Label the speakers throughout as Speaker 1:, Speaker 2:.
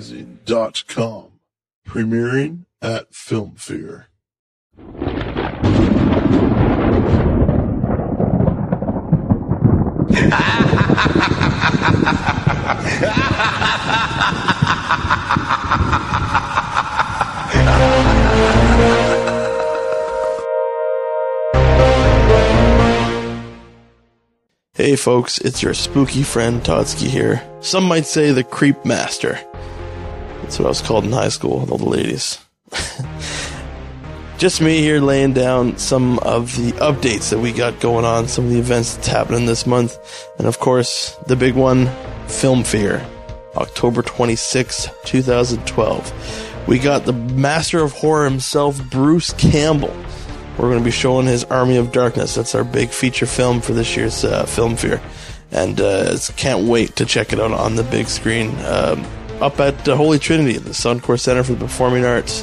Speaker 1: ArkhamRising.com, premiering at Film Fear.
Speaker 2: Hey folks, it's your spooky friend Todsky here. Some might say the creep master. That's what I was called in high school with all the ladies. Just me here laying down some of the updates that we got going on, some of the events that's happening this month, and of course, the big one, Film Fear, October 26th, 2012. We got the master of horror himself, Bruce Campbell. We're going to be showing his Army of Darkness. That's our big feature film for this year's uh, Film Fear. And uh, it's- can't wait to check it out on the big screen um, up at uh, Holy Trinity, the Suncor Center for the Performing Arts.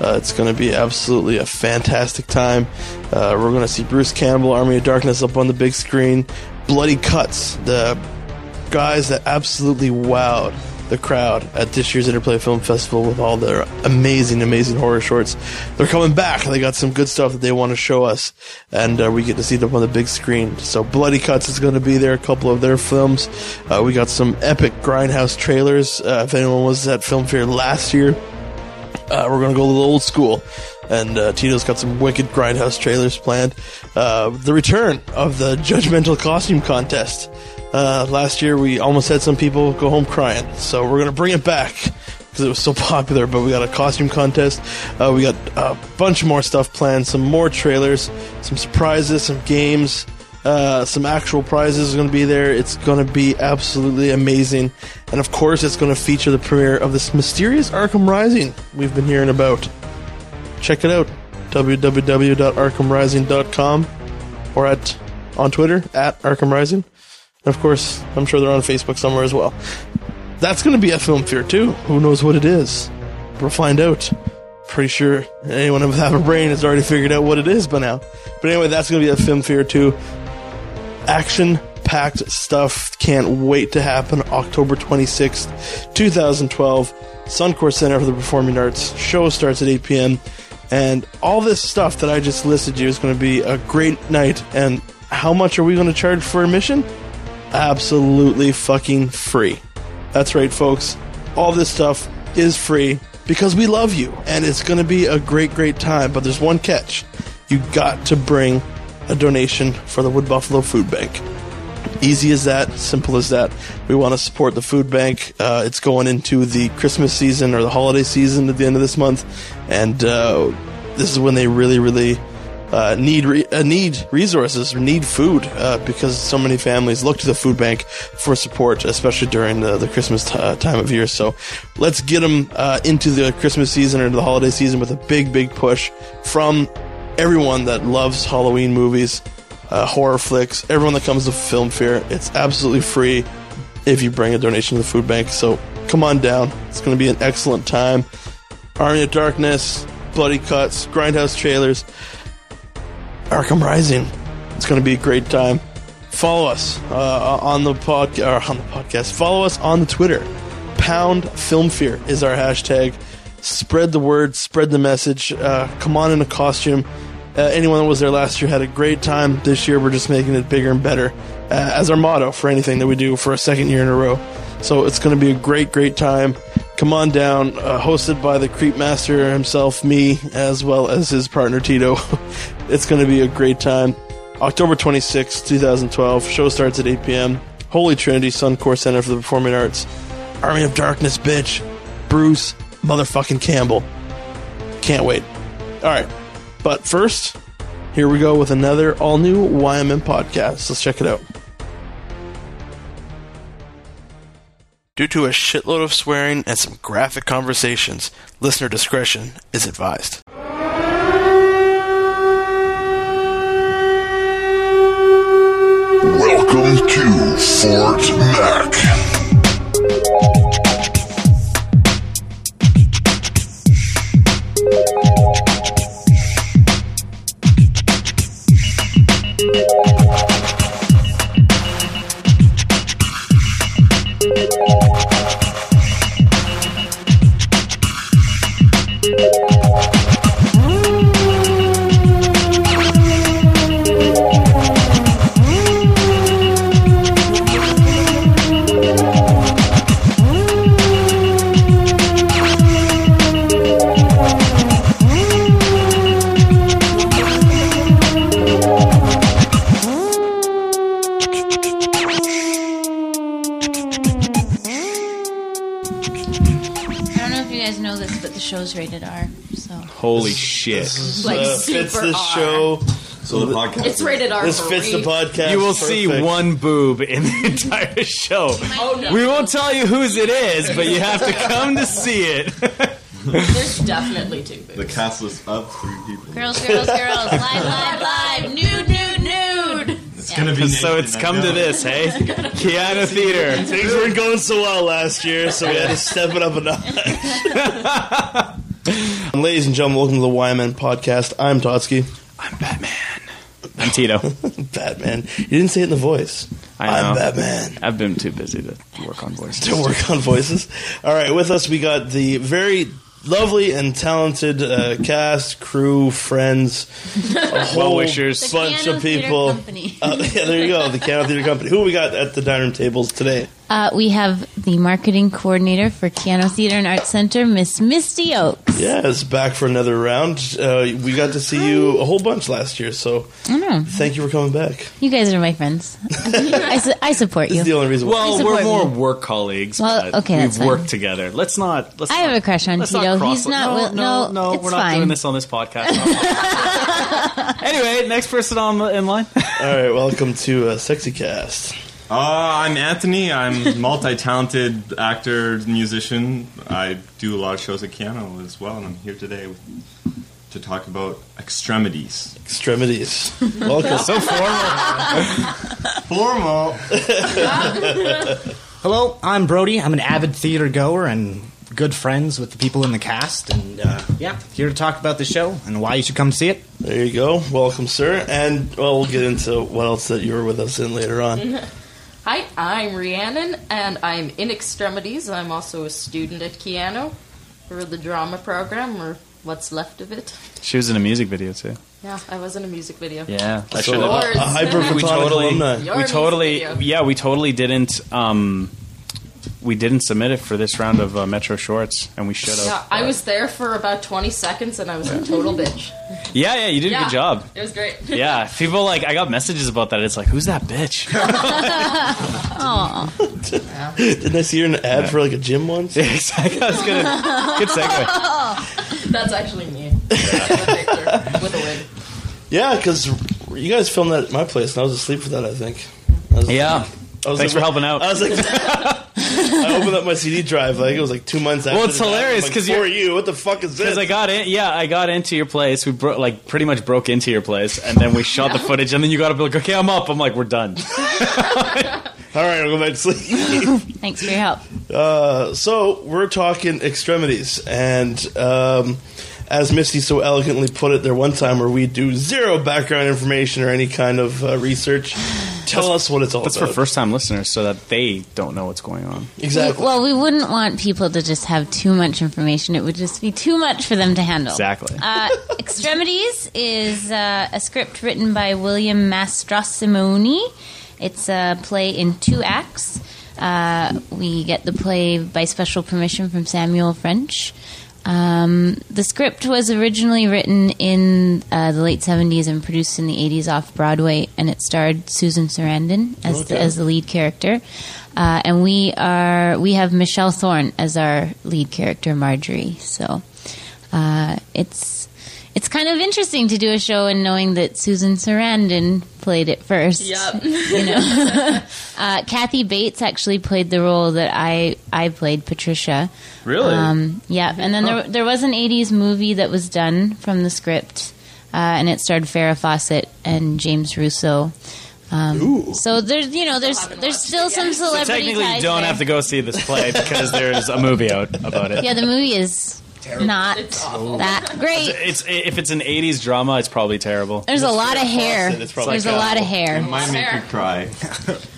Speaker 2: Uh, it's going to be absolutely a fantastic time. Uh, we're going to see Bruce Campbell, Army of Darkness, up on the big screen. Bloody Cuts, the guys that absolutely wowed the crowd at this year's Interplay Film Festival with all their amazing, amazing horror shorts. They're coming back. They got some good stuff that they want to show us, and uh, we get to see them on the big screen. So, Bloody Cuts is going to be there. A couple of their films. Uh, we got some epic grindhouse trailers. Uh, if anyone was at Film Fair last year, uh, we're going to go to the old school. And uh, Tito's got some wicked grindhouse trailers planned. Uh, the return of the judgmental costume contest. Uh, last year, we almost had some people go home crying. So we're going to bring it back because it was so popular. But we got a costume contest. Uh, we got a bunch more stuff planned. Some more trailers, some surprises, some games. Uh, some actual prizes are going to be there. It's going to be absolutely amazing. And of course, it's going to feature the premiere of this mysterious Arkham Rising we've been hearing about. Check it out www.arkhamrising.com or at on Twitter at Arkham Rising. And of course, I'm sure they're on Facebook somewhere as well. That's going to be a film fear too. Who knows what it is? We'll find out. Pretty sure anyone with half a brain has already figured out what it is by now. But anyway, that's going to be a film fear too action packed stuff. Can't wait to happen October 26th, 2012. Suncor Center for the Performing Arts. Show starts at 8 p.m. And all this stuff that I just listed you is going to be a great night. And how much are we going to charge for admission? Absolutely fucking free. That's right, folks. All this stuff is free because we love you. And it's going to be a great, great time. But there's one catch you got to bring a donation for the Wood Buffalo Food Bank. Easy as that, simple as that. We want to support the food bank. Uh, it's going into the Christmas season or the holiday season at the end of this month, and uh, this is when they really, really uh, need re- uh, need resources, need food, uh, because so many families look to the food bank for support, especially during the, the Christmas t- uh, time of year. So let's get them uh, into the Christmas season or the holiday season with a big, big push from everyone that loves Halloween movies, uh, horror flicks, everyone that comes to Film Fear. It's absolutely free if you bring a donation to the food bank. So come on down. It's going to be an excellent time. Army of Darkness, Bloody Cuts, Grindhouse trailers, Arkham Rising. It's going to be a great time. Follow us uh, on the pod or on the podcast. Follow us on the Twitter. Pound Film Fear is our hashtag. Spread the word. Spread the message. Uh, come on in a costume. Uh, anyone that was there last year had a great time. This year, we're just making it bigger and better uh, as our motto for anything that we do for a second year in a row. So it's going to be a great, great time. Come on down, uh, hosted by the Creep Master himself, me, as well as his partner Tito. it's going to be a great time. October 26, 2012. Show starts at 8 p.m. Holy Trinity Suncor Center for the Performing Arts. Army of Darkness, bitch. Bruce motherfucking Campbell. Can't wait. All right. But first, here we go with another all new YMM podcast. Let's check it out. Due to a shitload of swearing and some graphic conversations, listener discretion is advised.
Speaker 1: Welcome to Fort Mac.
Speaker 3: show's rated R, so
Speaker 4: Holy shit.
Speaker 3: like
Speaker 2: Uh,
Speaker 3: super
Speaker 2: fits this
Speaker 3: R.
Speaker 2: show.
Speaker 5: So the podcast.
Speaker 3: It's rated R.
Speaker 2: This
Speaker 3: for
Speaker 2: fits the
Speaker 3: real.
Speaker 2: podcast.
Speaker 4: You will see
Speaker 2: Perfect.
Speaker 4: one boob in the entire show.
Speaker 3: Oh no,
Speaker 4: We won't tell you whose it is, but you have to come to see it.
Speaker 3: There's definitely two boobs.
Speaker 5: The cast was of three people.
Speaker 3: Girls, girls, girls! Live, live, live! Nude, nude, nude!
Speaker 5: It's gonna be
Speaker 4: So
Speaker 5: naked,
Speaker 4: it's
Speaker 5: I
Speaker 4: come to
Speaker 5: know.
Speaker 4: this, hey? Kiana Theater.
Speaker 2: Things weren't going so well last year, so we had to step it up a notch. Ladies and gentlemen, welcome to the YMN podcast. I'm Totsky.
Speaker 4: I'm Batman. I'm Tito.
Speaker 2: Batman. You didn't say it in the voice.
Speaker 4: I
Speaker 2: am
Speaker 4: know.
Speaker 2: Batman.
Speaker 4: I've been too busy to work on voices.
Speaker 2: To work on voices. All right, with us we got the very lovely and talented uh, cast, crew, friends, a whole
Speaker 4: Well-wishers. The
Speaker 2: bunch
Speaker 3: Piano
Speaker 2: of
Speaker 3: Theatre
Speaker 2: people.
Speaker 3: Company.
Speaker 2: Uh, yeah, there you go. The Canada Theatre Company. Who we got at the dining room tables today?
Speaker 3: Uh, we have the marketing coordinator for Keanu Theater and Arts Center, Miss Misty Oaks.
Speaker 2: Yes, back for another round. Uh, we got to see you a whole bunch last year, so
Speaker 3: I know.
Speaker 2: thank you for coming back.
Speaker 3: You guys are my friends. I, su- I support
Speaker 2: This
Speaker 3: you.
Speaker 2: is the only reason. why.
Speaker 4: Well,
Speaker 3: Please
Speaker 4: we're
Speaker 3: support
Speaker 4: more
Speaker 3: me.
Speaker 4: work colleagues.
Speaker 3: Well,
Speaker 4: but
Speaker 3: okay,
Speaker 4: we've
Speaker 3: that's fine.
Speaker 4: worked together. Let's not. Let's
Speaker 3: I have a
Speaker 4: not-
Speaker 3: crush on
Speaker 4: let's not
Speaker 3: Tito.
Speaker 4: cross
Speaker 3: He's
Speaker 4: the-
Speaker 3: not. wi-
Speaker 4: No, no, no,
Speaker 3: it's
Speaker 4: we're not
Speaker 3: fine.
Speaker 4: doing this on this podcast. anyway, next person on in line.
Speaker 2: all right. Welcome to uh, Sexy Cast.
Speaker 5: Uh, I'm Anthony. I'm multi-talented actor, musician. I do a lot of shows at Keanu as well, and I'm here today with, to talk about extremities.
Speaker 2: Extremities. Welcome.
Speaker 4: So formal.
Speaker 5: Formal.
Speaker 6: Hello, I'm Brody. I'm an avid theater goer and good friends with the people in the cast. And uh, yeah, here to talk about the show and why you should come see it.
Speaker 2: There you go. Welcome, sir. And well, we'll get into what else that you were with us in later
Speaker 4: Mm-hmm.
Speaker 2: on.
Speaker 7: Hi, I'm Rhiannon, and I'm in extremities. I'm also a student at Keanu for the drama program, or what's left of it.
Speaker 4: She was in a music video too.
Speaker 7: Yeah, I was in a music video.
Speaker 4: Yeah, that
Speaker 2: So,
Speaker 4: should
Speaker 2: uh,
Speaker 4: have.
Speaker 7: Yours.
Speaker 2: a hyper
Speaker 4: We totally-
Speaker 2: alumni.
Speaker 7: Your
Speaker 4: we
Speaker 7: music
Speaker 4: totally,
Speaker 7: video.
Speaker 4: yeah, we totally didn't. Um, we didn't submit it for this round of uh, Metro Shorts, and we should have.
Speaker 7: Yeah, I was there for about 20 seconds, and I was a total bitch.
Speaker 4: Yeah, yeah, you did a
Speaker 7: Yeah.
Speaker 4: good job.
Speaker 7: It was great.
Speaker 4: Yeah, people like I got messages about that. It's like, who's that bitch?
Speaker 3: Aw.
Speaker 2: Didn't I see you in an ad for like a gym once?
Speaker 4: exactly. I was gonna. Good segue.
Speaker 7: That's actually me. With a picture, with a wig.
Speaker 2: Yeah, because you guys filmed that at my place, and I was asleep for that. I think. I was-
Speaker 4: Yeah.
Speaker 2: I was
Speaker 4: Thanks for
Speaker 2: like,
Speaker 4: helping out.
Speaker 2: I was like, I opened up my CD drive. Like it was like two months. after
Speaker 4: Well, it's
Speaker 2: the album,
Speaker 4: hilarious
Speaker 2: like,
Speaker 4: 'cause
Speaker 2: for you, what the fuck is this?
Speaker 4: Because I got in, yeah, I got into your place. We bro- like pretty much broke into your place, and then we shot the footage, and then you got to be like, okay, I'm up. I'm like, we're done. uh,
Speaker 2: All right, I'll go back to sleep.
Speaker 3: Thanks for your help.
Speaker 2: uh, so we're talking extremities, and um, as Misty so elegantly put it, there one time where we do zero background information or any kind of uh, research. Tell us what it's all
Speaker 4: That's for
Speaker 2: about.
Speaker 4: first time listeners, so that they don't know what's going on.
Speaker 2: exactly.
Speaker 3: Well, we wouldn't want people to just have too much information. It would just be too much for them to handle.
Speaker 4: Exactly.
Speaker 3: Uh, Extremities is uh, a script written by William Mastrosimone. It's a play in two acts. Uh, we get the play by special permission from Samuel French. Um, the script was originally written in uh, the late 70s and produced in the 80s off Broadway, and it starred Susan Sarandon as, the, as the lead character. Uh, and we are we have Michelle Thorne as our lead character, Marjorie. So uh, it's it's kind of interesting to do a show and knowing that Susan Sarandon played it first.
Speaker 7: Yep.
Speaker 3: Uh, Kathy Bates actually played the role that I I played Patricia.
Speaker 4: Really?
Speaker 7: Uh,
Speaker 3: Um, yeah, and then there, there was an '80s movie that was done from the script, uh, and it starred Farrah Fawcett and James Russo. Um, so there's you know there's there's still some celebrity.
Speaker 4: Technically, you
Speaker 3: ties
Speaker 4: don't
Speaker 3: there.
Speaker 4: have to go see this play because there's a movie out about it.
Speaker 3: Yeah, the movie is not
Speaker 7: It's awful.
Speaker 3: that great.
Speaker 4: It's if it's an '80s drama, it's probably terrible.
Speaker 3: There's a lot of hair.
Speaker 2: Fawcett, it's probably
Speaker 3: There's a lot of hair.
Speaker 5: Might make me cry.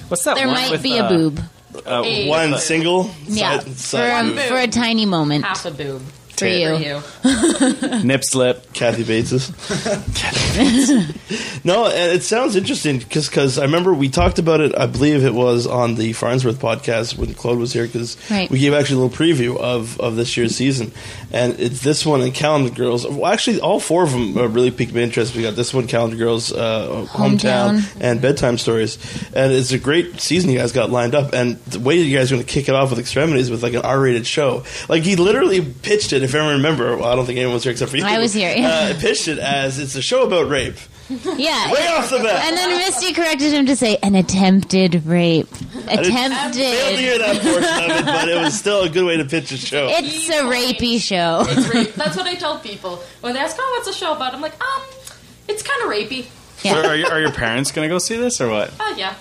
Speaker 4: What's that?
Speaker 3: There
Speaker 4: one
Speaker 3: might
Speaker 4: with,
Speaker 3: be a
Speaker 4: uh,
Speaker 3: boob.
Speaker 4: uh,
Speaker 7: Hey.
Speaker 2: One single.
Speaker 3: Yeah,
Speaker 2: side-
Speaker 3: for
Speaker 2: side
Speaker 3: a,
Speaker 2: move.
Speaker 3: for a tiny moment
Speaker 7: Half a boob.
Speaker 3: for
Speaker 7: For
Speaker 3: you.
Speaker 7: you.
Speaker 4: nip slip.
Speaker 2: Kathy Bates's. no, and it sounds interesting because I remember we talked about it. I believe it was on the Farnsworth podcast when Claude was here because
Speaker 3: Right.
Speaker 2: we gave actually a little preview of, of this year's season, and it's this one and Calendar Girls. Well, actually, all four of them uh, really piqued my interest. We got this one, Calendar Girls, uh, hometown,
Speaker 3: Hometown.
Speaker 2: and bedtime stories, and it's a great season you guys got lined up. And the way you guys are going to kick it off with extremities with like an R-rated show, like he literally pitched it. If if everyone remember, well, I don't think anyone was here except for you.
Speaker 3: I was here, yeah.
Speaker 2: Uh, pitched it as it's a show about rape.
Speaker 3: Yeah.
Speaker 2: Way off the bat.
Speaker 3: And then Misty corrected him to say an attempted rape.
Speaker 2: Failed to
Speaker 3: Attempted.
Speaker 2: hear that portion of it, but it was still a good way to pitch a show.
Speaker 3: It's a rapey show.
Speaker 7: It's rape. That's what I tell people when they ask, "Oh, what's the show about?" I'm like, um, it's kind of rapey.
Speaker 3: Yeah.
Speaker 4: Are, are, your- are your parents gonna go see this or what?
Speaker 7: Oh yeah,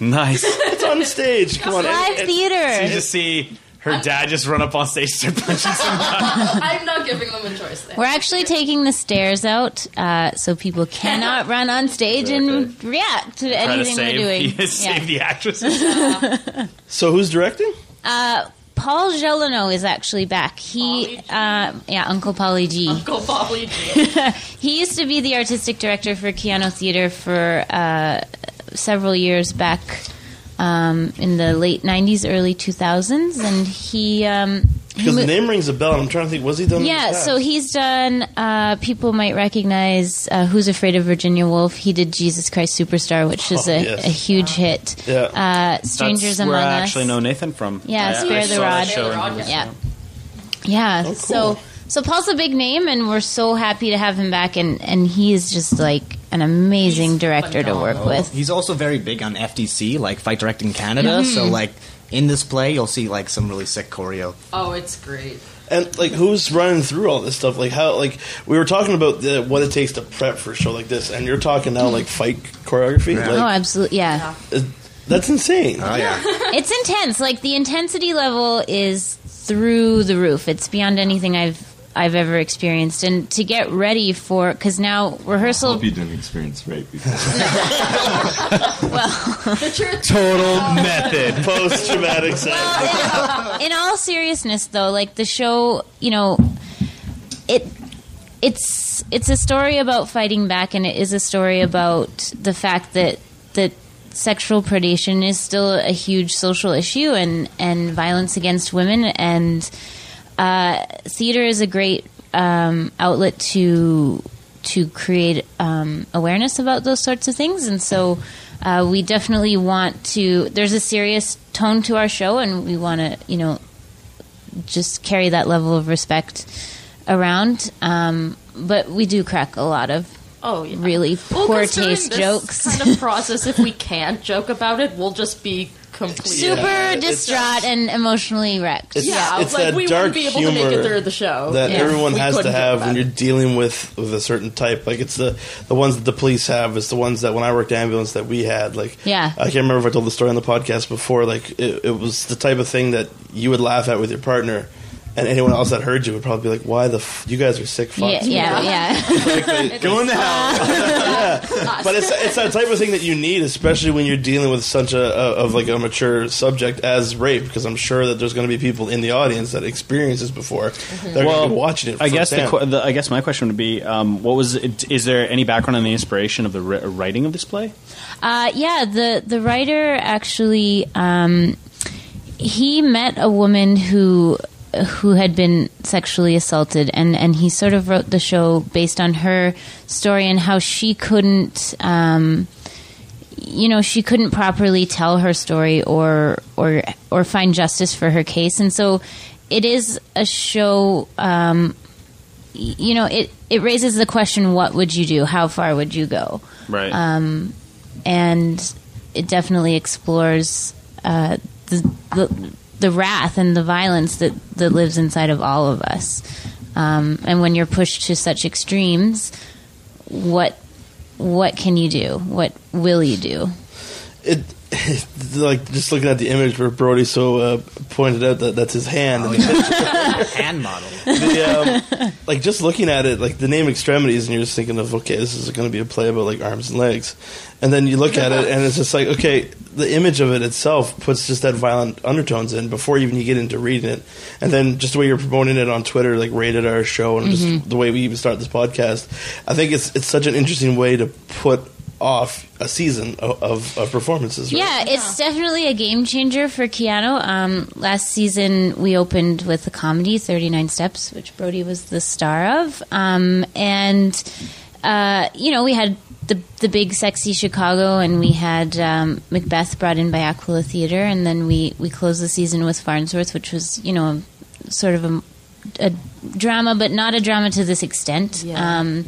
Speaker 4: Nice.
Speaker 2: it's on stage. Come on,
Speaker 3: Live
Speaker 2: and-
Speaker 4: you
Speaker 3: theater.
Speaker 4: just see her dad just run up on stage to punch
Speaker 7: I'm not giving them a choice there.
Speaker 3: We're actually taking the stairs out uh, so people cannot run on stage and react to
Speaker 4: try to
Speaker 3: anything
Speaker 4: save,
Speaker 3: we're doing.
Speaker 4: save
Speaker 3: Yeah.
Speaker 4: the actresses.
Speaker 2: so who's directing?
Speaker 3: Uh, Paul Gelano is actually back. He,
Speaker 7: Pauly G. Oh.
Speaker 3: uh, yeah, Uncle Polly G.
Speaker 7: Go Bobby.
Speaker 3: He used to be the artistic director for Keanu Theater for uh, several years back um, in the late 90s, early 2000s. And he. Um, he
Speaker 2: Because
Speaker 3: mo-
Speaker 2: the name rings a bell. and I'm trying to think. Was he done? in the
Speaker 3: yeah,
Speaker 2: past?
Speaker 3: so he's done. Uh, people might recognize uh, "Who's Afraid of Virginia Woolf." He did "Jesus Christ Superstar," which is
Speaker 2: Oh,
Speaker 3: a,
Speaker 2: yes.
Speaker 3: a huge hit.
Speaker 2: Yeah.
Speaker 3: Uh, "Strangers
Speaker 4: That's where
Speaker 3: Among
Speaker 4: I
Speaker 3: Us."
Speaker 4: actually know Nathan from.
Speaker 3: Yeah,
Speaker 4: I-
Speaker 3: Spare the
Speaker 4: I saw that
Speaker 3: Rod.
Speaker 4: show and he was-
Speaker 3: yeah, yeah.
Speaker 2: cool.
Speaker 3: So, so Paul's a big name, and we're so happy to have him back. And and he's just like an amazing
Speaker 7: He's
Speaker 3: director to work with.
Speaker 6: Oh, He's also very big on FDC, like Fight Direct in Canada. So like in this play, you'll see like some really sick choreo.
Speaker 7: Oh, it's great.
Speaker 2: And like, who's running through all this stuff? Like, how? Like, we were talking about the, what it takes to prep for a show like this, and you're talking now like fight choreography.
Speaker 6: Yeah.
Speaker 2: Like,
Speaker 3: Oh, absolutely! Yeah.
Speaker 2: that's insane.
Speaker 6: Oh yeah.
Speaker 3: it's intense. Like the intensity level is through the roof. It's beyond anything I've I've ever experienced. And to get ready for because now rehearsal.
Speaker 5: Hope you didn't experience rape before.
Speaker 7: The church.
Speaker 4: Total method.
Speaker 2: Post traumatic sex.
Speaker 3: Well, in, in all seriousness, though, like the show, you know, it it's it's a story about fighting back, and it is a story about the fact that that sexual predation is still a huge social issue, and and violence against women, and uh, theater is a great um, outlet to to create um, awareness about those sorts of things, and so uh, we definitely want to. There's a serious tone to our show, and we want to, you know, just carry that level of respect around. Um, but we do crack a lot of
Speaker 7: Oh yeah.
Speaker 3: really
Speaker 7: Well,
Speaker 3: poor
Speaker 7: considering
Speaker 3: taste
Speaker 7: this
Speaker 3: jokes.
Speaker 7: Kind of process. If we can't joke about it, we'll just be completely.
Speaker 3: Super
Speaker 2: it's- uh,
Speaker 3: distraught and emotionally wrecked.
Speaker 2: It's-
Speaker 7: Yeah,
Speaker 2: it's
Speaker 7: like
Speaker 2: that
Speaker 7: we
Speaker 2: dark
Speaker 7: wouldn't be able to make
Speaker 2: humor
Speaker 7: it through the show.
Speaker 2: that
Speaker 3: Yeah.
Speaker 2: everyone
Speaker 7: We
Speaker 2: has to
Speaker 7: couldn't do
Speaker 2: have
Speaker 7: that.
Speaker 2: when you're dealing with with a certain type. Like it's the the ones that the police have. It's the ones that when I worked ambulance that we had. Like
Speaker 3: Yeah.
Speaker 2: I can't remember if I told the story on the podcast before. Like it, it was the type of thing that you would laugh at with your partner, and anyone else that heard you would probably be like, "Why the f- you guys are sick
Speaker 3: yeah,
Speaker 2: fucks."
Speaker 3: yeah, yeah.
Speaker 2: Going to hell. yeah. But it's it's that type of thing that you need, especially when you're dealing with such a, a of like a mature subject as rape, because I'm sure that there's going to be people in the audience that experienced this before. They're going to be watching it.
Speaker 4: I guess the,
Speaker 2: firsthand.
Speaker 4: que- the I guess my question would be, um, what was? It, is there any background on the inspiration of the ri- writing of this play?
Speaker 3: Uh, yeah, the the writer actually um, he met a woman who who had been sexually assaulted, and and he sort of wrote the show based on her story and how she couldn't. Um, you know she couldn't properly tell her story or or or find justice for her case and so it is a show um y- you know it it raises the question what would you do how far would you go
Speaker 4: Right.
Speaker 3: um, and it definitely explores uh, the, the the wrath and the violence that that lives inside of all of us. Um, and when you're pushed to such extremes, what what can you do? What will you do?
Speaker 2: it like just looking at the image where Brody so uh, pointed out that that's his hand. and
Speaker 6: Hand model.
Speaker 2: the, um, like just looking at it, like the name extremities, and you're just thinking of okay, this is going to be a play about like arms and legs, and then you look at it, and it's just like okay, the image of it itself puts just that violent undertones in before even you get into reading it, and then just the way you're promoting it on Twitter, like rated our show, and just the way we even start this podcast, I think it's it's such an interesting way to put off a season of, of, of performances. Right?
Speaker 3: Yeah, it's definitely a game changer for Keanu. Um, last season, we opened with a comedy, 39 Steps, which Brody was the star of. Um, and, uh, you know, we had the, the big, sexy Chicago, and we had um, Macbeth brought in by Aquila Theater, and then we, we closed the season with Farnsworth, which was, you know, sort of a a drama, but not a drama to this extent.
Speaker 7: Yeah.
Speaker 3: Um,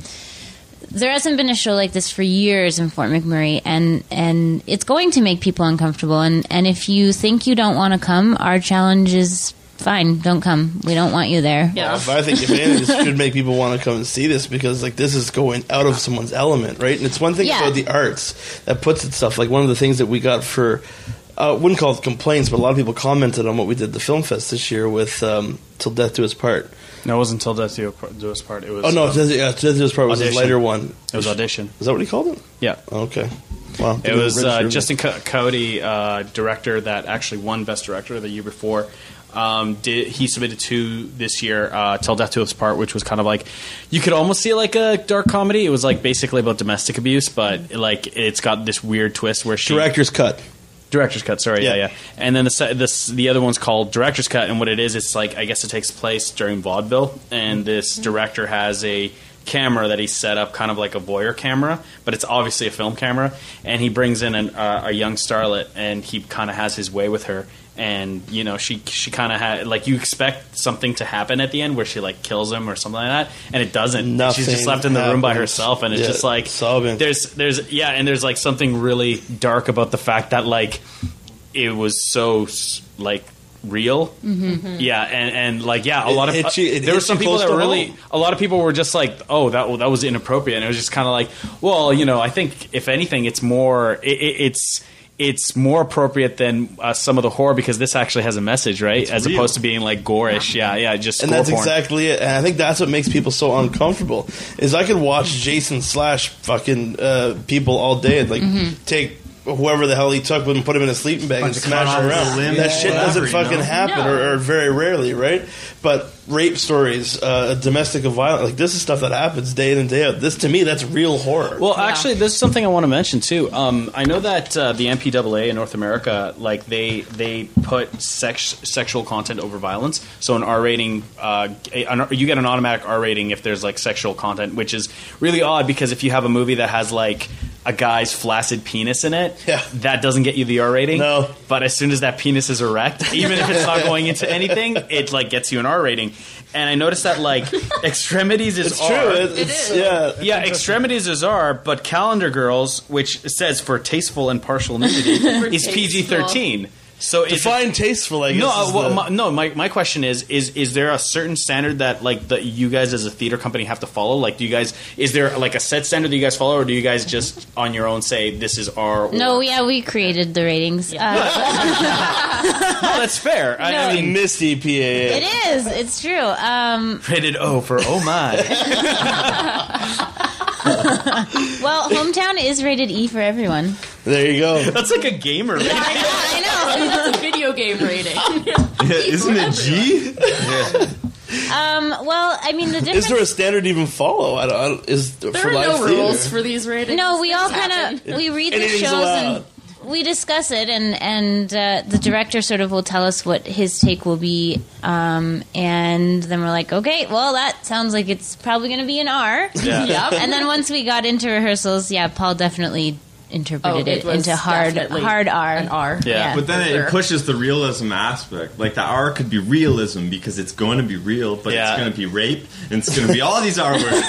Speaker 3: there hasn't been a show like this for years in Fort McMurray, and and it's going to make people uncomfortable. And and if you think you don't want to come, our challenge is fine. Don't come. We don't want you there.
Speaker 7: Yeah.
Speaker 2: Uh, I think if anything, this should make people want to come and see this because like this is going out of someone's element, right? And it's one thing
Speaker 3: Yeah.
Speaker 2: about the arts that puts itself like one of the things that we got for uh, wouldn't call it complaints, but a lot of people commented on what we did at the film fest this year with um, "Till Death Do Us Part."
Speaker 4: No, it wasn't till death do do us part. It was
Speaker 2: Oh no,
Speaker 4: uh,
Speaker 2: "Till Death- yeah, "Till Death Do Us Part" was his
Speaker 4: Audition.
Speaker 2: later one.
Speaker 4: it was audition.
Speaker 2: Is that what he called it?
Speaker 4: Yeah,
Speaker 2: Okay, wow.
Speaker 4: It was
Speaker 2: Rich,
Speaker 4: uh,
Speaker 2: you're-
Speaker 4: Justin Co- Cody, uh, director that actually won Best Director the year before. Um, did he submitted two this year? Uh, Till Death Do Us Part, which was kind of like you could almost see it like a dark comedy. It was like basically about domestic abuse, but like it's got this weird twist where she
Speaker 2: director's cut.
Speaker 4: director's cut. Sorry, yeah,
Speaker 2: Yeah.
Speaker 4: yeah. And then the se- this the other one's called director's cut, and what it is, it's like I guess it takes place during vaudeville, and this director has a camera that he set up, kind of like a voyeur camera, but it's obviously a film camera, and he brings in an, uh, a young starlet, and he kind of has his way with her. And you know she she kind of had like you expect something to happen at the end where she like kills him or something like that, and it doesn't.
Speaker 2: Nothing
Speaker 4: She's just left in the room by
Speaker 2: happens.
Speaker 4: herself, and it's
Speaker 2: Yeah,
Speaker 4: just like
Speaker 2: sobbing.
Speaker 4: there's there's yeah, and there's like something really dark about the fact that like it was so s- like real. Yeah, and and like yeah, a
Speaker 2: It
Speaker 4: lot of
Speaker 2: hits you- it
Speaker 4: there were
Speaker 2: hits
Speaker 4: some
Speaker 2: you
Speaker 4: people
Speaker 2: close
Speaker 4: that
Speaker 2: to
Speaker 4: really
Speaker 2: home.
Speaker 4: a lot of people were just like, oh that that was inappropriate, and it was just kind of like, well, you know, I think if anything, it's more it, it, it's. It's more appropriate than uh, some of the horror because this actually has a message, right? As
Speaker 5: real.
Speaker 4: opposed to being like gorish, yeah, yeah, just
Speaker 2: and
Speaker 4: gore
Speaker 2: that's
Speaker 4: porn.
Speaker 2: exactly it. And I think that's what makes people so uncomfortable. Is I could watch Jason slash fucking uh, people all day and like take whoever the hell he took with him, put him in a sleeping bag, and
Speaker 6: Punch
Speaker 2: smash him
Speaker 6: cars,
Speaker 2: around.
Speaker 5: limbs,
Speaker 2: that shit
Speaker 5: whatever,
Speaker 2: doesn't
Speaker 5: you
Speaker 2: fucking
Speaker 5: know?
Speaker 2: happen,
Speaker 3: No.
Speaker 2: or, or very rarely, right? But rape stories, uh, domestic violence, like this is stuff that happens day in and day out. This to me, that's real horror.
Speaker 4: Well, actually, this is something I want to mention too. Um, I know that uh, the MPAA in North America, like they they put sex, sexual content over violence. So an R rating, uh, a- an, you get an automatic R rating if there's like sexual content, which is really odd because if you have a movie that has like a guy's flaccid penis in it,
Speaker 2: Yeah.
Speaker 4: that doesn't get you the R rating.
Speaker 2: No.
Speaker 4: But as soon as that penis is erect, even if it's not going into anything, it like gets you an R rating. And I noticed that like extremities is
Speaker 2: it's
Speaker 4: R.
Speaker 2: true. It's, it's-
Speaker 7: is.
Speaker 2: yeah.
Speaker 4: Yeah, extremities is R, but Calendar Girls, which says for tasteful and partial nudity, is
Speaker 7: tasteful.
Speaker 4: PG thirteen. So is it-
Speaker 2: Define tasteful, I guess.
Speaker 4: no,
Speaker 2: is
Speaker 4: uh, well,
Speaker 2: the-
Speaker 4: my, no. My, my question is is is there a certain standard that like that you guys as a theater company have to follow? Like, do you guys is there like a set standard that you guys follow, or do you guys just on your own say this is R? Or,
Speaker 3: No, yeah, we created the ratings. Uh,
Speaker 4: No, that's fair. I, I
Speaker 3: No.
Speaker 4: mean,
Speaker 2: Misty PAA.
Speaker 3: it is. It's true. Um,
Speaker 4: rated O for oh my.
Speaker 3: well, hometown is rated E for everyone.
Speaker 2: There you go.
Speaker 4: that's like a gamer. rating.
Speaker 3: I know.
Speaker 7: It's a video game rating.
Speaker 5: Isn't it G?
Speaker 3: Um, well, I mean, the difference.
Speaker 2: Is there a standard even follow? I don't, I don't, is
Speaker 7: There
Speaker 2: for
Speaker 7: are
Speaker 2: live
Speaker 7: no
Speaker 2: theater?
Speaker 7: rules for these ratings.
Speaker 3: no, we all
Speaker 7: Things
Speaker 3: kind
Speaker 7: happen.
Speaker 3: of we read the
Speaker 2: Anything's
Speaker 3: shows
Speaker 2: allowed.
Speaker 3: and we discuss it, and and uh, the director sort of will tell us what his take will be, um, and then we're like, okay, well, that sounds like it's probably going to be an R.
Speaker 7: Yep.
Speaker 3: and then once we got into rehearsals, yeah, Paul definitely
Speaker 7: Oh,
Speaker 3: interpreted
Speaker 7: it
Speaker 3: it,
Speaker 7: was
Speaker 3: into hard
Speaker 7: definitely
Speaker 3: hard R
Speaker 7: an R.
Speaker 4: Yeah.
Speaker 5: But then
Speaker 7: Sure.
Speaker 5: it pushes the realism aspect. Like the R could be realism because it's going to be real, but
Speaker 4: Yeah.
Speaker 5: it's going to be rape, and it's going to be all these R words.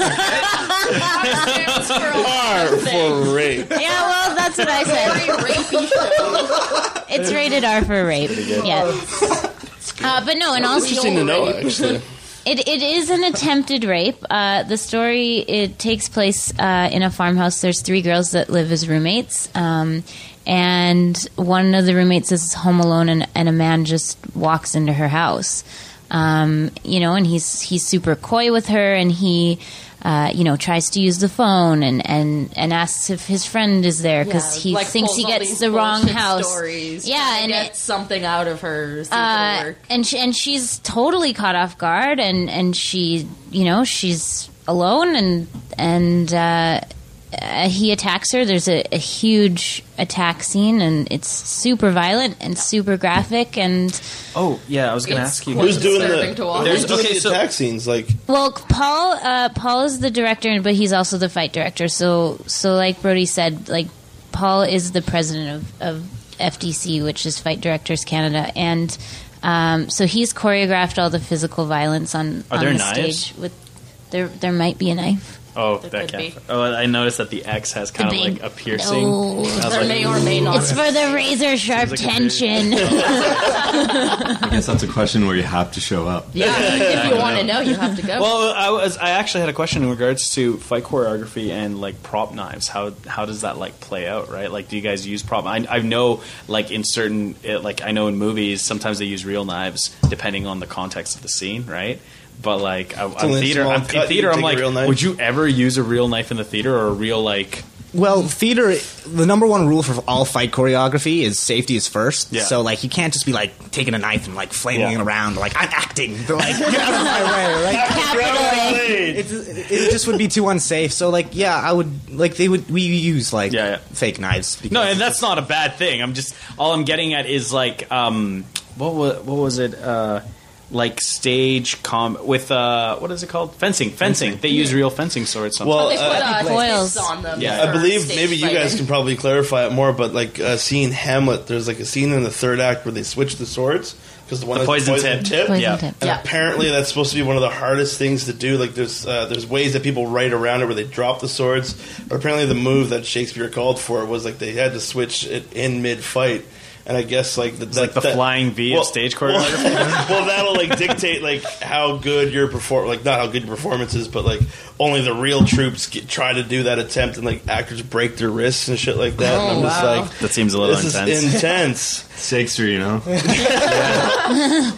Speaker 7: Stands for a lot
Speaker 2: R
Speaker 7: of things.
Speaker 2: for rape.
Speaker 3: Yeah, well, that's what I said.
Speaker 7: Very rapey show.
Speaker 3: It's rated R for rape. Yeah.
Speaker 7: Oh.
Speaker 3: Uh, but no, in all
Speaker 2: Interesting to know, actually.
Speaker 3: It, it is an attempted rape. Uh, the story it takes place uh, in a farmhouse. There's three girls that live as roommates, um, and one of the roommates is home alone, and, and a man just walks into her house. Um, you know, and he's he's super coy with her, and he, uh, you know, tries to use the phone and and, and asks if his friend is there because
Speaker 7: Yeah,
Speaker 3: he
Speaker 7: like,
Speaker 3: thinks he
Speaker 7: pulls all
Speaker 3: gets
Speaker 7: these
Speaker 3: the wrong
Speaker 7: bullshit
Speaker 3: house.
Speaker 7: Stories,
Speaker 3: Yeah,
Speaker 7: trying to
Speaker 3: and
Speaker 7: get
Speaker 3: it-
Speaker 7: something out of her. So
Speaker 3: uh,
Speaker 7: it'll work.
Speaker 3: and she, and she's totally caught off guard, and and she, you know, she's alone, and and uh, uh, he attacks her. There's a, a huge attack scene, and it's super violent and super graphic, and
Speaker 4: Oh yeah, I was gonna
Speaker 7: It's
Speaker 4: ask you.
Speaker 7: quite
Speaker 2: Who's doing
Speaker 7: disturbing to
Speaker 2: the, who's
Speaker 7: watch.
Speaker 4: There's-
Speaker 2: doing
Speaker 4: okay,
Speaker 2: the
Speaker 4: so-
Speaker 2: attack scenes? Like,
Speaker 3: Well, Paul uh, Paul is the director, but he's also the fight director. So so like Brody said, like Paul is the president of, of FDC, which is Fight Directors Canada, and Um, so he's choreographed all the physical violence on,
Speaker 4: Are
Speaker 3: on
Speaker 4: there
Speaker 3: the
Speaker 4: knives?
Speaker 3: stage. With there, there might be a knife.
Speaker 4: Oh,
Speaker 7: There
Speaker 4: that
Speaker 7: could
Speaker 4: can't.
Speaker 7: be.
Speaker 4: Oh, I noticed that the X has kind of
Speaker 3: big-
Speaker 4: like a piercing.
Speaker 3: No.
Speaker 4: I was
Speaker 7: There
Speaker 4: like,
Speaker 7: may or may not.
Speaker 3: It's for the razor sharp
Speaker 4: Seems like a
Speaker 3: tension.
Speaker 5: I guess that's a question where you have to show up.
Speaker 7: yeah, if you want to know, you have to go.
Speaker 4: Well, I was I actually had a question in regards to fight choreography and like prop knives. How how does that like play out, right? Like, do you guys use prop? I, I know like in certain it, like I know in movies sometimes they use real knives depending on the context of the scene, right? But like I, I'm
Speaker 2: only a
Speaker 4: theater,
Speaker 2: small
Speaker 4: I'm,
Speaker 2: cut,
Speaker 4: in
Speaker 2: you
Speaker 4: theater, I'm
Speaker 2: take a
Speaker 4: like,
Speaker 2: real knife.
Speaker 4: would you ever use a real knife in the theater or a real like?
Speaker 6: Well, theater, the number one rule for all fight choreography is safety is first.
Speaker 4: Yeah.
Speaker 6: So, like, you can't just be, like, taking a knife and, like, flaming
Speaker 4: Yeah.
Speaker 6: it around. Like, I'm acting. They're like, get out of my way, right?
Speaker 3: Capital A.
Speaker 6: It's, it just would be too unsafe. So, like, yeah, I would, like, they would, we use, like,
Speaker 4: Yeah, yeah.
Speaker 6: fake knives. Because
Speaker 4: No, and that's not a bad thing. I'm just all I'm getting at is like um what was what was it uh like stage com with uh what is it called fencing fencing, they use real fencing swords sometimes.
Speaker 2: Well,
Speaker 7: they put
Speaker 2: uh,
Speaker 7: uh,
Speaker 3: Coils.
Speaker 7: coils on them.
Speaker 4: Yeah.
Speaker 2: I
Speaker 7: for
Speaker 2: believe
Speaker 7: stage
Speaker 2: maybe you guys
Speaker 7: fighting.
Speaker 2: can probably clarify it more, but like uh, seeing Hamlet, there's like a scene in the third act where they switch the swords because the one
Speaker 4: The
Speaker 2: has the
Speaker 4: poison tip.
Speaker 3: Poison
Speaker 4: Yeah.
Speaker 3: tip.
Speaker 2: And
Speaker 7: Yeah.
Speaker 2: apparently, that's supposed to be one of the hardest things to do. Like, there's uh, there's ways that people write around it where they drop the swords. But apparently, the move that Shakespeare called for was like they had to switch it in mid fight. And I guess like the,
Speaker 4: like the flying V of stage choreography.
Speaker 2: Well, well, that'll like dictate like how good your perform like not how good your performance is, but like only the real troops get, try to do that attempt, and like actors break their wrists and shit like that. and I'm just
Speaker 7: wow.
Speaker 2: like,
Speaker 4: that seems a little
Speaker 2: this
Speaker 4: intense.
Speaker 2: is intense.
Speaker 5: Shakespeare, you know.
Speaker 2: I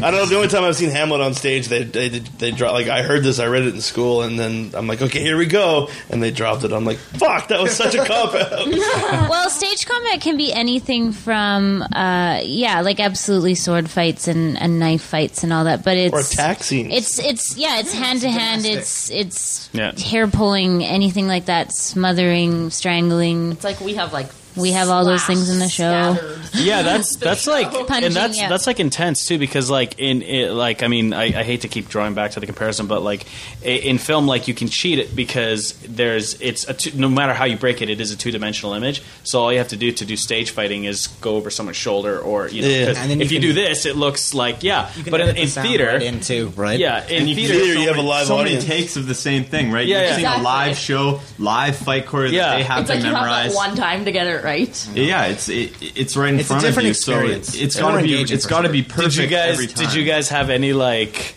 Speaker 2: don't know. The only time I've seen Hamlet on stage, they they did- they drop like I heard this, I read it in school, and then I'm like, okay, here we go, and they dropped it. I'm like, fuck, that was such a cop out.
Speaker 3: Well, stage combat can be anything from, uh, yeah, like absolutely sword fights and, and knife fights and all that, but it's
Speaker 2: or attack scenes.
Speaker 3: It's it's yeah, it's hand to hand. It's it's
Speaker 4: Yeah.
Speaker 3: hair pulling, anything like that, smothering, strangling.
Speaker 7: It's like we have like
Speaker 3: We have all those things in the show.
Speaker 7: scattered.
Speaker 4: yeah, that's that's like
Speaker 3: Punching,
Speaker 4: and that's
Speaker 3: yeah.
Speaker 4: that's like intense too because like in it, like I mean I, I hate to keep drawing back to the comparison but like i- in film like you can cheat it because there's it's a two, no matter how you break it it is a two dimensional image so all you have to do to do stage fighting is go over someone's shoulder or you know 'cause
Speaker 6: And then you
Speaker 4: if you
Speaker 6: can-
Speaker 4: do this it looks like yeah
Speaker 6: you can
Speaker 4: but in,
Speaker 6: edit the
Speaker 4: in
Speaker 6: sound
Speaker 4: theater
Speaker 6: Right in, too, right?
Speaker 4: yeah in
Speaker 5: And you can
Speaker 4: theater,
Speaker 2: Either you have a
Speaker 4: someone-
Speaker 2: live
Speaker 5: so many
Speaker 2: audience.
Speaker 5: takes of the same thing, right?
Speaker 4: Yeah,
Speaker 5: You're
Speaker 4: yeah.
Speaker 5: seeing a
Speaker 7: Exactly.
Speaker 5: live show, live fight choreo
Speaker 4: Yeah.
Speaker 5: that they have
Speaker 7: It's
Speaker 5: to
Speaker 7: like you have
Speaker 5: memorize.
Speaker 7: that one time to get it right.
Speaker 5: yeah, it's it, it's right in
Speaker 6: It's a
Speaker 5: front
Speaker 6: different
Speaker 5: of you.
Speaker 6: experience.
Speaker 5: So it, has
Speaker 6: It's
Speaker 5: got
Speaker 6: more
Speaker 5: to be
Speaker 6: engaging
Speaker 5: it's
Speaker 6: for
Speaker 5: got to be
Speaker 6: sure.
Speaker 5: perfect
Speaker 4: did you guys
Speaker 5: every time.
Speaker 4: did you guys have any like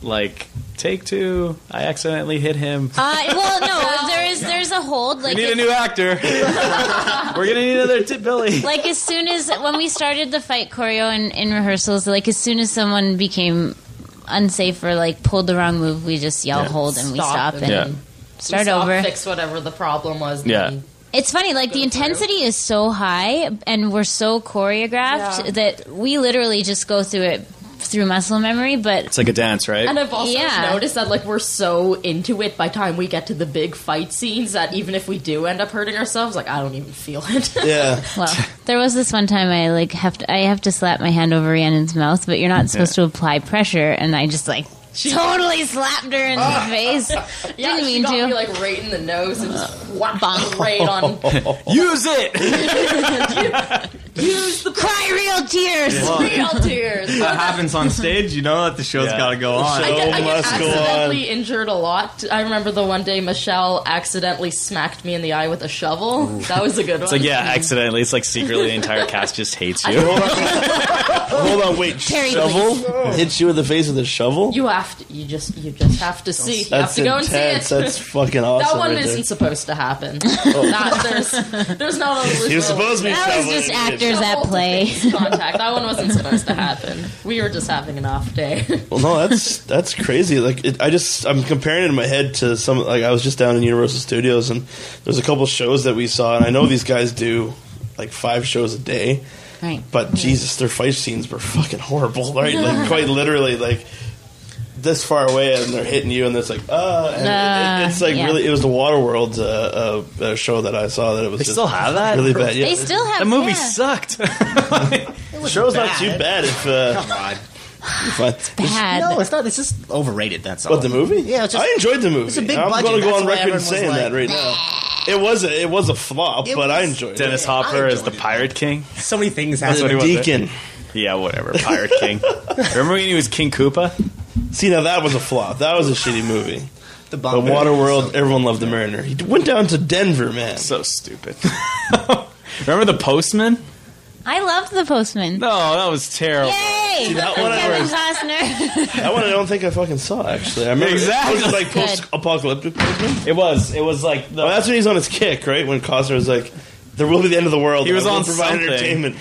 Speaker 4: like take two I accidentally hit him
Speaker 3: Uh, well, no, there is there's a hold. Like
Speaker 4: We need a
Speaker 3: if-
Speaker 4: new actor. We're gonna need another tip, Billy.
Speaker 3: like as soon as when we started the fight choreo in, in rehearsals, like as soon as someone became unsafe or like pulled the wrong move, we just yell hold and we
Speaker 7: Stop
Speaker 3: stop
Speaker 7: and
Speaker 3: and
Speaker 4: Yeah.
Speaker 3: start
Speaker 7: Stop,
Speaker 3: over.
Speaker 7: Fix whatever the problem was.
Speaker 4: Yeah.
Speaker 7: and-
Speaker 3: It's funny, like the
Speaker 7: Go through.
Speaker 3: intensity is so high and we're so choreographed
Speaker 7: Yeah.
Speaker 3: that we literally just go through it through muscle memory, but
Speaker 4: It's like a dance, right?
Speaker 7: And I've also
Speaker 3: Yeah.
Speaker 7: noticed that like we're so into it by the time we get to the big fight scenes that even if we do end up hurting ourselves, like I don't even feel it.
Speaker 2: yeah,
Speaker 3: well, there was this one time I like have to I have to slap my hand over Rhiannon's mouth, but you're not supposed to apply pressure and I just like totally slapped her in the face. Didn't
Speaker 7: Ah. yeah, she
Speaker 3: mean
Speaker 7: got
Speaker 3: to.
Speaker 7: me like right in the nose and just whacked right on.
Speaker 4: Use it.
Speaker 7: Use the
Speaker 3: Cry real tears.
Speaker 7: real tears.
Speaker 5: That happens on stage, you know that the show's
Speaker 4: Yeah.
Speaker 5: got to go on.
Speaker 7: I get, I get
Speaker 2: must go on.
Speaker 7: accidentally injured a lot. I remember the one day Michelle accidentally smacked me in the eye with a shovel. That was a good one.
Speaker 4: It's like yeah, accidentally. It's like secretly the entire cast just hates you.
Speaker 2: hold on, wait,
Speaker 3: Terry,
Speaker 2: shovel hits you in the face with a shovel.
Speaker 7: You have to. You just. You just have to see. You have
Speaker 2: That's
Speaker 7: to go and see it.
Speaker 2: intense. That's fucking awesome.
Speaker 7: that one
Speaker 2: right
Speaker 7: isn't
Speaker 2: there.
Speaker 7: supposed to happen. That, there's, there's not always
Speaker 2: He was supposed to be.
Speaker 3: That was
Speaker 2: shoveling
Speaker 3: just
Speaker 2: it in.
Speaker 3: actors at play.
Speaker 7: contact. That one wasn't supposed to happen. We were just having an off day.
Speaker 2: Well, no, that's that's crazy. Like, it, I just I'm comparing it in my head to some. Like, I was just down in Universal Studios, and there's a couple shows that we saw, and I know these guys do like five shows a day,
Speaker 3: Right.
Speaker 2: but Jesus, their fight scenes were fucking horrible, right? Like, quite literally, like this far away, and they're hitting you, and it's like, uh, and it- it- it's like
Speaker 3: Uh, yeah.
Speaker 2: really. It was the Waterworld uh, uh, uh, show that I saw that it was
Speaker 4: They
Speaker 2: just
Speaker 4: still have that?
Speaker 2: really bad. Yeah,
Speaker 3: They still have
Speaker 4: That movie
Speaker 3: yeah.
Speaker 4: sucked.
Speaker 2: the show's not too bad if uh,
Speaker 6: Come on.
Speaker 2: if I-
Speaker 3: Bad.
Speaker 6: No, it's not. It's just overrated. That's all.
Speaker 2: What the movie?
Speaker 6: Yeah, it's just-
Speaker 2: I enjoyed the movie.
Speaker 6: it's a big
Speaker 2: I'm
Speaker 6: budget,
Speaker 2: going to go
Speaker 6: that's
Speaker 2: on
Speaker 6: why
Speaker 2: record
Speaker 6: everyone was
Speaker 2: saying that right
Speaker 6: like,
Speaker 2: now. It was a it was a flop,
Speaker 6: It
Speaker 2: but I
Speaker 6: was-
Speaker 2: enjoyed it.
Speaker 4: Dennis Hopper
Speaker 6: I
Speaker 4: is the
Speaker 6: enjoyed it.
Speaker 4: pirate king.
Speaker 6: So many things happen.
Speaker 4: what he was.
Speaker 2: Deacon.
Speaker 4: Yeah, whatever. Pirate King. Remember when he was King Koopa?
Speaker 2: See, now that was a flop. That was a shitty movie. The, Waterworld, everyone loved the Mariner. He went down to Denver, man.
Speaker 4: So stupid. Remember the Postman?
Speaker 3: I loved the postman.
Speaker 4: No, that was terrible.
Speaker 3: Yay!
Speaker 2: that one I
Speaker 3: Kevin
Speaker 2: was-
Speaker 3: Costner.
Speaker 2: That one I don't think I fucking saw, actually. I remember
Speaker 4: Exactly.
Speaker 2: It was like
Speaker 3: Good.
Speaker 2: post-apocalyptic. Postman?
Speaker 4: It was. It was like the.
Speaker 2: Oh, that's when he's on his kick, right? When Costner was like, there will be the end of the world.
Speaker 4: He
Speaker 2: and
Speaker 4: was
Speaker 2: I will
Speaker 4: on
Speaker 2: provide
Speaker 4: something.
Speaker 2: entertainment.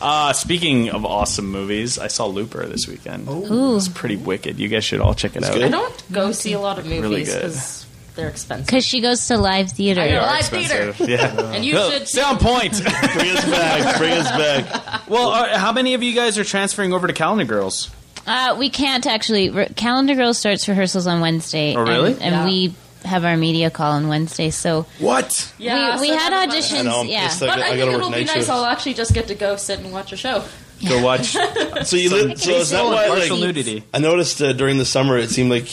Speaker 4: Uh, speaking of awesome movies, I saw Looper this weekend.
Speaker 3: Ooh.
Speaker 4: It's pretty wicked. You guys should all check it out.
Speaker 2: Oh.
Speaker 7: I don't go see a lot of
Speaker 4: Really
Speaker 7: movies
Speaker 4: good.
Speaker 7: because they're expensive.
Speaker 3: Because she goes to live
Speaker 7: I
Speaker 3: theater.
Speaker 7: know.
Speaker 4: They are
Speaker 7: Live
Speaker 4: expensive. Yeah.
Speaker 7: And
Speaker 2: Oh,
Speaker 7: you
Speaker 4: No,
Speaker 7: should.
Speaker 4: stay on point.
Speaker 2: Bring us back. Bring us back.
Speaker 4: well, uh, how many of you guys are transferring over to Calendar Girls?
Speaker 3: Uh, we can't actually. Re- Calendar Girl starts rehearsals on Wednesday.
Speaker 4: Oh, really?
Speaker 3: And, and
Speaker 7: Yeah.
Speaker 3: we have our media call on Wednesday. So
Speaker 4: What?
Speaker 7: Yeah,
Speaker 3: we, we
Speaker 7: so
Speaker 3: had
Speaker 7: never mind.
Speaker 2: I know,
Speaker 3: auditions.
Speaker 2: I'm
Speaker 3: Yeah.
Speaker 2: pissed
Speaker 7: But
Speaker 2: I
Speaker 7: I,
Speaker 2: gotta
Speaker 7: think
Speaker 2: work
Speaker 7: it'll be
Speaker 2: night
Speaker 7: nice.
Speaker 2: shifts.
Speaker 7: I'll actually just get to go sit and watch a show.
Speaker 4: Go watch.
Speaker 2: So you li- so is that why,
Speaker 4: partial
Speaker 2: like,
Speaker 4: nudity.
Speaker 2: I noticed uh, during the summer it seemed like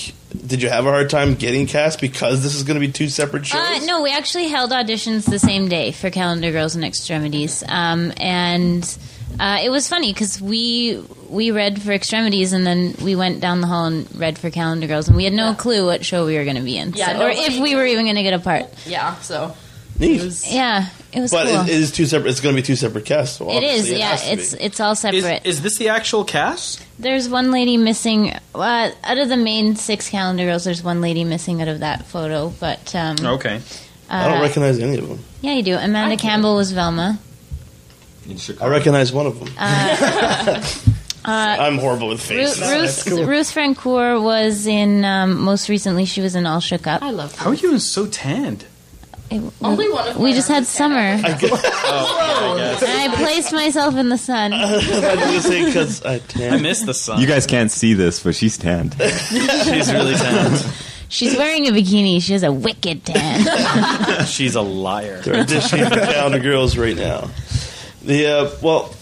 Speaker 2: did you have a hard time getting cast because this is going to be two separate shows?
Speaker 3: Uh, no, we actually held auditions the same day for Calendar Girls and Extremities, um, and uh, it was funny because we we read for Extremities and then we went down the hall and read for Calendar Girls, and we had no
Speaker 7: Yeah.
Speaker 3: clue what show we were going to be in,
Speaker 7: Yeah,
Speaker 3: so- or
Speaker 7: nobody-
Speaker 3: if we were even going to get a part.
Speaker 7: Yeah, so
Speaker 2: Neat.
Speaker 3: Yeah, it was
Speaker 2: but
Speaker 3: cool.
Speaker 2: it, it is two separate. It's going to be two separate casts. Well,
Speaker 3: it is,
Speaker 2: obviously
Speaker 3: yeah.
Speaker 2: has to
Speaker 3: It's
Speaker 2: be.
Speaker 3: it's all
Speaker 4: Is,
Speaker 3: separate.
Speaker 4: is this the actual cast?
Speaker 3: there's one lady missing uh, out of the main six calendar girls. There's one lady missing out of that photo, but um,
Speaker 4: Okay.
Speaker 2: Oh, I don't
Speaker 3: uh,
Speaker 2: recognize any of them.
Speaker 3: yeah, you do. Amanda Campbell was Velma.
Speaker 5: in Chicago.
Speaker 2: I recognize one of them.
Speaker 3: Uh,
Speaker 2: I'm horrible with
Speaker 3: Ruth,
Speaker 2: faces.
Speaker 3: Ruth, Ruth Francoeur was in. Um, most recently, she was in All Shook Up.
Speaker 7: I love.
Speaker 4: How are you so tanned?
Speaker 3: It-
Speaker 7: Only one of
Speaker 3: we
Speaker 7: my
Speaker 3: just had
Speaker 7: arms stand
Speaker 3: summer.
Speaker 7: out.
Speaker 3: I, placed myself in the sun.
Speaker 2: I was gonna say 'cause I
Speaker 4: I
Speaker 2: tan.
Speaker 4: miss the sun.
Speaker 5: You guys can't see this, but she's tanned.
Speaker 4: She's really tanned.
Speaker 3: She's wearing a bikini. She has a wicked tan.
Speaker 4: She's a liar.
Speaker 2: They're auditioning for Calendar Girls right now. The uh, well,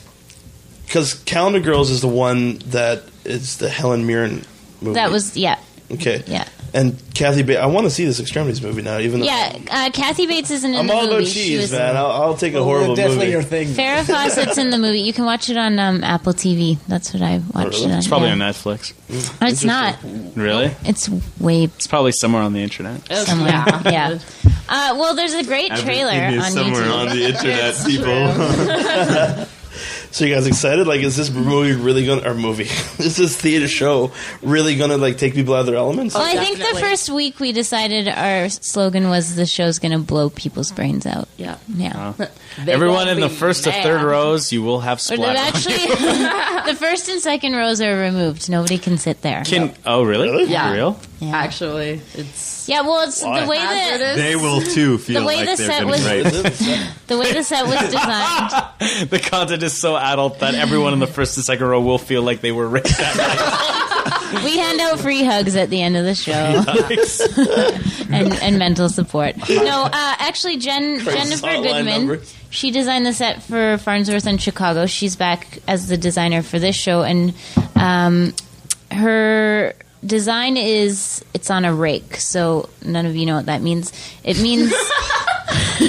Speaker 2: because Calendar Girls is the one that is the Helen Mirren movie.
Speaker 3: that was yeah,
Speaker 2: okay.
Speaker 3: yeah,
Speaker 2: And Kathy, ba- I want to see this Extremities movie now. Even though
Speaker 3: yeah. Uh, Kathy Bates isn't in
Speaker 2: I'm
Speaker 3: the
Speaker 2: all
Speaker 3: movie.
Speaker 2: about
Speaker 3: She
Speaker 2: cheese,
Speaker 3: was-
Speaker 2: man. I'll, I'll take a horrible
Speaker 6: definitely
Speaker 2: movie.
Speaker 6: your thing.
Speaker 3: Farrah Fawcett's in the movie. You can watch it on um, Apple TV. That's what I watched.
Speaker 2: really?
Speaker 3: It on.
Speaker 4: It's probably
Speaker 3: yeah.
Speaker 4: on Netflix.
Speaker 3: It's not.
Speaker 4: Really?
Speaker 3: It's way
Speaker 4: It's probably somewhere on the internet.
Speaker 7: Oh,
Speaker 3: somewhere.
Speaker 7: Yeah.
Speaker 3: yeah. Uh, well, there's a great trailer
Speaker 5: Everything is
Speaker 3: on
Speaker 5: somewhere
Speaker 3: YouTube.
Speaker 5: on the internet, people.
Speaker 2: So you guys excited? Like, is this movie really gonna? Or movie? is this theater show really gonna like take people out of their elements?
Speaker 5: Oh,
Speaker 3: Well, I think the
Speaker 7: Definitely.
Speaker 3: first week we decided our slogan was the show's going to blow people's brains out.
Speaker 7: Yeah.
Speaker 3: Yeah.
Speaker 7: They
Speaker 4: Everyone
Speaker 7: gonna
Speaker 4: in the
Speaker 7: be
Speaker 4: first to
Speaker 7: mad.
Speaker 4: third rows, you will have
Speaker 3: Or
Speaker 4: splat.
Speaker 3: no,
Speaker 4: on you.
Speaker 3: actually, the first and second rows are removed. Nobody can sit there.
Speaker 4: Can, oh, really?
Speaker 2: Really?
Speaker 7: Yeah.
Speaker 4: For real?
Speaker 3: yeah.
Speaker 7: Actually, it's
Speaker 3: yeah, well, it's the way the
Speaker 7: hazardous.
Speaker 5: They will too feel
Speaker 3: The way
Speaker 5: like
Speaker 3: the
Speaker 5: they're
Speaker 3: set
Speaker 5: getting
Speaker 3: was-
Speaker 5: raped.
Speaker 3: the way the set was designed.
Speaker 4: The content is so adult that everyone in the first and second row will feel like they were raped.
Speaker 3: we hand out free hugs at the end of the show
Speaker 4: Nice.
Speaker 3: and, and mental support. No, uh, actually, Jen Jennifer
Speaker 2: hotline
Speaker 3: Goodman.
Speaker 2: numbers.
Speaker 3: She designed the set for Farnsworth in Chicago. She's back as the designer for this show, and um, her design is it's on a rake. So none of you know what that means. It means I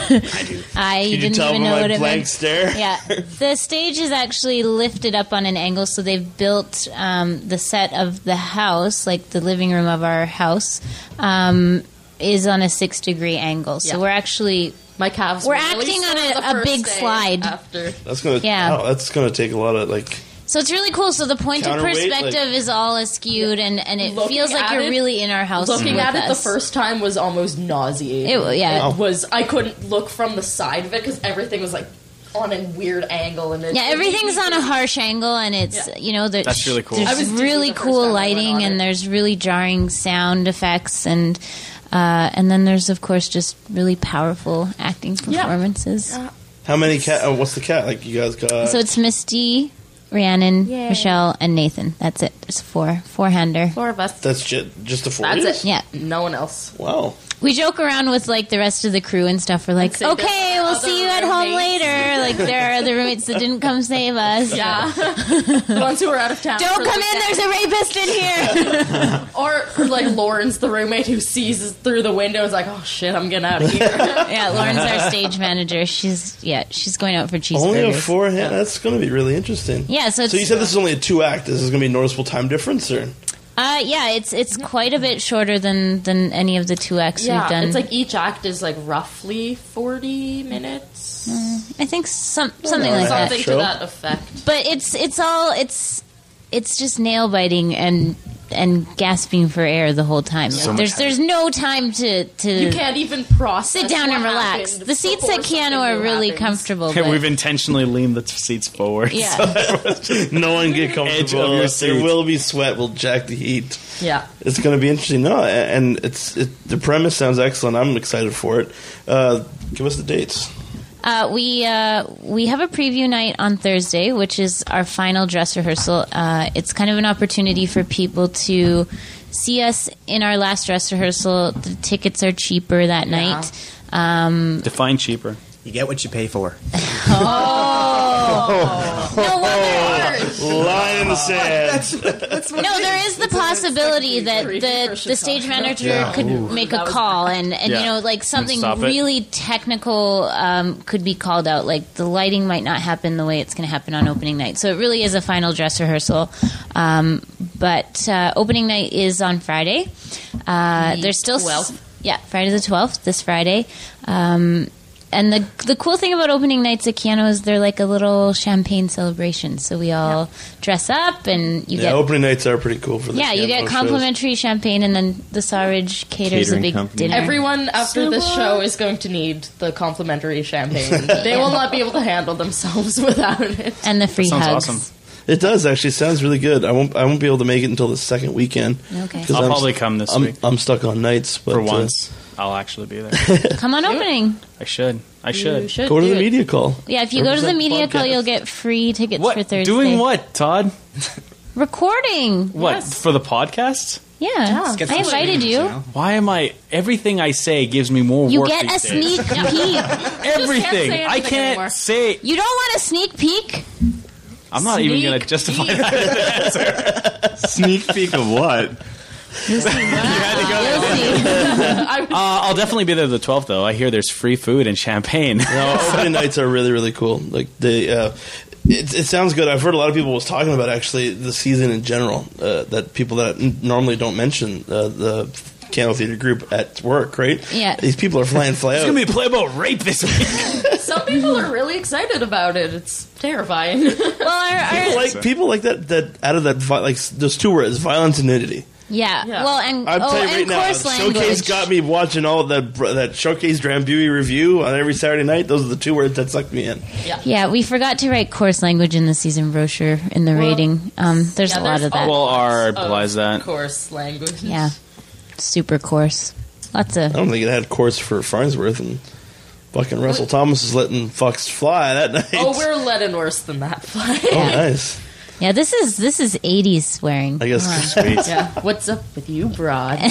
Speaker 2: Did you
Speaker 3: didn't
Speaker 2: tell them
Speaker 3: even know
Speaker 2: my
Speaker 3: what it
Speaker 2: blank
Speaker 3: meant.
Speaker 2: stare?
Speaker 3: Yeah, the stage is actually lifted up on an angle, so they've built um, the set of the house, like the living room of our house, um, is on a six degree angle. So
Speaker 7: Yeah.
Speaker 3: we're actually
Speaker 7: my calves.
Speaker 3: We're
Speaker 7: were really
Speaker 3: acting on
Speaker 7: sore
Speaker 3: a-
Speaker 7: the
Speaker 3: a
Speaker 7: first
Speaker 3: big
Speaker 7: day
Speaker 3: slide.
Speaker 7: After
Speaker 2: That's gonna.
Speaker 3: Yeah.
Speaker 2: wow, that's gonna take a lot of like.
Speaker 3: so it's really cool. So the point of
Speaker 2: Counterweight,
Speaker 3: perspective
Speaker 2: like-
Speaker 3: is all askewed, and and it
Speaker 7: Looking
Speaker 3: feels like
Speaker 7: at
Speaker 3: you're
Speaker 7: it-
Speaker 3: really in our house.
Speaker 7: looking
Speaker 3: with
Speaker 7: at it the
Speaker 3: us.
Speaker 7: first time was almost nauseating.
Speaker 3: It wa- yeah.
Speaker 4: Oh.
Speaker 7: It was I couldn't look from the side of it because everything was like on a weird angle and it,
Speaker 3: Yeah,
Speaker 7: it
Speaker 3: everything's
Speaker 7: made
Speaker 3: on
Speaker 7: me
Speaker 3: a harsh angle, and it's
Speaker 7: Yeah.
Speaker 3: you know there's,
Speaker 4: That's really cool.
Speaker 7: I
Speaker 3: There's
Speaker 7: was dizzy
Speaker 3: really
Speaker 7: the first
Speaker 3: cool
Speaker 7: time I went
Speaker 3: lighting,
Speaker 7: on
Speaker 3: and
Speaker 7: it.
Speaker 3: there's really jarring sound effects, and uh, and then there's of course just really powerful acting
Speaker 7: Yeah.
Speaker 3: performances.
Speaker 2: How many cat? Oh, what's the cat? Like you guys got?
Speaker 3: So it's Misty, Rhiannon,
Speaker 7: Yay.
Speaker 3: Michelle, and Nathan. That's it. There's four four hander.
Speaker 7: four of us.
Speaker 2: that's ju- just the four.
Speaker 7: That's
Speaker 2: years?
Speaker 7: it.
Speaker 3: Yeah.
Speaker 7: No one else.
Speaker 2: Wow.
Speaker 3: We joke around with like the rest of the crew and stuff. We're like,
Speaker 7: say there's
Speaker 3: okay, we'll
Speaker 7: other
Speaker 3: see you at home
Speaker 7: roommates."
Speaker 3: later. like there are other roommates that didn't come save us.
Speaker 7: Yeah. the ones who were out of town. for
Speaker 3: Don't
Speaker 7: the
Speaker 3: come in. There's
Speaker 7: weekend.
Speaker 3: a rapist in here.
Speaker 7: Or, like, Lauren's the roommate who sees through the window is like, oh shit, I'm getting out of here.
Speaker 3: yeah, Lauren's our stage manager. She's yeah, she's going out for cheeseburgers.
Speaker 2: Only a four hand. That's going to be really interesting.
Speaker 3: Yeah, so it's
Speaker 2: So you said this is only a two act. This is going to be noticeable time difference, or
Speaker 3: uh, yeah, it's it's quite a bit shorter than than any of the two acts we've done.
Speaker 7: It's like each act is, like, roughly 40 minutes.
Speaker 3: I think some Mm, something like that.
Speaker 7: Something to
Speaker 2: Sure.
Speaker 7: that effect.
Speaker 3: But it's it's all it's it's just nail biting and and gasping for air the whole time. Like, there's there's no time to to
Speaker 7: You can't even process.
Speaker 3: sit down
Speaker 7: what
Speaker 3: and relax.
Speaker 7: happened
Speaker 3: The seats
Speaker 7: before
Speaker 3: at Keanu
Speaker 7: something
Speaker 3: are
Speaker 7: new
Speaker 3: really
Speaker 7: happens.
Speaker 3: comfortable.
Speaker 4: And
Speaker 3: but-
Speaker 4: We've intentionally leaned the seats forward.
Speaker 3: yeah.
Speaker 2: no one get comfortable.
Speaker 4: Edge of your
Speaker 2: There
Speaker 4: seat.
Speaker 2: will be sweat. We'll jack the heat.
Speaker 7: Yeah.
Speaker 2: It's going to be interesting. No, a- and it's it, the premise sounds excellent. I'm excited for it. Uh, give us the dates.
Speaker 3: Uh, we uh, we have a preview night on Thursday, which is our final dress rehearsal. Uh, it's kind of an opportunity for people to see us in our last dress rehearsal. The tickets are cheaper that night.
Speaker 4: Define cheaper.
Speaker 6: You get what you pay for.
Speaker 3: No wonder.
Speaker 4: Oh,
Speaker 2: Line in the sand.
Speaker 3: No, there is the possibility that
Speaker 7: Creepy for
Speaker 3: the, the
Speaker 7: Chicago.
Speaker 3: stage manager could make a
Speaker 7: That was
Speaker 3: call and, and
Speaker 4: Yeah.
Speaker 3: you know like something
Speaker 4: stop it.
Speaker 3: really technical um, could be called out. Like the lighting might not happen the way it's going to happen on opening night. So it really is a final dress rehearsal. Um, but uh, opening night is on Friday. Uh,
Speaker 7: The
Speaker 3: there's still s-
Speaker 7: 12th.
Speaker 3: yeah Friday the twelfth this Friday. Um, and the the cool thing about opening nights at Keanu is they're like a little champagne celebration. So we all dress up and you
Speaker 2: Yeah,
Speaker 3: get
Speaker 2: opening nights are pretty cool for the
Speaker 3: yeah, you
Speaker 2: piano
Speaker 3: get
Speaker 2: shows.
Speaker 3: complimentary champagne, and then the Sawridge caters a
Speaker 5: Catering
Speaker 3: big
Speaker 5: company.
Speaker 3: dinner.
Speaker 7: Everyone after
Speaker 3: So
Speaker 7: this
Speaker 3: what?
Speaker 7: show is going to need the complimentary champagne. they will not be able to handle themselves without it.
Speaker 3: and the free
Speaker 4: Sounds
Speaker 3: hugs.
Speaker 4: awesome.
Speaker 2: It does actually. Sounds really good. I won't. I won't be able to make it until the second weekend.
Speaker 3: Okay.
Speaker 2: 'Cause
Speaker 4: I'll
Speaker 2: I'm-
Speaker 4: probably come this
Speaker 2: I'm,
Speaker 4: week
Speaker 2: I'm stuck on nights, but
Speaker 4: for
Speaker 2: uh,
Speaker 4: once. I'll actually be there.
Speaker 3: Come on, opening.
Speaker 4: I should. I
Speaker 7: You
Speaker 4: should.
Speaker 7: should
Speaker 2: go to
Speaker 7: do
Speaker 2: the
Speaker 7: it.
Speaker 2: media call.
Speaker 3: Yeah, if you go to the
Speaker 2: Represent
Speaker 3: media call,
Speaker 2: podcast.
Speaker 3: you'll get free tickets for
Speaker 4: What
Speaker 3: Thursday.
Speaker 4: doing? What Todd?
Speaker 3: Recording.
Speaker 4: What
Speaker 7: Yes.
Speaker 4: for the podcast?
Speaker 3: Yeah, I
Speaker 6: get some
Speaker 3: invited you.
Speaker 4: Why am I? Everything I say gives me more
Speaker 3: You
Speaker 4: work.
Speaker 3: get a
Speaker 4: these days.
Speaker 3: sneak peek.
Speaker 4: Everything
Speaker 7: Just can't say
Speaker 4: I
Speaker 7: anything
Speaker 4: can't
Speaker 7: anymore.
Speaker 4: say.
Speaker 3: You don't want a sneak peek.
Speaker 4: I'm not even
Speaker 7: Sneak
Speaker 4: gonna justify
Speaker 7: peek.
Speaker 4: that.
Speaker 5: Sneak peek of what?
Speaker 3: You'll see.
Speaker 7: I,
Speaker 4: Uh, I'll definitely be there the 12th though. I hear there's free food and champagne.
Speaker 2: No, opening nights are really really cool. Like they, uh, it, it sounds good. I've heard a lot of people was talking about actually the season in general. Uh, that people that n- normally don't mention uh, the Candle Theater group at work, right?
Speaker 3: Yeah.
Speaker 2: these people are flying fly
Speaker 4: It's
Speaker 2: out.
Speaker 4: gonna be playable rape this week.
Speaker 7: some people are really excited about it. It's terrifying.
Speaker 3: Well, our, our,
Speaker 2: like people like that that out of that vi- like s- those two words violence and nudity.
Speaker 3: yeah.
Speaker 7: Yeah.
Speaker 3: Well, and
Speaker 2: I'm
Speaker 3: oh,
Speaker 2: telling you right
Speaker 3: and
Speaker 2: now,
Speaker 3: course
Speaker 2: Showcase
Speaker 3: language.
Speaker 2: got me watching all that br- that Showcase Drambuie review on every Saturday night. Those are the two words that sucked me in.
Speaker 3: Yeah, we forgot to write course language in the season brochure in the rating. Um, there's
Speaker 7: yeah,
Speaker 3: a lot
Speaker 7: there's
Speaker 3: of that.
Speaker 4: well, R
Speaker 7: Of
Speaker 4: implies that.
Speaker 7: course, language.
Speaker 3: Yeah, super coarse. Lots of
Speaker 2: I don't think it had course for Farnsworth and fucking Russell Thomas is letting fucks fly that night.
Speaker 7: Oh, we're letting worse than that.
Speaker 2: Oh,
Speaker 7: Fly.
Speaker 2: nice.
Speaker 3: yeah. This is this is '80s swearing.
Speaker 2: I guess sweet.
Speaker 7: yeah. What's up with you, broad?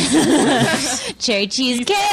Speaker 3: Cherry cheesecake.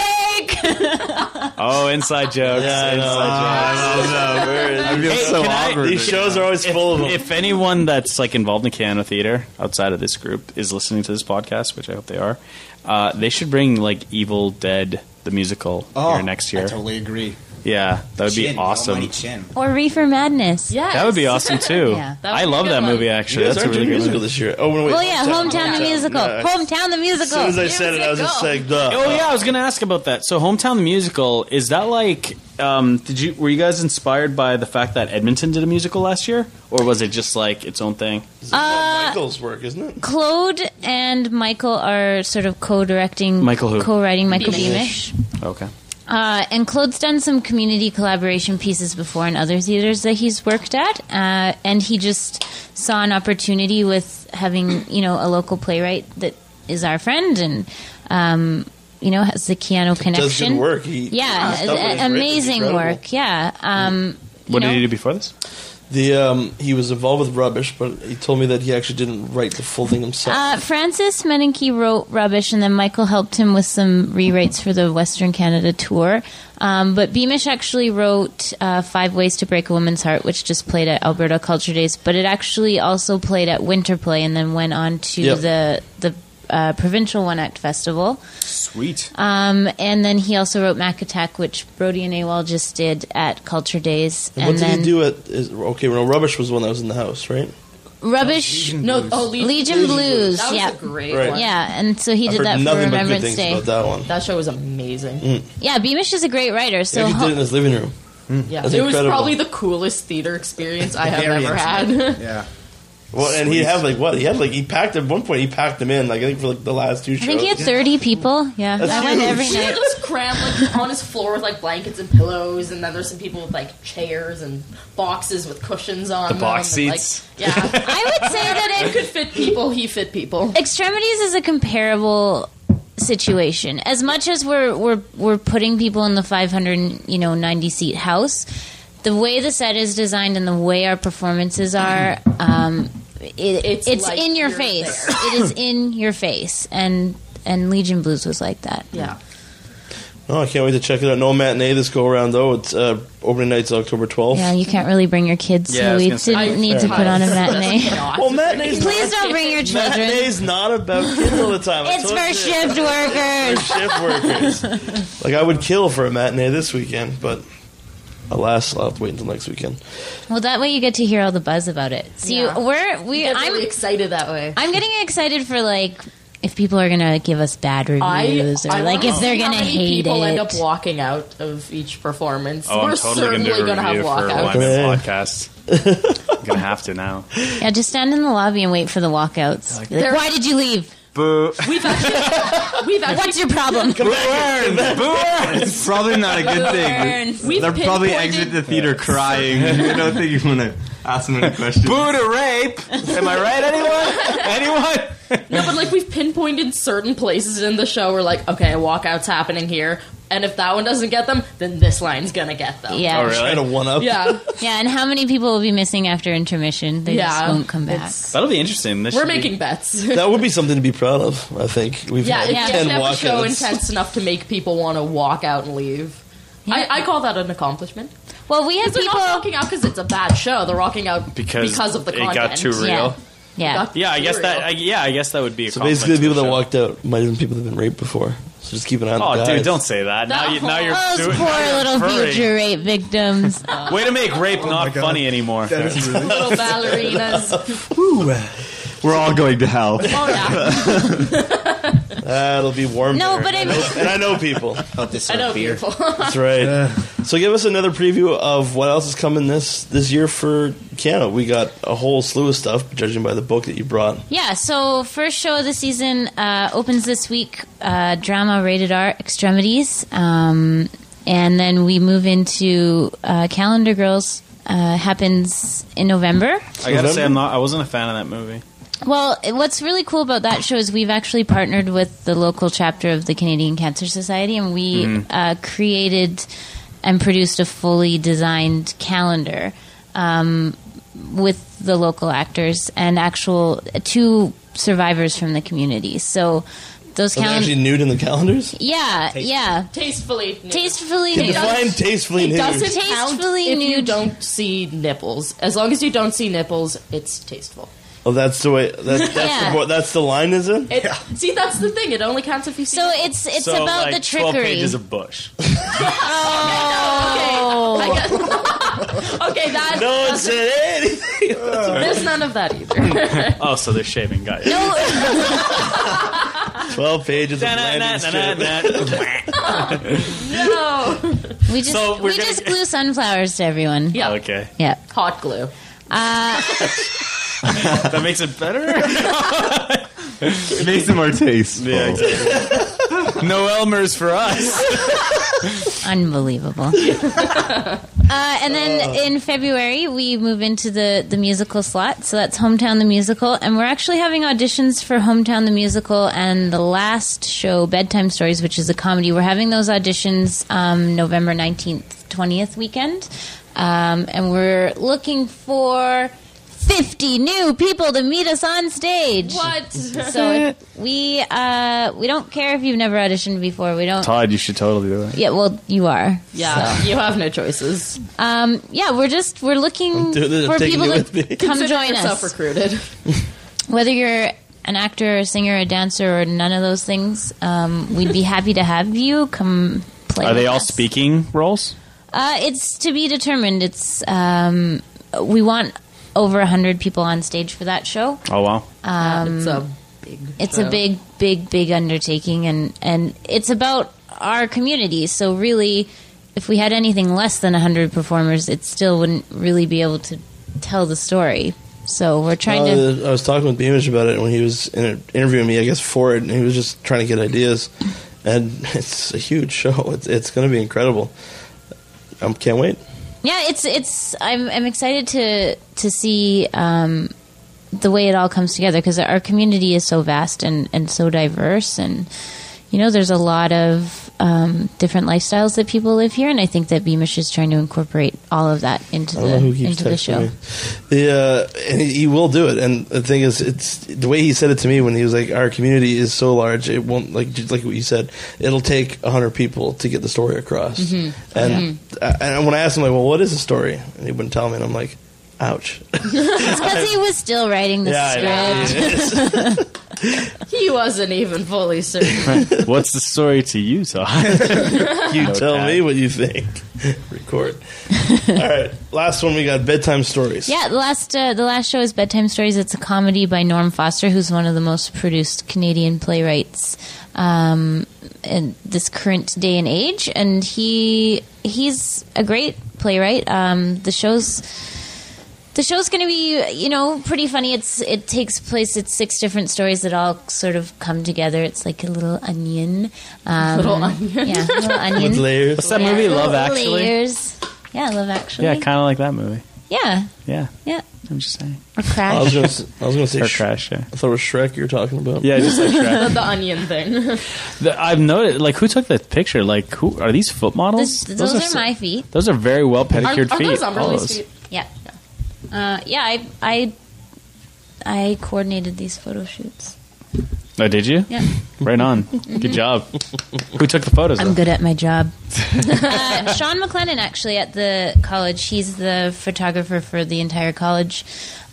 Speaker 4: Oh, inside jokes. Inside jokes.
Speaker 5: I feel
Speaker 4: Hey,
Speaker 5: so
Speaker 4: can I-
Speaker 5: awkward.
Speaker 2: Ah, These shows are always full of them.
Speaker 4: If anyone that's like involved in piano theater outside of this group is listening to this podcast, which I hope they are, uh, they should bring like Evil Dead the musical
Speaker 2: Oh,
Speaker 4: here next year.
Speaker 6: I totally agree.
Speaker 4: yeah, that would be
Speaker 6: Chin,
Speaker 4: awesome.
Speaker 6: almighty Chin.
Speaker 3: or Reefer Madness.
Speaker 7: Yeah,
Speaker 4: That would be awesome too.
Speaker 3: Yeah,
Speaker 7: that would
Speaker 4: I
Speaker 7: be a
Speaker 4: love
Speaker 7: good
Speaker 4: that
Speaker 7: one.
Speaker 4: movie
Speaker 2: you
Speaker 4: actually.
Speaker 2: guys
Speaker 4: That's a
Speaker 2: aren't
Speaker 4: really
Speaker 2: doing musical
Speaker 4: good movie.
Speaker 2: this year. Oh, no, wait.
Speaker 3: Well, yeah, hometown, the
Speaker 2: Yeah.
Speaker 3: musical.
Speaker 2: Yeah.
Speaker 3: Hometown the
Speaker 2: As soon as
Speaker 3: musical.
Speaker 2: I said it, I was just like, duh.
Speaker 4: Oh yeah, I was gonna ask about that. So, Hometown the musical is that like? Um, did you were you guys inspired by the fact that Edmonton did a musical last year, or was it just like its own thing?
Speaker 2: This is
Speaker 3: Uh,
Speaker 2: all Michael's work, isn't it?
Speaker 3: Claude and Michael are sort of co-directing,
Speaker 4: Michael who?
Speaker 3: co-writing Michael
Speaker 7: Beamish.
Speaker 3: Beamish.
Speaker 4: Okay.
Speaker 3: Uh, and Claude's done some community collaboration pieces before in other theaters that he's worked at, uh, and he just saw an opportunity with having you know a local playwright that is our friend and um, you know has the Keanu
Speaker 2: Does
Speaker 3: connection.
Speaker 2: good work. He,
Speaker 3: Yeah,
Speaker 2: his stuff is
Speaker 3: a-
Speaker 2: written,
Speaker 3: amazing
Speaker 2: incredible.
Speaker 3: work. Yeah. Um, you
Speaker 4: What
Speaker 3: know,
Speaker 4: did you do before this?
Speaker 2: The um, he was involved with rubbish, but he told me that he actually didn't write the full thing himself.
Speaker 3: Uh, Francis Menenke wrote Rubbish, and then Michael helped him with some rewrites for the Western Canada tour. Um, but Beamish actually wrote uh, Five Ways to Break a Woman's Heart, which just played at Alberta Culture Days, but it actually also played at Winter Play and then went on to
Speaker 2: Yep.
Speaker 3: the, the uh, Provincial One Act Festival.
Speaker 4: Sweet.
Speaker 3: Um, and then he also wrote Mac Attack, which Brody and AWOL just did at Culture Days.
Speaker 2: and what did
Speaker 3: then
Speaker 2: he do at? Is, okay, well, rubbish was the one that was in the house, right?
Speaker 3: Rubbish.
Speaker 7: No, oh, Legion,
Speaker 3: Legion Blues,
Speaker 7: That was
Speaker 3: yeah.
Speaker 7: a great
Speaker 2: Right.
Speaker 7: one.
Speaker 3: Yeah, and so he
Speaker 2: I've
Speaker 3: did
Speaker 2: heard
Speaker 3: that for
Speaker 2: nothing but good
Speaker 3: Remembrance
Speaker 2: things
Speaker 3: Day.
Speaker 2: about that one.
Speaker 7: That show was amazing.
Speaker 4: Mm-hmm.
Speaker 3: Yeah, Beamish is a great writer.
Speaker 2: He
Speaker 3: So
Speaker 2: actually did it in his living room.
Speaker 7: Yeah,
Speaker 2: That's
Speaker 7: it
Speaker 2: incredible.
Speaker 7: was probably the coolest theater experience I have
Speaker 6: Very
Speaker 7: ever had.
Speaker 6: Yeah.
Speaker 2: Well, and he had like what? He had like he packed at one point. He packed them in like I think for like the last two shows.
Speaker 3: I think he had 30 people. Yeah,
Speaker 2: That's
Speaker 3: I went
Speaker 2: huge.
Speaker 3: every
Speaker 7: She
Speaker 3: night.
Speaker 7: it was crammed like on his floor with like blankets and pillows, and then there's some people with like chairs and boxes with cushions on
Speaker 4: The box
Speaker 7: them, and, like,
Speaker 4: seats.
Speaker 7: yeah,
Speaker 3: I would say that
Speaker 7: I
Speaker 3: it,
Speaker 7: could fit people. He fit people.
Speaker 3: extremities is a comparable situation. As much as we're we're we're putting people in the 500 you know 90 seat house, the way the set is designed and the way our performances are. Um, it, it's
Speaker 7: It's like
Speaker 3: in your
Speaker 7: you're
Speaker 3: face. it is in your face, and and Legion Blues was like that.
Speaker 7: Yeah,
Speaker 2: Oh, I can't wait to check it out. No matinee this go around though. It's uh, opening night's October twelfth.
Speaker 3: Yeah, you can't really bring your kids,
Speaker 4: Yeah, I
Speaker 3: so
Speaker 4: was
Speaker 3: we
Speaker 4: gonna say-
Speaker 3: didn't need to put on a matinee.
Speaker 2: Well, matinees
Speaker 3: Please don't bring your children.
Speaker 2: matinees not about kids all the time. I
Speaker 3: It's
Speaker 2: told
Speaker 3: for
Speaker 2: you.
Speaker 3: shift workers.
Speaker 2: shift workers. like I would kill for a matinee this weekend, but alas, I'll have to wait until next weekend.
Speaker 3: Well, that way you get to hear all the buzz about it. See,
Speaker 7: Yeah.
Speaker 3: we're we.
Speaker 7: Get
Speaker 3: I'm
Speaker 7: really excited that way.
Speaker 3: I'm getting excited for like if people are gonna give us bad reviews or like
Speaker 7: wanna
Speaker 3: if they're
Speaker 7: see how
Speaker 3: gonna
Speaker 7: many
Speaker 3: hate
Speaker 7: people
Speaker 3: it.
Speaker 7: end up walking out of each performance.
Speaker 4: Oh,
Speaker 7: We're
Speaker 4: I'm totally going
Speaker 7: certainly
Speaker 4: to do a
Speaker 7: gonna have
Speaker 4: review for
Speaker 7: walkouts.
Speaker 4: Alignment
Speaker 2: Yeah.
Speaker 4: Podcast. I'm going to have to now.
Speaker 3: yeah, just stand in the lobby and wait for the walkouts. Like,
Speaker 7: They're-
Speaker 3: Why did you leave?
Speaker 4: Boo.
Speaker 7: We've actually, we've actually
Speaker 3: What's your problem?
Speaker 5: It's probably not a good thing.
Speaker 3: Burns.
Speaker 7: We've
Speaker 5: They're probably
Speaker 7: pinpointed-
Speaker 5: exit the theater crying. I don't think you want to ask them any questions.
Speaker 4: Boo to rape. Am I right, anyone? Anyone?
Speaker 7: No, but like we've pinpointed certain places in the show. We're like, okay, a walkout's happening here, and if that one doesn't get them, then this line's gonna get them.
Speaker 3: Yeah,
Speaker 4: Oh, really?
Speaker 2: Trying to one up.
Speaker 7: yeah,
Speaker 3: yeah. And how many people will be missing after intermission? They just
Speaker 7: Yeah.
Speaker 3: won't come back.
Speaker 7: It's-
Speaker 4: That'll be interesting. This
Speaker 7: We're
Speaker 4: should be-
Speaker 7: making bets.
Speaker 2: That would be something to be proud of. I think we've
Speaker 7: yeah,
Speaker 2: had
Speaker 7: if
Speaker 3: yeah.
Speaker 7: you
Speaker 2: ten
Speaker 7: can have a show
Speaker 2: walkouts.
Speaker 7: intense enough to make people want to walk out and leave. I, I call that an accomplishment.
Speaker 3: Well, we had
Speaker 7: They're not
Speaker 3: people.
Speaker 7: walking out because it's a bad show. They're walking out
Speaker 4: Because
Speaker 7: because, of the
Speaker 4: it
Speaker 7: content.
Speaker 4: got too real.
Speaker 3: Yeah, yeah.
Speaker 4: Yeah, I guess that. I, yeah, I guess that would be. A
Speaker 2: So basically, the people
Speaker 4: compliment to
Speaker 2: that
Speaker 4: the
Speaker 2: walked out might have been people that have been raped before. So just keep an eye on
Speaker 4: show.
Speaker 2: the
Speaker 4: Oh,
Speaker 2: guys.
Speaker 4: dude, don't say that. Now, you, now you're
Speaker 3: Those
Speaker 4: doing.
Speaker 3: poor little
Speaker 4: hurry.
Speaker 3: future rape victims.
Speaker 4: Way to make rape
Speaker 8: Oh
Speaker 4: not funny anymore.
Speaker 7: Little ballerinas.
Speaker 5: We're all going to hell.
Speaker 7: Oh yeah,
Speaker 2: That'll be warm.
Speaker 3: No,
Speaker 2: there.
Speaker 3: but I
Speaker 2: And know-
Speaker 3: mean-
Speaker 2: and I know people.
Speaker 6: About this
Speaker 7: I know
Speaker 6: beer.
Speaker 7: people.
Speaker 2: That's right. so give us another preview of what else is coming this this year for Keanu. We got a whole slew of stuff, judging by the book that you brought.
Speaker 3: Yeah, so first show of the season uh, opens this week. Uh, drama rated R, Extremities, um, and then we move into uh, Calendar Girls. Uh, happens in November.
Speaker 4: I gotta say, I'm not. I wasn't a fan of that movie.
Speaker 3: Well, what's really cool about that show is we've actually partnered with the local chapter of the Canadian Cancer Society, and we uh, created and produced a fully designed calendar um, with the local actors and actual two survivors from the community. So those
Speaker 2: Are they
Speaker 3: calendars,
Speaker 2: actually nude in the calendars?
Speaker 3: yeah, yeah,
Speaker 7: Tastefully,
Speaker 3: tastefully.
Speaker 2: Can
Speaker 3: nude.
Speaker 2: define tastefully
Speaker 7: It
Speaker 2: nude.
Speaker 7: doesn't count
Speaker 3: Tastefully
Speaker 7: if you
Speaker 3: nude.
Speaker 7: don't see nipples. As long as you don't see nipples, it's tasteful.
Speaker 2: Oh, that's the way. That, that's
Speaker 3: Yeah.
Speaker 2: the the that's the line, is it?
Speaker 7: It, See, that's the thing. It only counts if you see.
Speaker 3: Oh, So
Speaker 7: nipples.
Speaker 3: it's it's
Speaker 4: so
Speaker 3: about
Speaker 4: like
Speaker 3: the
Speaker 4: 12
Speaker 3: trickery.
Speaker 4: pages of Bush.
Speaker 7: okay. I guess- okay, that
Speaker 2: No one
Speaker 7: doesn't-
Speaker 2: said anything.
Speaker 7: there's none of that either.
Speaker 4: Oh, so they're shaving guys.
Speaker 2: Twelve pages of landing strip.
Speaker 4: okay.
Speaker 7: no.
Speaker 3: we just
Speaker 4: So we're
Speaker 3: we
Speaker 4: gonna-
Speaker 3: just glue sunflowers to everyone.
Speaker 7: Yeah.
Speaker 3: yeah.
Speaker 7: Hot glue.
Speaker 4: That makes it better?
Speaker 5: It makes it more tasteful.
Speaker 4: Yeah, no Elmer's for us.
Speaker 3: Unbelievable. uh, and then in February, we move into the, the musical slot. So that's Hometown the Musical. And we're actually having auditions for Hometown the Musical and the last show, Bedtime Stories, which is a comedy. We're having those auditions um, November 19th, 20th weekend. Um, and we're looking for 50 new people to meet us on stage.
Speaker 7: What?
Speaker 3: So if we uh, we don't care if you've never auditioned before. We don't.
Speaker 8: Todd, you should totally do it.
Speaker 3: Yeah, well, you are.
Speaker 7: yeah, you have no choices.
Speaker 3: Um, yeah, we're just we're looking
Speaker 2: doing it, I'm
Speaker 3: for
Speaker 2: taking
Speaker 3: people
Speaker 2: it with
Speaker 3: to
Speaker 2: me.
Speaker 3: come
Speaker 7: Consider
Speaker 3: join
Speaker 7: yourself
Speaker 3: us.
Speaker 7: recruited.
Speaker 3: Whether you're an actor, a singer, a dancer, or none of those things, um, we'd be happy to have you come play.
Speaker 4: Are they
Speaker 3: with
Speaker 4: all
Speaker 3: us.
Speaker 4: speaking roles?
Speaker 3: Uh, it's to be determined. It's um, we want over hundred people on stage for that show.
Speaker 4: Oh wow!
Speaker 7: it's a big.
Speaker 3: Um, It's
Speaker 7: show.
Speaker 3: a big, big, big undertaking, and and it's about our community. So really, if we had anything less than hundred performers, it still wouldn't really be able to tell the story. So we're trying to.
Speaker 2: Uh, I was talking with Beamish about it when he was in interviewing me, I guess, for it, and he was just trying to get ideas. And it's a huge show. It's, it's going to be incredible. I can't wait.
Speaker 3: yeah it's it's i'm i'm excited to to see um the way it all comes together because our community is so vast and and so diverse and you know there's a lot of um, different lifestyles that people live here and i think that beamish is trying to incorporate all of that into
Speaker 2: I don't know
Speaker 3: the
Speaker 2: who keeps
Speaker 3: into the
Speaker 2: texting
Speaker 3: show
Speaker 2: me. The uh, and he, he will do it. And the thing is, it's the way he said it to me when he was like, "Our community is so large, it won't like just like what you said. It'll take hundred people to get the story across."
Speaker 3: Mm-hmm.
Speaker 2: And uh, and when I asked him like, "Well, what is the story?" and he wouldn't tell me, and I'm like, "Ouch."
Speaker 3: it's because he was still writing the script
Speaker 7: He wasn't even fully certain.
Speaker 8: What's the story to you, Todd?
Speaker 2: you tell
Speaker 8: doubt.
Speaker 2: me what you think. Record. All right, last one we got bedtime stories.
Speaker 3: Yeah, the last uh, the last show is Bedtime Stories. It's a comedy by Norm Foster, who's one of the most produced Canadian playwrights um, in this current day and age. And he he's a great playwright. Um, the show's the show's going to be you know pretty funny it's it takes place it's six different stories that all sort of come together it's like a little onion um,
Speaker 7: Little onion.
Speaker 3: yeah little onion
Speaker 2: With layers.
Speaker 8: What's that
Speaker 3: Yeah,
Speaker 8: movie?
Speaker 3: little
Speaker 8: Love Actually.
Speaker 3: layers. yeah love actually
Speaker 8: Yeah, kind of like that movie.
Speaker 3: yeah
Speaker 8: Yeah,
Speaker 3: yeah
Speaker 8: I'm just saying.
Speaker 2: I
Speaker 3: or crash
Speaker 2: was gonna, s- I was gonna say.
Speaker 8: Or
Speaker 2: Sh-
Speaker 8: Crash. Yeah,
Speaker 2: I thought it was Shrek you were talking about.
Speaker 8: yeah, just like Crash.
Speaker 7: the onion thing.
Speaker 8: The- I've noticed, like, who took the picture? Like, who are these foot models?
Speaker 3: Th- those, are,
Speaker 8: so-
Speaker 3: my feet.
Speaker 8: Those are very well
Speaker 7: Are, are
Speaker 8: pedicured feet. Oh,
Speaker 7: those
Speaker 8: all
Speaker 7: Umberly's
Speaker 8: those.
Speaker 7: feet?
Speaker 3: Yeah. Uh, yeah, I, I I coordinated these photo shoots.
Speaker 8: Oh, did you?
Speaker 3: Yeah. Mm-hmm.
Speaker 8: Right on. Good job. Who took the photos?
Speaker 3: I'm
Speaker 8: though?
Speaker 3: good at my job. uh, Sean McLennan, actually, at the college, he's the photographer for the entire college,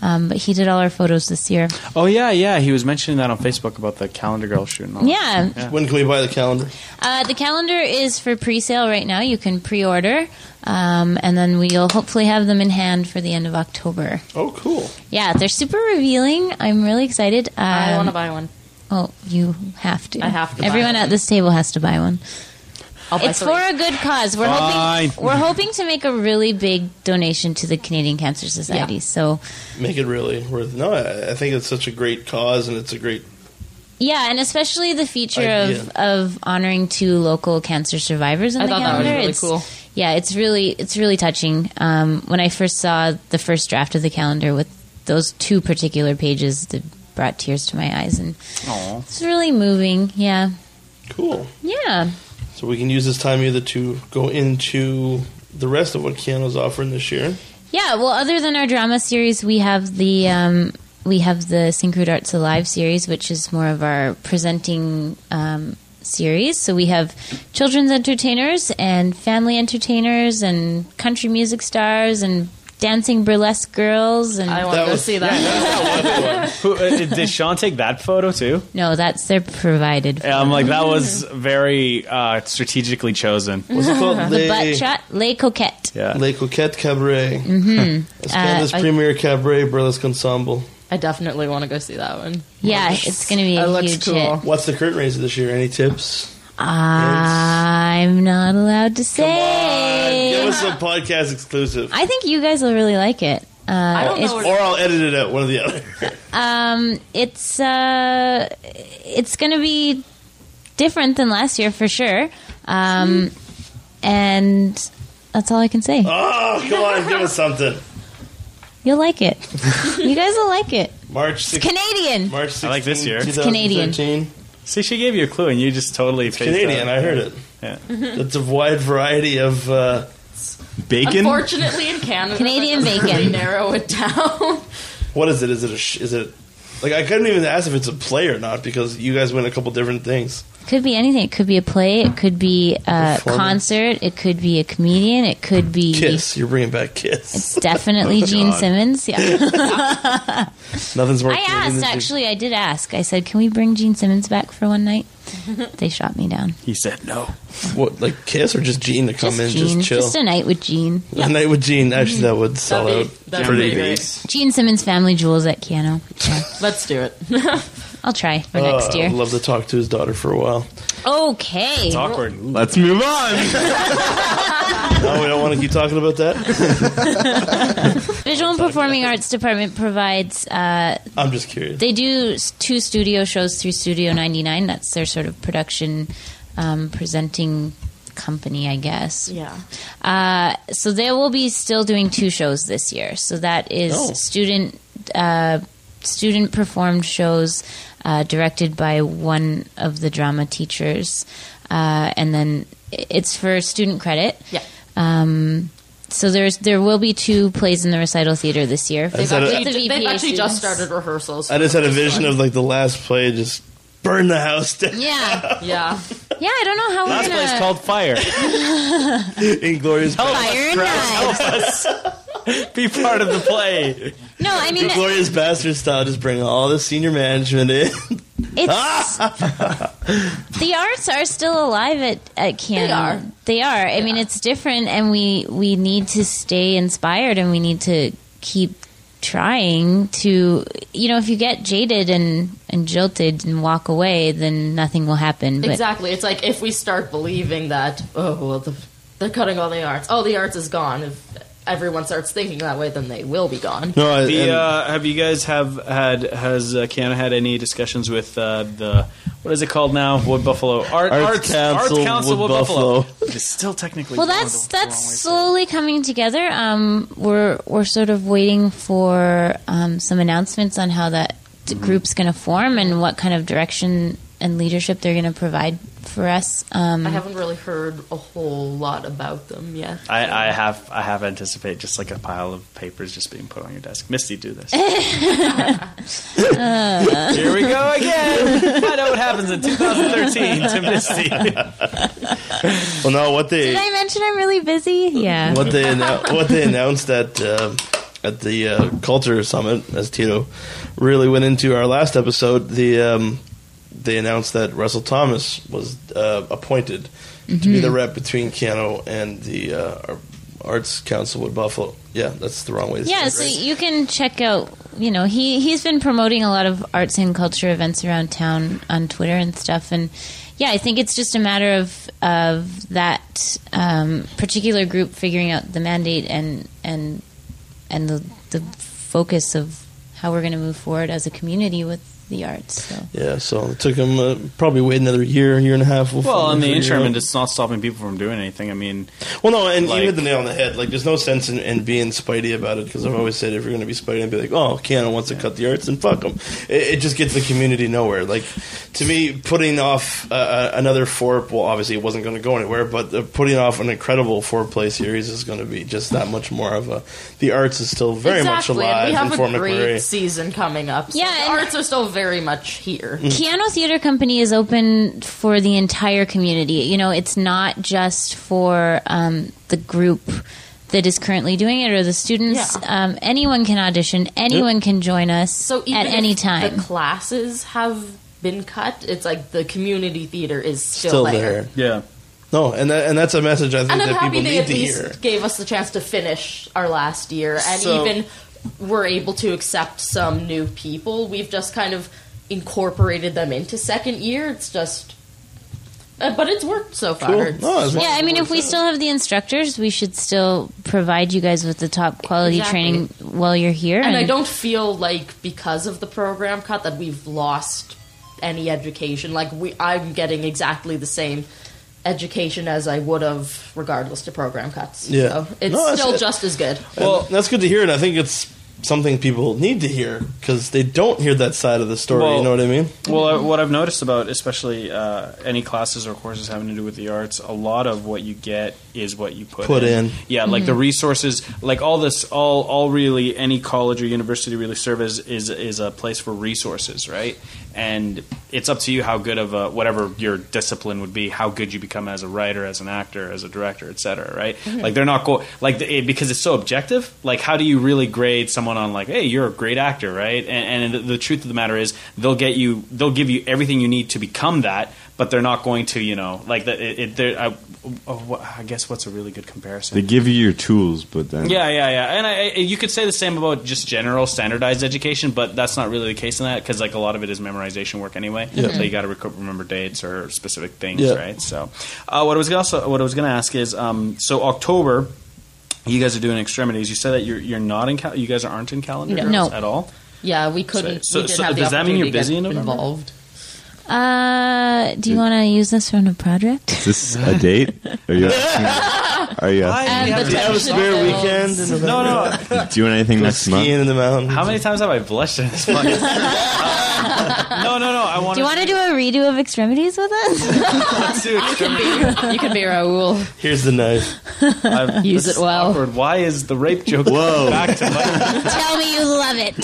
Speaker 3: um, but he did all our photos this year.
Speaker 8: Oh yeah, yeah. He was mentioning that on Facebook about the calendar girl shooting.
Speaker 4: Oh,
Speaker 8: All
Speaker 3: Yeah.
Speaker 2: When can we buy the calendar?
Speaker 3: Uh, the calendar is for pre-sale right now. You can pre-order, um, and then we'll hopefully have them in hand for the end of October.
Speaker 2: Oh, cool.
Speaker 3: Yeah, they're super revealing. I'm really excited. Um,
Speaker 7: I want to buy one.
Speaker 3: Oh, you have to.
Speaker 7: I have to buy
Speaker 3: Everyone
Speaker 7: one.
Speaker 3: at this table has to buy one.
Speaker 7: I'll buy
Speaker 3: It's
Speaker 7: three.
Speaker 3: for a good cause. We're
Speaker 8: Fine.
Speaker 3: hoping we're hoping to make a really big donation to the Canadian Cancer Society.
Speaker 7: Yeah.
Speaker 3: So
Speaker 2: Make it really worth. No, I, I think it's such a great cause, and it's a great.
Speaker 3: yeah, and especially the feature of,
Speaker 2: Idea.
Speaker 3: of honoring two local cancer survivors in
Speaker 7: I
Speaker 3: the
Speaker 7: thought that was
Speaker 3: calendar.
Speaker 7: really
Speaker 3: It's-
Speaker 7: cool.
Speaker 3: Yeah, it's really it's really touching. Um, when I first saw the first draft of the calendar with those two particular pages, it brought tears to my eyes, and it's really moving. Yeah,
Speaker 2: Cool.
Speaker 3: yeah.
Speaker 2: So we can use this time either to go into the rest of what Keanu's offering this year.
Speaker 3: Yeah, well, other than our drama series, we have the um, we have the Syncrude Arts Alive series, which is more of our presenting um, series. So we have children's entertainers and family entertainers and country music stars and dancing burlesque girls and
Speaker 7: I want
Speaker 2: Mm.
Speaker 7: to
Speaker 2: That
Speaker 7: go
Speaker 2: was-
Speaker 7: see that.
Speaker 8: Who, uh, did did Sean take that photo too?
Speaker 3: no, that's their provided.
Speaker 8: Yeah, I'm like that was
Speaker 3: Mm-hmm.
Speaker 8: very uh, strategically chosen.
Speaker 2: What's it called?
Speaker 3: The butt shot, Les Coquettes.
Speaker 8: Yeah.
Speaker 2: Les Coquettes Cabaret. Mm-hmm. It's Canada's
Speaker 3: Uh, I-
Speaker 2: premier cabaret burlesque ensemble.
Speaker 7: I definitely want to go see that one.
Speaker 3: Yeah, it's going to be
Speaker 7: That
Speaker 3: a
Speaker 7: looks
Speaker 3: huge
Speaker 7: cool.
Speaker 3: hit.
Speaker 2: What's the current raiser this year? Any tips?
Speaker 3: I'm not allowed to say.
Speaker 2: Give us a podcast exclusive.
Speaker 3: I think you guys will really like it. Uh, I
Speaker 7: don't know what
Speaker 2: Or I'll edit it out, one or the other.
Speaker 3: um, it's uh, it's going to be different than last year for sure, um, and that's all I can say.
Speaker 2: Oh, come on, give us something.
Speaker 3: You'll like it. you guys will like it.
Speaker 2: March
Speaker 3: It's
Speaker 2: 16th.
Speaker 3: Canadian.
Speaker 2: March 16th,
Speaker 8: I like this year. It's
Speaker 3: Canadian.
Speaker 2: 2013.
Speaker 8: See, she gave you a clue, and you just totally
Speaker 3: Mm-hmm.
Speaker 2: Canadian, I heard it.
Speaker 8: Yeah.
Speaker 2: It's a wide variety of uh,
Speaker 5: bacon?
Speaker 7: Unfortunately, in Canada,
Speaker 3: Canadian
Speaker 7: that doesn't really
Speaker 3: bacon.
Speaker 7: narrow it down.
Speaker 2: What is it? Is it a sh- is it like I couldn't even ask if it's a play or not because you guys win a couple different things.
Speaker 3: Could be anything. It could be a play. It could be a
Speaker 2: Performance.
Speaker 3: concert. It could be a comedian. It could be
Speaker 2: Kiss, Oh, you're bringing back Kiss.
Speaker 3: definitely Gene Simmons. Yeah,
Speaker 2: Nothing's more.
Speaker 3: I
Speaker 2: Canadian
Speaker 3: asked
Speaker 2: than-
Speaker 3: actually. I did ask. I said, "Can we bring Gene Simmons back for one night?" They shot me down.
Speaker 4: He said no.
Speaker 2: what like Kiss or just Gene to come
Speaker 3: Just
Speaker 2: in,
Speaker 3: Gene.
Speaker 2: just chill.
Speaker 3: a night with Gene.
Speaker 2: a night with Gene, actually, that would sell
Speaker 7: That'd
Speaker 2: out
Speaker 7: be- that'd
Speaker 2: pretty.
Speaker 7: be great.
Speaker 3: Gene Simmons family jewels at Keanu. Yeah,
Speaker 7: Let's do it.
Speaker 3: I'll try for next
Speaker 2: Uh,
Speaker 3: year.
Speaker 2: I'd love to talk to his daughter for a while.
Speaker 3: Okay.
Speaker 4: It's awkward.
Speaker 5: Let's move on.
Speaker 2: No, Oh, we don't want to keep talking about that.
Speaker 3: Visual and Performing Arts Department provides uh,
Speaker 2: I'm just curious.
Speaker 3: They do s- two studio shows through Studio 99. That's their sort of production um, presenting company, I guess.
Speaker 7: Yeah.
Speaker 3: Uh, so they will be still doing two shows this year. So that is
Speaker 2: Oh.
Speaker 3: student uh, student performed shows uh, directed by one of the drama teachers, uh, and then i- it's for student credit.
Speaker 7: Yeah.
Speaker 3: Um, so there's there will be two plays in the recital theater this year.
Speaker 2: Is that a-
Speaker 3: With the
Speaker 7: They've
Speaker 3: VPA
Speaker 7: actually
Speaker 3: students.
Speaker 7: just started rehearsals.
Speaker 2: I just had a vision of like the last play, just burn the house down.
Speaker 3: Yeah,
Speaker 7: Yeah.
Speaker 3: yeah. I don't know how
Speaker 8: Last
Speaker 3: we're
Speaker 8: place
Speaker 3: gonna.
Speaker 8: called Fire.
Speaker 2: Inglorious.
Speaker 3: Fire and Knives.
Speaker 2: Oh.
Speaker 4: Be part of the play.
Speaker 3: No, I mean
Speaker 2: Glorious bastard style, just bring all the senior management in.
Speaker 3: it's the arts are still alive at at Canon.
Speaker 7: They are.
Speaker 3: They are. I mean, it's different, and we we need to stay inspired, and we need to keep trying to. You know, if you get jaded and and jilted and walk away, then nothing will happen. But
Speaker 7: Exactly. It's like if we start believing that, oh, well, the, they're cutting all the arts. Oh, the arts is gone. If everyone starts thinking that way, then they will be gone.
Speaker 2: No, I,
Speaker 4: The,
Speaker 2: and-
Speaker 4: uh, have you guys have had has uh, Keanu had any discussions with uh, the what is it called now? Wood Buffalo Art,
Speaker 2: Arts Council, Wood
Speaker 4: It's still technically
Speaker 3: Well,
Speaker 4: going
Speaker 3: that's
Speaker 4: the
Speaker 3: that's
Speaker 4: wrong way, so-
Speaker 3: slowly coming together. Um, we're we're sort of waiting for um, some announcements on how that t- group's going to form and what kind of direction and leadership they're going to provide for us. Um,
Speaker 7: I haven't really heard a whole lot about them yet.
Speaker 4: I, I have I have anticipate just like a pile of papers just being put on your desk. Misty, do this. Here we go again. Find out what happens in 2013 to Misty.
Speaker 2: well, no, what they
Speaker 3: did I mention I'm really busy? Yeah.
Speaker 2: what they annou- what they announced at um at the uh, culture summit, as Tito really went into our last episode, the um, they announced that Russell Thomas was uh, appointed to be the
Speaker 3: Mm-hmm.
Speaker 2: rep between Keanu and the uh, Ar- Arts Council with Buffalo. Yeah, that's the wrong way. To
Speaker 3: Yeah,
Speaker 2: say
Speaker 3: so
Speaker 2: it, right?
Speaker 3: you can check out. You know, he he's been promoting a lot of arts and culture events around town on Twitter and stuff, and yeah, I think it's just a matter of of that um, particular group figuring out the mandate and and and the the focus of how we're going to move forward as a community with the arts. So.
Speaker 2: yeah. So it took him uh, probably wait another year, year and a half. before
Speaker 4: Well, in
Speaker 2: we
Speaker 4: the
Speaker 2: figure
Speaker 4: interim,
Speaker 2: out.
Speaker 4: and it's not stopping people from doing anything. I mean,
Speaker 2: Well, no, and
Speaker 4: Like-
Speaker 2: you hit the nail on the head. Like, there's no sense in, in being Spidey about it because I've always said if you're going to be Spidey, I'd be like, oh, Keanu wants to cut the arts and fuck him. It, it just gets the community nowhere. Like, to me, putting off uh, uh, another four, well, obviously it wasn't going to go anywhere, but uh, putting off an incredible four play series is going to be just that much more of a. The arts is still very
Speaker 7: exactly.
Speaker 2: much alive
Speaker 7: and we have
Speaker 2: in
Speaker 7: a
Speaker 2: Fort
Speaker 7: great
Speaker 2: McMurray.
Speaker 7: season coming up. So
Speaker 3: Yeah,
Speaker 7: the
Speaker 3: and-
Speaker 7: arts are still very much here.
Speaker 2: Mm.
Speaker 3: Keanu Theater Company is open for the entire community. You know, it's not just for um, the group that is currently doing it or the students.
Speaker 7: Yeah.
Speaker 3: Um, anyone can audition. Anyone can join us
Speaker 7: So even
Speaker 3: at
Speaker 7: if
Speaker 3: any time.
Speaker 7: the classes have been cut, it's like the community theater is still,
Speaker 2: Still
Speaker 7: there.
Speaker 2: there.
Speaker 4: yeah.
Speaker 2: No, and, that, and that's a message I think
Speaker 7: And I'm
Speaker 2: that
Speaker 7: happy
Speaker 2: people
Speaker 7: they
Speaker 2: need
Speaker 7: at
Speaker 2: to
Speaker 7: least
Speaker 2: hear.
Speaker 7: gave us the chance to finish our last year and
Speaker 2: So-
Speaker 7: even were able to accept some new people. We've just kind of incorporated them into second year. It's just. uh, but it's worked so far.
Speaker 2: Cool.
Speaker 7: It's-
Speaker 2: No, as long
Speaker 3: yeah,
Speaker 2: as
Speaker 3: I
Speaker 2: it
Speaker 3: mean, if
Speaker 2: works
Speaker 3: we
Speaker 2: out.
Speaker 3: still have the instructors, we should still provide you guys with the top quality
Speaker 7: Exactly.
Speaker 3: training while you're here.
Speaker 7: and I don't feel like because of the program cut that we've lost any education. Like we, I'm getting exactly the same education as I would have regardless to program cuts.
Speaker 2: Yeah.
Speaker 7: so it's
Speaker 2: No, that's
Speaker 7: still
Speaker 2: it.
Speaker 7: just as good.
Speaker 2: Well, that's good to hear, and I think it's something people need to hear because they don't hear that side of the story. you
Speaker 4: Well-
Speaker 2: know what I mean?
Speaker 4: Well, I, what I've noticed about especially uh, any classes or courses having to do with the arts, a lot of what you get is what you put
Speaker 2: Put in.
Speaker 4: Yeah, like the resources, like all this, all all really any college or university really serves is is a place for resources, right? And it's up to you how good of a whatever your discipline would be, how good you become as a writer, as an actor, as a director, etc. Right? Like they're not go like the, it, because it's so objective. Like how do you really grade someone on like, hey, you're a great actor, right? And, and the, the truth of the matter is they'll get you, they'll give you everything you need to become that, but they're not going to, you know, like that. It, it, they're- I, oh, wha- I guess what's a really good comparison?
Speaker 5: They give you your tools, but then
Speaker 4: Yeah, yeah, yeah. And I, I- you could say the same about just general standardized education, but that's not really the case in that because like a lot of it is memorization work anyway. So you got to rec- remember dates or specific things,
Speaker 2: Yeah.
Speaker 4: right? So uh, what I was gonna also what I was going to ask is um, so October. You guys are doing extremities. You said that you're you're not in cal- you guys aren't in calendar
Speaker 3: No.
Speaker 4: girls
Speaker 3: No.
Speaker 4: at all.
Speaker 7: Yeah, we couldn't.
Speaker 4: So-
Speaker 7: we didn't
Speaker 4: so
Speaker 7: have the
Speaker 4: does that mean you're
Speaker 7: opportunity to
Speaker 4: busy
Speaker 7: get
Speaker 4: in November?
Speaker 7: Involved.
Speaker 3: Uh,
Speaker 7: Mm.
Speaker 3: do you want to use this for a project?
Speaker 5: Is this a date? Are you asking? Are
Speaker 9: Um,
Speaker 5: you asking?
Speaker 7: And the
Speaker 2: Have a spare
Speaker 7: technical-
Speaker 2: weekend. In November.
Speaker 4: No, no.
Speaker 5: doing anything next
Speaker 2: Skiing
Speaker 5: month?
Speaker 2: in the mountains.
Speaker 4: How many times have I blushed in this podcast? Uh, no, no, no. I want
Speaker 3: Do you want to do a redo of extremities with us?
Speaker 4: to
Speaker 7: You can be Raul.
Speaker 2: Here's the knife.
Speaker 4: I've-
Speaker 7: Use
Speaker 4: this
Speaker 7: it
Speaker 4: is
Speaker 7: well.
Speaker 4: awkward. Why is the rape joke
Speaker 5: Whoa.
Speaker 4: back to my
Speaker 3: Tell me you love it.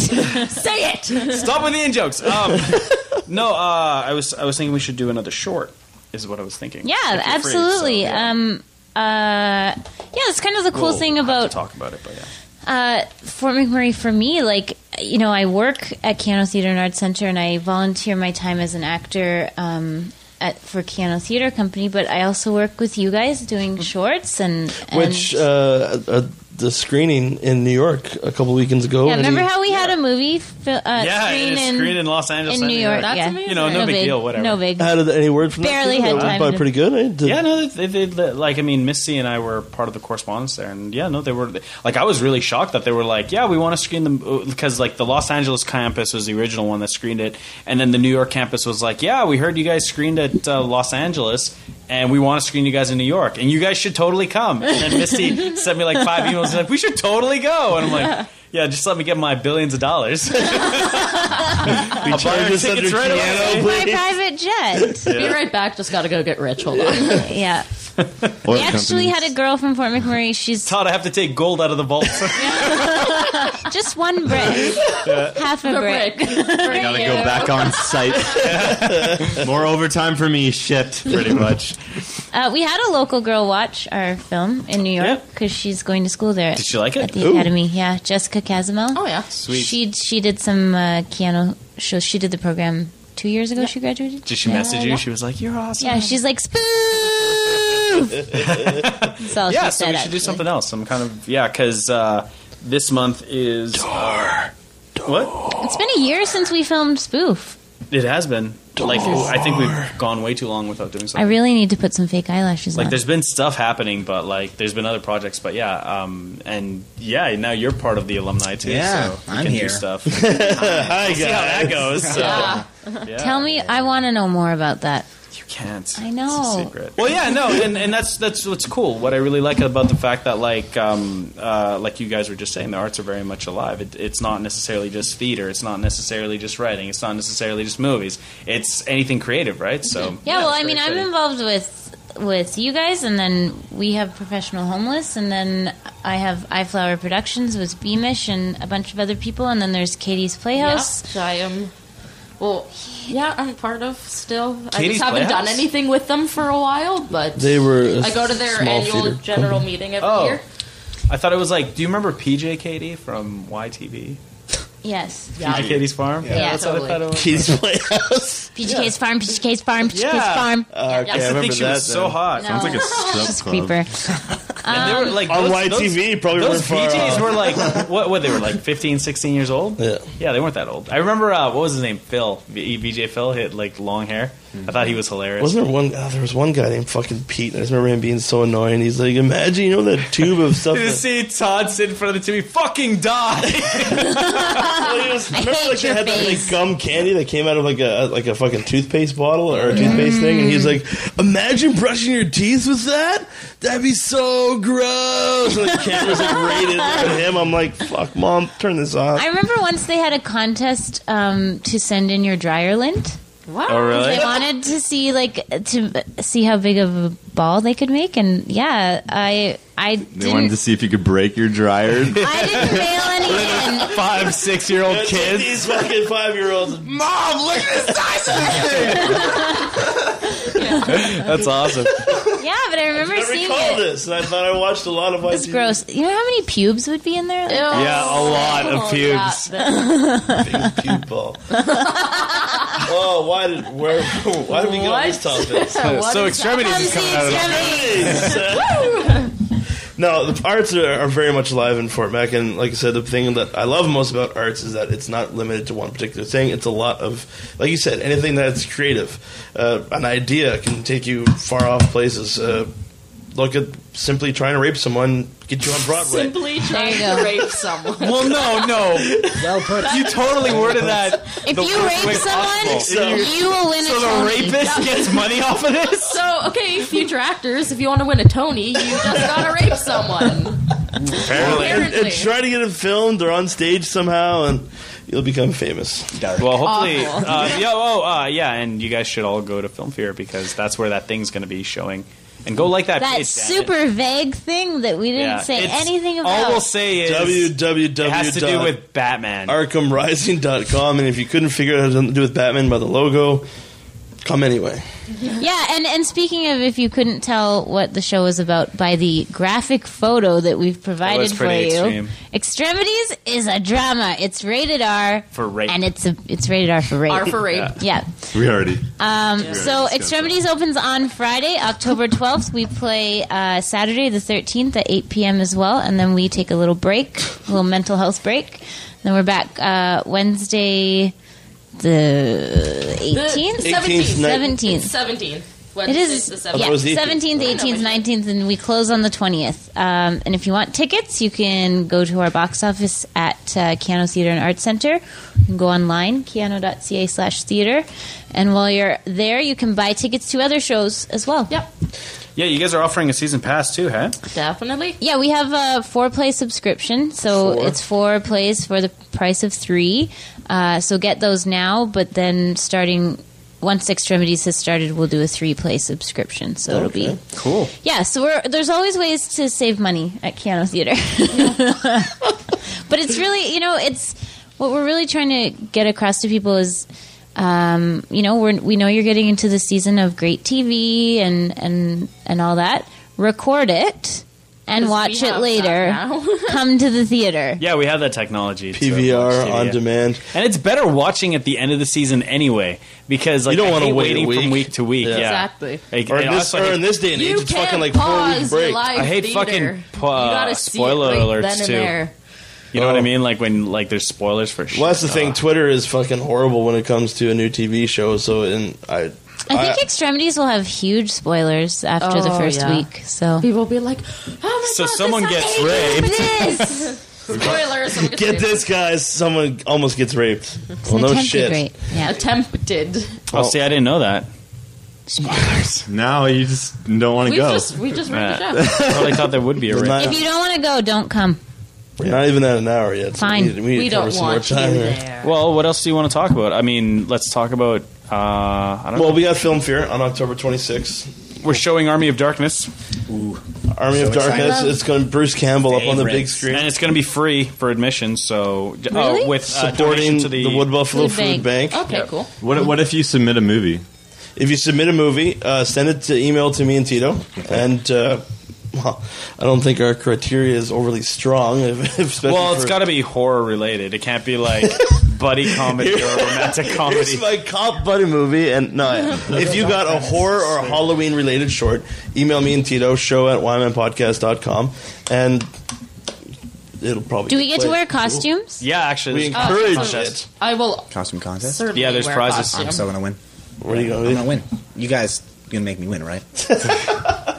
Speaker 3: Say it.
Speaker 4: Stop with the in jokes. Um, no, uh, I was I was thinking we should do another short. Is what I was thinking.
Speaker 3: Yeah,
Speaker 4: If you're free,
Speaker 3: absolutely.
Speaker 4: so, yeah.
Speaker 3: Um, uh, yeah, that's kind of the cool
Speaker 4: We'll
Speaker 3: thing
Speaker 4: have to
Speaker 3: about
Speaker 4: talk about it, but yeah.
Speaker 3: uh, Fort McMurray for me, like you know, I work at Keanu Theatre and Arts Center, and I volunteer my time as an actor um, at for Keanu Theatre Company. But I also work with you guys
Speaker 4: Mm-hmm.
Speaker 3: doing shorts and, and
Speaker 2: Which uh, uh, the screening in New York a couple weekends ago.
Speaker 3: yeah,
Speaker 2: and
Speaker 3: remember
Speaker 2: he-
Speaker 3: how we had a movie fi- uh,
Speaker 4: uh, yeah,
Speaker 3: screen,
Speaker 4: it's
Speaker 3: in,
Speaker 4: screened in Los Angeles,
Speaker 3: in
Speaker 4: and
Speaker 3: New York?
Speaker 7: That's
Speaker 3: yeah.
Speaker 7: amazing.
Speaker 4: You know, no big deal, whatever.
Speaker 3: No big.
Speaker 2: How did any word from
Speaker 3: Barely
Speaker 2: that?
Speaker 3: had
Speaker 2: That was
Speaker 3: time
Speaker 2: probably
Speaker 3: to-
Speaker 2: pretty good. eh? Did-
Speaker 4: Yeah, no, they, they, they, like I mean, Missy and I were part of the correspondence there, and yeah, no, they were like I was really shocked that they were like, yeah, we want to screen them because like the Los Angeles campus was the original one that screened it, and then the New York campus was like, yeah, we heard you guys screened at uh, Los Angeles, and we want to screen you guys in New York, and you guys should totally come. And then Missy sent me like five emails like, we should totally go, and I'm like. Yeah, just let me get my billions of dollars. I'll buy our
Speaker 2: Just
Speaker 4: tickets
Speaker 2: under
Speaker 4: right
Speaker 2: piano,
Speaker 4: away.
Speaker 3: My private jet.
Speaker 7: Be right back. Just gotta go get rich. Hold on.
Speaker 3: yeah. We actually had a girl from Fort McMurray. She's
Speaker 4: Todd, I have to take gold out of the vault.
Speaker 3: just one brick, half a
Speaker 7: The
Speaker 3: brick.
Speaker 7: brick. I
Speaker 5: Gotta go back on site. More overtime for me. Shit, pretty much.
Speaker 3: Uh, we had a local girl watch our film in New York
Speaker 4: Yeah.
Speaker 3: because she's going to school there.
Speaker 4: Did she like it?
Speaker 3: At the academy, yeah. Jessica Casimel.
Speaker 7: Oh yeah.
Speaker 3: She she did some uh, piano shows. She did the program two years ago. She graduated.
Speaker 4: Did she message you? She was like, "You're awesome."
Speaker 3: Yeah, she's like spoof. That's all
Speaker 4: yeah,
Speaker 3: she said,
Speaker 4: so we should do
Speaker 3: actually.
Speaker 4: something else. Some kind of yeah, because uh, this month is uh, what
Speaker 3: It's been a year since we filmed spoof.
Speaker 4: it has been. Like I think we've gone way too long without doing
Speaker 3: I
Speaker 4: something.
Speaker 3: really need to put some fake eyelashes
Speaker 4: like
Speaker 3: on.
Speaker 4: there's been stuff happening, but like there's been other projects. But yeah, um, and yeah, now you're part of the alumni too.
Speaker 6: Yeah,
Speaker 4: so you
Speaker 6: I'm
Speaker 4: can do
Speaker 6: here.
Speaker 4: stuff. We'll
Speaker 2: Hi,
Speaker 4: see how
Speaker 2: guys.
Speaker 4: that goes. So.
Speaker 7: Yeah.
Speaker 4: Yeah.
Speaker 3: Tell me, I want to know more about that.
Speaker 4: You can't.
Speaker 3: I know.
Speaker 4: It's a secret. Well, yeah, no, and, and that's that's what's cool. What I really like about the fact that like um, uh, like you guys were just saying, the arts are very much alive. It, it's not necessarily just theater. It's not necessarily just writing. It's not necessarily just movies. It's anything creative, right? So
Speaker 3: Yeah, well,
Speaker 4: it's
Speaker 3: I
Speaker 4: very
Speaker 3: mean, I'm
Speaker 4: exciting.
Speaker 3: involved with with you guys, and then we have professional homeless, and then I have iFlower Productions with Beamish and a bunch of other people, and then there's Katie's Playhouse.
Speaker 7: Yeah, I am. Well, yeah, I'm part of still. I
Speaker 4: Katie's
Speaker 7: just haven't done
Speaker 4: Playhouse?
Speaker 7: anything with them for a while, but
Speaker 2: They were. a
Speaker 7: I go to their
Speaker 2: small
Speaker 7: annual
Speaker 2: theater
Speaker 7: general
Speaker 2: company.
Speaker 7: meeting every
Speaker 4: Oh.
Speaker 7: year.
Speaker 4: I thought it was like, do you remember PJ Katie from YTV?
Speaker 3: Yes,
Speaker 7: Yeah.
Speaker 4: PJ Katie's Farm. Yeah, that's
Speaker 7: totally.
Speaker 4: what I thought it was.
Speaker 2: Katie's Playhouse.
Speaker 3: PGK's Farm, PGK's Farm, PGK's
Speaker 4: Yeah.
Speaker 3: Farm.
Speaker 2: Uh, okay,
Speaker 4: I,
Speaker 7: I
Speaker 2: I
Speaker 4: used to
Speaker 2: remember
Speaker 4: think she
Speaker 2: that.
Speaker 4: was so
Speaker 2: then.
Speaker 4: hot.
Speaker 3: No.
Speaker 5: Like a strip
Speaker 3: Just
Speaker 5: club.
Speaker 3: creeper.
Speaker 4: And they were like
Speaker 2: On
Speaker 4: those-
Speaker 2: YTV, probably
Speaker 4: Those, those
Speaker 2: weren't far
Speaker 4: PJs
Speaker 2: off.
Speaker 4: were like what? What they were like 15, 16 years old.
Speaker 2: Yeah.
Speaker 4: Yeah, they weren't that old. I remember uh, what was his name? Phil, V- VJ Phil, hit like long hair. I thought he was hilarious.
Speaker 2: Wasn't there one? Oh, there was one guy named fucking Pete. and I just remember him being so annoying. He's like, imagine you know that tube of stuff.
Speaker 4: Did you
Speaker 2: that-
Speaker 4: see Todd sit in front of the TV? Fucking die!
Speaker 2: Well, he was- remember
Speaker 3: hate
Speaker 2: like they
Speaker 3: your
Speaker 2: had that
Speaker 3: face.
Speaker 2: like gum candy that came out of like a like a fucking toothpaste bottle or a toothpaste thing, and he was like, imagine brushing your teeth with that. That'd be so gross. And the camera's like rated at him. I'm like, fuck, mom, turn this off.
Speaker 3: I remember once they had a contest um, to send in your dryer lint.
Speaker 7: What?
Speaker 4: Oh, really?
Speaker 3: They wanted to see like to see how big of a ball they could make, and yeah, I I
Speaker 9: They wanted
Speaker 3: didn't,
Speaker 9: to see if you could break your dryer.
Speaker 3: I didn't mail any in.
Speaker 4: Five, six year old kids.
Speaker 2: These fucking five year olds.
Speaker 9: Mom, look at the size of this thing!
Speaker 4: That's awesome.
Speaker 3: Yeah, but I remember seeing it.
Speaker 2: this, and I thought I watched a lot of my.
Speaker 3: It's gross. You know how many pubes would be in there? Like,
Speaker 4: Yeah, a lot
Speaker 5: Oh,
Speaker 4: of pubes.
Speaker 2: people. oh, why did where? Why did we get on this topic?
Speaker 4: so extremities
Speaker 3: Come
Speaker 4: is
Speaker 3: see
Speaker 4: coming out of the
Speaker 2: no, the arts are, are very much alive in Fort Mac, and like I said, the thing that I love most about arts is that it's not limited to one particular thing. It's a lot of, like you said, anything that's creative. Uh, an idea can take you far off places. Uh, look at simply trying to rape someone, get you on Broadway.
Speaker 7: Simply trying
Speaker 3: There you
Speaker 7: to rape someone.
Speaker 4: Well, no, no.
Speaker 10: Well put.
Speaker 4: You totally worded that.
Speaker 3: If
Speaker 4: the
Speaker 3: you
Speaker 4: worst way
Speaker 3: rape someone,
Speaker 4: possible.
Speaker 3: you will win a
Speaker 4: So the
Speaker 3: Tony.
Speaker 4: rapist gets money off of this?
Speaker 7: So, okay, future actors, if you want to win a Tony, you just gotta rape someone.
Speaker 2: and,
Speaker 7: Apparently.
Speaker 2: and try to get it filmed or on stage somehow, and you'll become famous.
Speaker 4: Well, hopefully,
Speaker 7: Awful.
Speaker 4: uh, yeah, oh, uh, yeah, and you guys should all go to Film Fear because that's where that thing's going to be showing. And go like that.
Speaker 3: That
Speaker 4: page, damn it.
Speaker 3: super vague thing that we didn't
Speaker 4: Yeah,
Speaker 3: say
Speaker 4: it's-
Speaker 3: anything about.
Speaker 4: All we'll say is it has to do with Batman.
Speaker 2: www.arkhamrising.com, and if you couldn't figure out how to do with Batman by the logo, come anyway.
Speaker 3: Yeah, and, and speaking of, if you couldn't tell what the show is about by the graphic photo that we've
Speaker 4: That
Speaker 3: provided
Speaker 4: was
Speaker 3: for
Speaker 4: pretty
Speaker 3: you,
Speaker 4: extreme.
Speaker 3: Extremities is a drama. It's rated R
Speaker 4: For rape.
Speaker 3: and it's a it's rated R for rape.
Speaker 7: R for rape.
Speaker 3: yeah.
Speaker 9: We already.
Speaker 3: Um, So
Speaker 9: discussed
Speaker 3: Extremities opens on Friday, October twelfth. We play uh, Saturday the thirteenth at eight p.m. as well, and then we take a little break, a little mental health break. Then we're back uh, Wednesday the eighteenth.
Speaker 7: The 17th.
Speaker 3: 17th.
Speaker 7: It's 17th.
Speaker 3: It
Speaker 7: Wednesday
Speaker 3: is
Speaker 7: the
Speaker 2: thought it was the
Speaker 3: yeah,
Speaker 2: 18th.
Speaker 3: seventeenth, eighteenth, nineteenth, and we close on the twentieth. Um, and if you want tickets, you can go to our box office at uh, Keanu Theater and Arts Center. You can go online keanu.ca/theater, and while you're there, you can buy tickets to other shows as well.
Speaker 7: Yep,
Speaker 4: yeah, you guys are offering a season pass too, huh?
Speaker 7: definitely.
Speaker 3: Yeah, we have a four play subscription, so
Speaker 2: Four.
Speaker 3: it's four plays for the price of three. Uh, so get those now, but then starting once Extremities has started, we'll do a three play subscription. So it'll be
Speaker 4: Cool.
Speaker 3: Yeah, so we're, there's always ways to save money at Keanu Theater. but it's really, you know, it's what we're really trying to get across to people is, um, you know, we're, we know you're getting into the season of great TV and and and all that. Record it and
Speaker 7: 'Cause
Speaker 3: watch
Speaker 7: we
Speaker 3: it
Speaker 7: have
Speaker 3: later.
Speaker 7: that now.
Speaker 3: Come to the theater.
Speaker 4: Yeah, we have that technology. to watch
Speaker 2: PVR
Speaker 4: TV.
Speaker 2: on demand.
Speaker 4: and it's better watching at the end of the season anyway because like
Speaker 2: You don't
Speaker 4: I
Speaker 2: wanna
Speaker 4: hate
Speaker 2: wait a
Speaker 4: waiting from
Speaker 2: week.
Speaker 4: week to week. Yeah,
Speaker 2: Yeah.
Speaker 7: Exactly.
Speaker 4: Like,
Speaker 2: Or
Speaker 4: and
Speaker 2: in, this,
Speaker 4: also I
Speaker 2: or in
Speaker 4: hate-
Speaker 2: this day and age,
Speaker 7: You
Speaker 2: it's fucking
Speaker 7: can't
Speaker 2: like four
Speaker 7: pause
Speaker 2: week break.
Speaker 7: your live
Speaker 4: I hate
Speaker 7: theater.
Speaker 4: fucking, uh,
Speaker 7: you gotta see it
Speaker 4: spoiler
Speaker 7: right
Speaker 4: alerts,
Speaker 7: then and
Speaker 4: too.
Speaker 7: there.
Speaker 4: you know what
Speaker 2: Oh.
Speaker 4: I mean? Like when like there's spoilers for. shit.
Speaker 2: Well, that's the
Speaker 4: Uh,
Speaker 2: thing. Twitter is fucking horrible when it comes to a new TV show. So, and I,
Speaker 3: I think Extremities will have huge spoilers after the
Speaker 7: Oh,
Speaker 3: first
Speaker 7: yeah.
Speaker 3: week. So
Speaker 7: People will be like, "Oh my
Speaker 4: So
Speaker 7: god!"
Speaker 4: someone
Speaker 7: this
Speaker 4: gets
Speaker 7: happened."
Speaker 4: raped.
Speaker 3: this
Speaker 7: Spoiler: someone gets
Speaker 2: get
Speaker 7: raped.
Speaker 2: this, guys. Someone almost gets raped. Well, no shit.
Speaker 3: Great. Yeah.
Speaker 7: attempted.
Speaker 4: Oh, see, I didn't know that.
Speaker 9: Now you just don't want to
Speaker 7: We
Speaker 9: go.
Speaker 7: just we just wrapped
Speaker 4: Yeah.
Speaker 7: it up.
Speaker 4: I totally thought there would be a rape.
Speaker 2: Not-
Speaker 3: If you don't want to go, don't come.
Speaker 2: We're not even at an hour yet. so
Speaker 3: Fine.
Speaker 2: We, need, we need
Speaker 7: We
Speaker 2: to cover
Speaker 7: don't
Speaker 2: some more
Speaker 7: want you
Speaker 2: time here.
Speaker 7: there.
Speaker 4: Well, what else do you want to talk about? I mean, let's talk about. Uh, I don't
Speaker 2: Well, we got Film Fear on October 26th.
Speaker 4: know. We're showing Army of Darkness,
Speaker 2: Army of Darkness. It's going to Bruce Campbell up on the big
Speaker 4: Favorites.
Speaker 2: screen.
Speaker 4: and it's going to be free for admission. So,
Speaker 3: Really?
Speaker 4: oh, with uh,
Speaker 2: supporting
Speaker 4: donation to
Speaker 2: the, Wood Buffalo
Speaker 3: Food
Speaker 2: Food Bank.
Speaker 3: Bank. Oh.
Speaker 7: Okay, cool.
Speaker 9: What, what if you submit a movie?
Speaker 2: If you submit a movie, uh, send it to email to me and Tito. And uh, well, I don't think our criteria is overly strong. If, if
Speaker 4: Well, it's
Speaker 2: for,
Speaker 4: got to be horror related. It can't be like buddy comedy or romantic comedy.
Speaker 2: Here's my cop buddy movie, and no, if you got a horror or Halloween related short, email me and Tito show at wymanpodcast.com and it'll probably.
Speaker 3: Do we
Speaker 2: get
Speaker 3: get to
Speaker 2: played.
Speaker 3: wear costumes?
Speaker 4: yeah, actually,
Speaker 2: We
Speaker 4: there's con-
Speaker 2: encourage
Speaker 7: Oh,
Speaker 2: it.
Speaker 7: I will
Speaker 6: Costume contest.
Speaker 7: certainly
Speaker 4: Yeah, there's
Speaker 7: wear a
Speaker 4: prizes.
Speaker 7: costume.
Speaker 6: I'm so gonna win.
Speaker 2: Where are you
Speaker 6: I'm
Speaker 2: going?
Speaker 6: gonna win. You guys gonna make me win, right?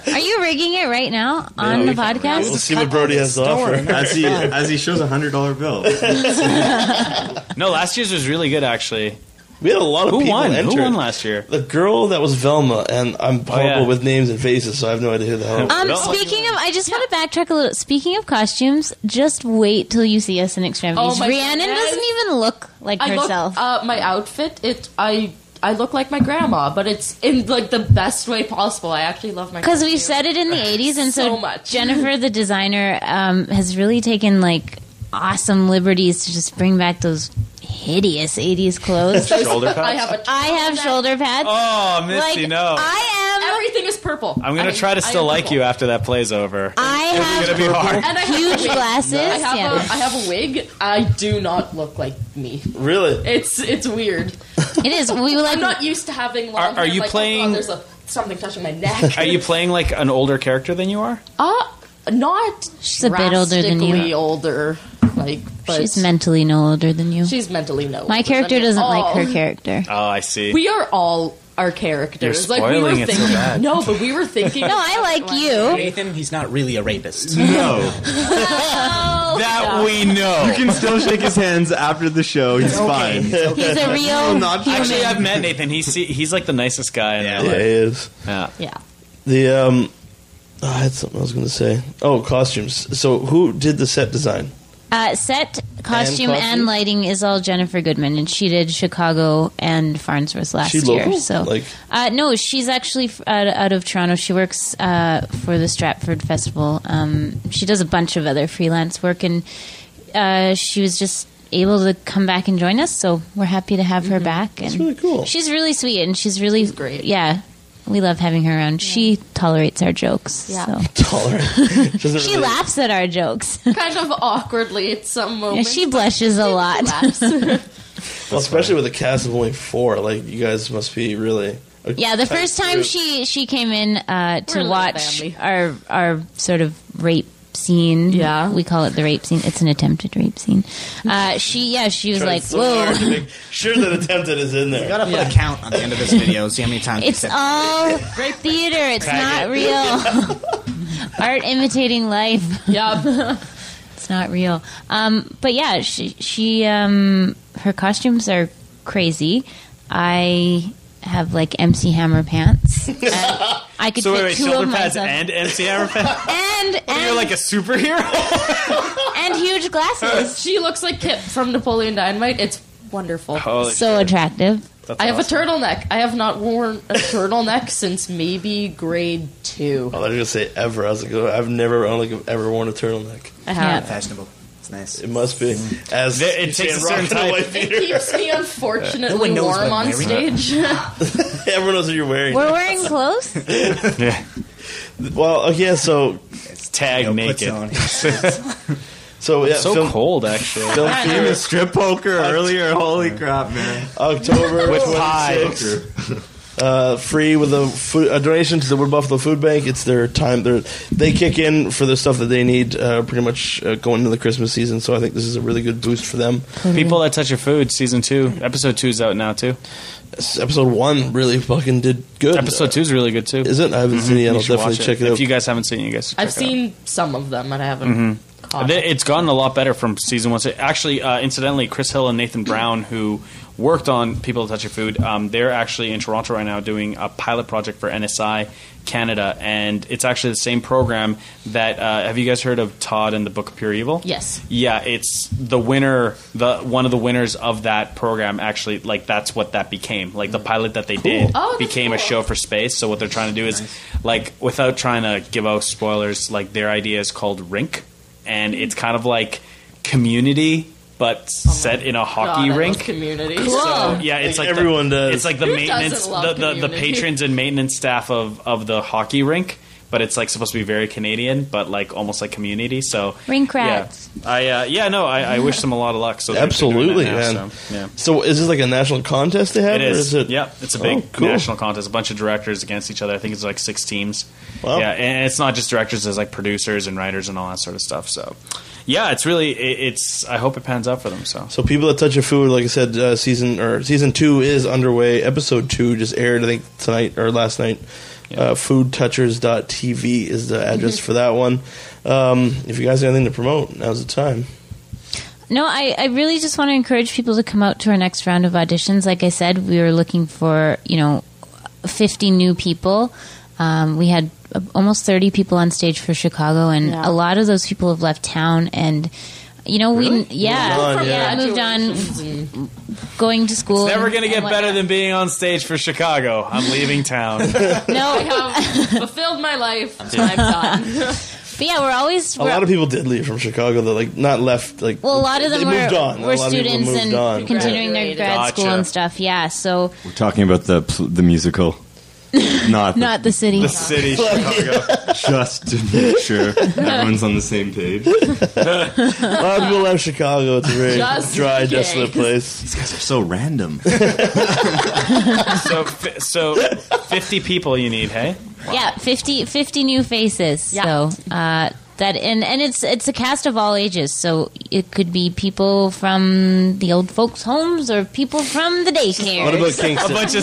Speaker 3: Are you rigging it right now on the
Speaker 2: We'll
Speaker 3: podcast?
Speaker 2: see what Brody has to offer.
Speaker 5: As he as he shows a hundred dollar bill. It
Speaker 4: no. Last year's was really good, actually.
Speaker 2: We had a lot of
Speaker 4: Who
Speaker 2: people
Speaker 4: won?
Speaker 2: enter.
Speaker 4: Who won last year?
Speaker 2: The girl that was Velma, and I'm horrible
Speaker 4: Oh, yeah.
Speaker 2: with names and faces, so I have no idea who the hell.
Speaker 3: Um,
Speaker 4: No.
Speaker 3: speaking of, I just want to backtrack a little. Speaking of costumes, just wait till you see us in extremities.
Speaker 7: Oh my
Speaker 3: Rhiannon
Speaker 7: goodness.
Speaker 3: doesn't even look like
Speaker 7: I looked
Speaker 3: herself.
Speaker 7: uh, my outfit. It I I look like my grandma, but it's in like the best way possible. I actually love my
Speaker 3: Because we've
Speaker 7: costume.
Speaker 3: said it in the 80s, and so,
Speaker 7: So much.
Speaker 3: Jennifer, the designer, um, has really taken like awesome liberties to just bring back those hideous 80s clothes.
Speaker 4: Shoulder
Speaker 7: I
Speaker 4: pads.
Speaker 7: have a
Speaker 3: I have shoulder pads.
Speaker 4: Oh, Misty,
Speaker 3: like,
Speaker 4: no.
Speaker 3: I am.
Speaker 7: everything is purple.
Speaker 4: I'm gonna
Speaker 7: I-
Speaker 4: try to
Speaker 7: I am
Speaker 4: still like
Speaker 7: purple.
Speaker 4: you after that play's over.
Speaker 3: I have
Speaker 4: It's gonna be hard.
Speaker 7: And I have
Speaker 3: huge
Speaker 7: a wig.
Speaker 3: glasses.
Speaker 7: I have,
Speaker 3: yeah.
Speaker 7: a, I have a wig. I do not look like me.
Speaker 2: Really?
Speaker 7: It's it's weird.
Speaker 3: it is. We like.
Speaker 7: I'm not used to having long.
Speaker 4: Are- are
Speaker 7: hair,
Speaker 4: you
Speaker 7: like, oh, God,
Speaker 4: playing-
Speaker 7: there's a, something touching my neck.
Speaker 4: Are you playing like an older character than you are?
Speaker 7: Uh, not
Speaker 3: She's a bit older than you.
Speaker 7: drastically older, like but
Speaker 3: she's mentally no older than you.
Speaker 7: she's mentally no.
Speaker 3: My
Speaker 7: older
Speaker 3: character
Speaker 7: than
Speaker 3: doesn't
Speaker 7: all.
Speaker 3: like her character.
Speaker 4: Oh, I see.
Speaker 7: We are all our characters.
Speaker 4: You're
Speaker 7: like we were
Speaker 4: spoiling it so
Speaker 7: thinking.
Speaker 4: bad.
Speaker 7: No, but we were thinking.
Speaker 3: No, I like you.
Speaker 6: Nathan, he's not really a rapist.
Speaker 5: No.
Speaker 3: Uh,
Speaker 4: that we know.
Speaker 5: You can still shake his hands after the show. He's fine.
Speaker 3: He's a real
Speaker 5: not-
Speaker 4: Actually,
Speaker 3: human.
Speaker 4: I've met Nathan. He's he's like the nicest guy. In yeah,
Speaker 2: Yeah, it is.
Speaker 4: yeah.
Speaker 7: Yeah.
Speaker 2: The um, oh, I had something I was going to say. Oh, costumes. So who did the set design?
Speaker 3: Uh, set, costume, and,
Speaker 2: costume?
Speaker 3: lighting is all Jennifer Goodman, and she did Chicago and Farnsworth last
Speaker 2: She
Speaker 3: year.
Speaker 2: local?
Speaker 3: So,
Speaker 2: Like-
Speaker 3: uh, no, she's actually f- out, out of Toronto. She works uh, for the Stratford Festival. Um, she does a bunch of other freelance work, and uh, she was just able to come back and join us. So we're happy to have her back. And
Speaker 2: It's Mm-hmm. really cool.
Speaker 3: She's really sweet, and she's really
Speaker 7: great.
Speaker 3: Yeah, we love having her around. She tolerates our jokes.
Speaker 7: Yeah.
Speaker 3: so.
Speaker 2: Tolerant. Doesn't
Speaker 3: she
Speaker 2: really-
Speaker 3: laughs at our jokes.
Speaker 7: kind of awkwardly at some
Speaker 3: Yeah,
Speaker 7: moments.
Speaker 3: she blushes a lot.
Speaker 7: laughs.
Speaker 2: Well, especially with a cast of only four. Like you guys must be really. a
Speaker 3: Yeah, the
Speaker 2: tight
Speaker 3: first time
Speaker 2: group.
Speaker 3: she she came in uh,
Speaker 7: We're a
Speaker 3: to
Speaker 7: little
Speaker 3: watch
Speaker 7: family.
Speaker 3: our our sort of rape scene.
Speaker 7: Yeah.
Speaker 3: we call it the rape scene. It's an attempted rape scene. Uh, she yeah, she was
Speaker 2: Tried
Speaker 3: like,
Speaker 2: so
Speaker 3: whoa.
Speaker 2: hard to make sure that attempted is in there.
Speaker 11: Gotta put a count on the end of this video, see how many times. you
Speaker 3: It's
Speaker 11: said-
Speaker 3: all theater. It's not real. Art imitating life.
Speaker 7: yeah.
Speaker 3: It's not real. Um, but yeah, she, she um, her costumes are crazy. I have like MC Hammer pants. And I could
Speaker 4: So wait,
Speaker 3: fit
Speaker 4: wait,
Speaker 3: two of
Speaker 4: shoulder pads
Speaker 3: myself.
Speaker 4: and MC Hammer pads.
Speaker 3: and and,
Speaker 4: You're like a superhero.
Speaker 3: and huge glasses.
Speaker 7: She looks like Kip from Napoleon Dynamite. It's wonderful.
Speaker 4: Holy
Speaker 3: so attractive.
Speaker 4: That's
Speaker 7: I have
Speaker 4: awesome.
Speaker 7: a turtleneck. I have not worn a turtleneck since maybe grade two.
Speaker 2: Oh, I was gonna say ever. I was like, oh, I've never, I don't think I've ever worn a turtleneck.
Speaker 3: Yeah.
Speaker 7: I have.
Speaker 6: Fashionable. It's nice.
Speaker 2: It must be as
Speaker 4: There- Mm. it
Speaker 2: you
Speaker 4: takes
Speaker 2: say,
Speaker 4: a certain
Speaker 2: rocking
Speaker 4: type.
Speaker 2: white beater.
Speaker 7: It keeps me unfortunately
Speaker 6: one knows
Speaker 7: warm
Speaker 6: what
Speaker 7: on
Speaker 6: I'm wearing.
Speaker 7: stage.
Speaker 2: Everyone knows what you're wearing.
Speaker 3: We're wearing clothes.
Speaker 2: Well, okay, so
Speaker 4: It's tag
Speaker 6: You know, puts
Speaker 4: naked.
Speaker 6: on-
Speaker 2: so yeah,
Speaker 4: So
Speaker 2: film,
Speaker 4: cold, actually.
Speaker 2: film
Speaker 7: I
Speaker 2: theater,
Speaker 7: know.
Speaker 5: Strip poker earlier. Holy crap, man.
Speaker 2: October
Speaker 4: With
Speaker 2: with
Speaker 4: pie.
Speaker 2: uh, free with a, food, a donation to the Wood Buffalo Food Bank. It's their time. They're, they kick in for the stuff that they need, uh, pretty much uh, going into the Christmas season. So I think this is a really good boost for them.
Speaker 4: People that touch your food, season two, episode two's out now too.
Speaker 2: This episode one really fucking did good.
Speaker 4: Episode two's really good too.
Speaker 2: Uh, is it? I haven't seen it yet. I'll
Speaker 4: You should
Speaker 2: definitely
Speaker 4: watch
Speaker 2: check it
Speaker 4: if
Speaker 2: out.
Speaker 4: you guys haven't seen it, you guys. should
Speaker 7: I've
Speaker 4: check it out.
Speaker 7: seen some of them, but I haven't. Caught
Speaker 4: Th- It's gotten a lot better from season one. So actually, uh, incidentally, Chris Hill and Nathan Brown, who worked on People That Touch Your Food, um, they're actually in Toronto right now doing a pilot project for NSI Canada, and it's actually the same program that. Uh, have you guys heard of Todd and the Book of Pure Evil?
Speaker 7: Yes.
Speaker 4: Yeah, it's the winner, the one of the winners of that program. Actually, like that's what that became. Like the pilot that they did
Speaker 7: Oh, that's
Speaker 4: became a
Speaker 7: cool.
Speaker 4: show for space. So what they're trying to do is, like, without trying to give out spoilers, like their idea is called Rink, and it's kind of like Community, but set in a hockey
Speaker 7: Oh God, I love
Speaker 4: rink.
Speaker 7: community.
Speaker 4: So yeah, it's
Speaker 2: Oh, Like
Speaker 4: like,
Speaker 2: everyone
Speaker 4: the,
Speaker 2: does.
Speaker 4: It's like the
Speaker 7: Who
Speaker 4: maintenance,
Speaker 7: doesn't love
Speaker 4: the, the, the
Speaker 7: community?
Speaker 4: patrons and maintenance staff of of the hockey rink. But it's like supposed to be very Canadian, but like almost like community. So
Speaker 3: Rink
Speaker 4: yeah.
Speaker 3: rats.
Speaker 4: I uh, yeah no, I, I wish them a lot of luck. So they're- they're doing
Speaker 2: Absolutely,
Speaker 4: that now,
Speaker 2: man.
Speaker 4: so, yeah.
Speaker 2: So is this like a national contest they have?
Speaker 4: It is.
Speaker 2: Or is it?
Speaker 4: Yeah, it's a
Speaker 2: Oh,
Speaker 4: big
Speaker 2: cool.
Speaker 4: national contest. A bunch of directors against each other. I think it's like six teams.
Speaker 2: Wow.
Speaker 4: Yeah, and it's not just directors. There's like producers and writers and all that sort of stuff. So, yeah, it's really it, it's. I hope it pans out for them. So,
Speaker 2: So people that touch your food, like I said, uh, season or season two is underway. Episode two just aired, I think tonight or last night. Uh, foodtouchers.tv is the
Speaker 3: Mm-hmm.
Speaker 2: address for that one. Um, if you guys have anything to promote, now's the time.
Speaker 3: No, I, I really just want to encourage people to come out to our next round of auditions. Like I said, we were looking for, you know, 50 new people. Um, we had uh, almost 30 people on stage for Chicago, and
Speaker 7: Yeah.
Speaker 3: a lot of those people have left town. And, you know, we, yeah,
Speaker 2: Moved on,
Speaker 3: yeah,
Speaker 2: yeah.
Speaker 3: moved on.
Speaker 7: Congratulations and
Speaker 3: going to school.
Speaker 4: It's never
Speaker 3: and-
Speaker 4: going to
Speaker 3: and
Speaker 4: get better
Speaker 3: whatnot.
Speaker 4: than being on stage for Chicago. I'm leaving town.
Speaker 7: I have fulfilled my life. I'm done.
Speaker 3: But yeah, we're always
Speaker 2: A
Speaker 3: we're-
Speaker 2: lot of people did leave from Chicago. They like not left. Like
Speaker 3: Well, a lot of them
Speaker 2: they
Speaker 3: were,
Speaker 2: moved on.
Speaker 3: were
Speaker 2: a lot of
Speaker 3: students
Speaker 2: people
Speaker 3: and
Speaker 2: moved on.
Speaker 3: continuing their
Speaker 7: Graduated.
Speaker 3: grad school
Speaker 4: Gotcha.
Speaker 3: and stuff. Yeah, so
Speaker 9: We're talking about the pl- the musical, not the,
Speaker 3: not the city.
Speaker 4: the city. Chicago.
Speaker 9: just to make sure everyone's on the same page. These
Speaker 2: A lot of people left Chicago. It's a very
Speaker 7: Just
Speaker 2: dry,
Speaker 7: in case.
Speaker 2: desolate place.
Speaker 9: guys are so random.
Speaker 4: So, fi- so 50 people you need, hey?
Speaker 3: Yeah, 50, 50 new faces.
Speaker 7: Yeah.
Speaker 3: So uh, that and and it's it's a cast of all ages. So it could be people from the old folks' homes or people from the daycare.
Speaker 2: What about
Speaker 4: A
Speaker 2: Kingston?
Speaker 4: bunch of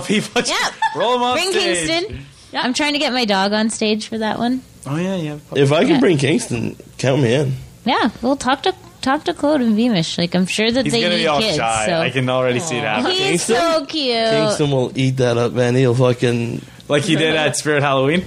Speaker 4: people. Just
Speaker 3: Yep.
Speaker 4: Roll them on
Speaker 3: Bring
Speaker 4: stage.
Speaker 3: Kingston. I'm trying to get my dog on stage for that one.
Speaker 4: Oh, yeah, yeah.
Speaker 2: If I
Speaker 3: Yeah.
Speaker 2: could bring Kingston, count me in.
Speaker 3: Yeah, we'll talk to talk to Claude and Beamish. Like I'm sure that
Speaker 4: He's
Speaker 3: they
Speaker 4: going to
Speaker 3: need
Speaker 4: be all
Speaker 3: kids.
Speaker 4: shy.
Speaker 3: So
Speaker 4: I can already see it happening.
Speaker 3: he's
Speaker 2: Kingston?
Speaker 3: so cute.
Speaker 2: Kingston will eat that up, man. He'll fucking.
Speaker 4: Like he did at Spirit Halloween.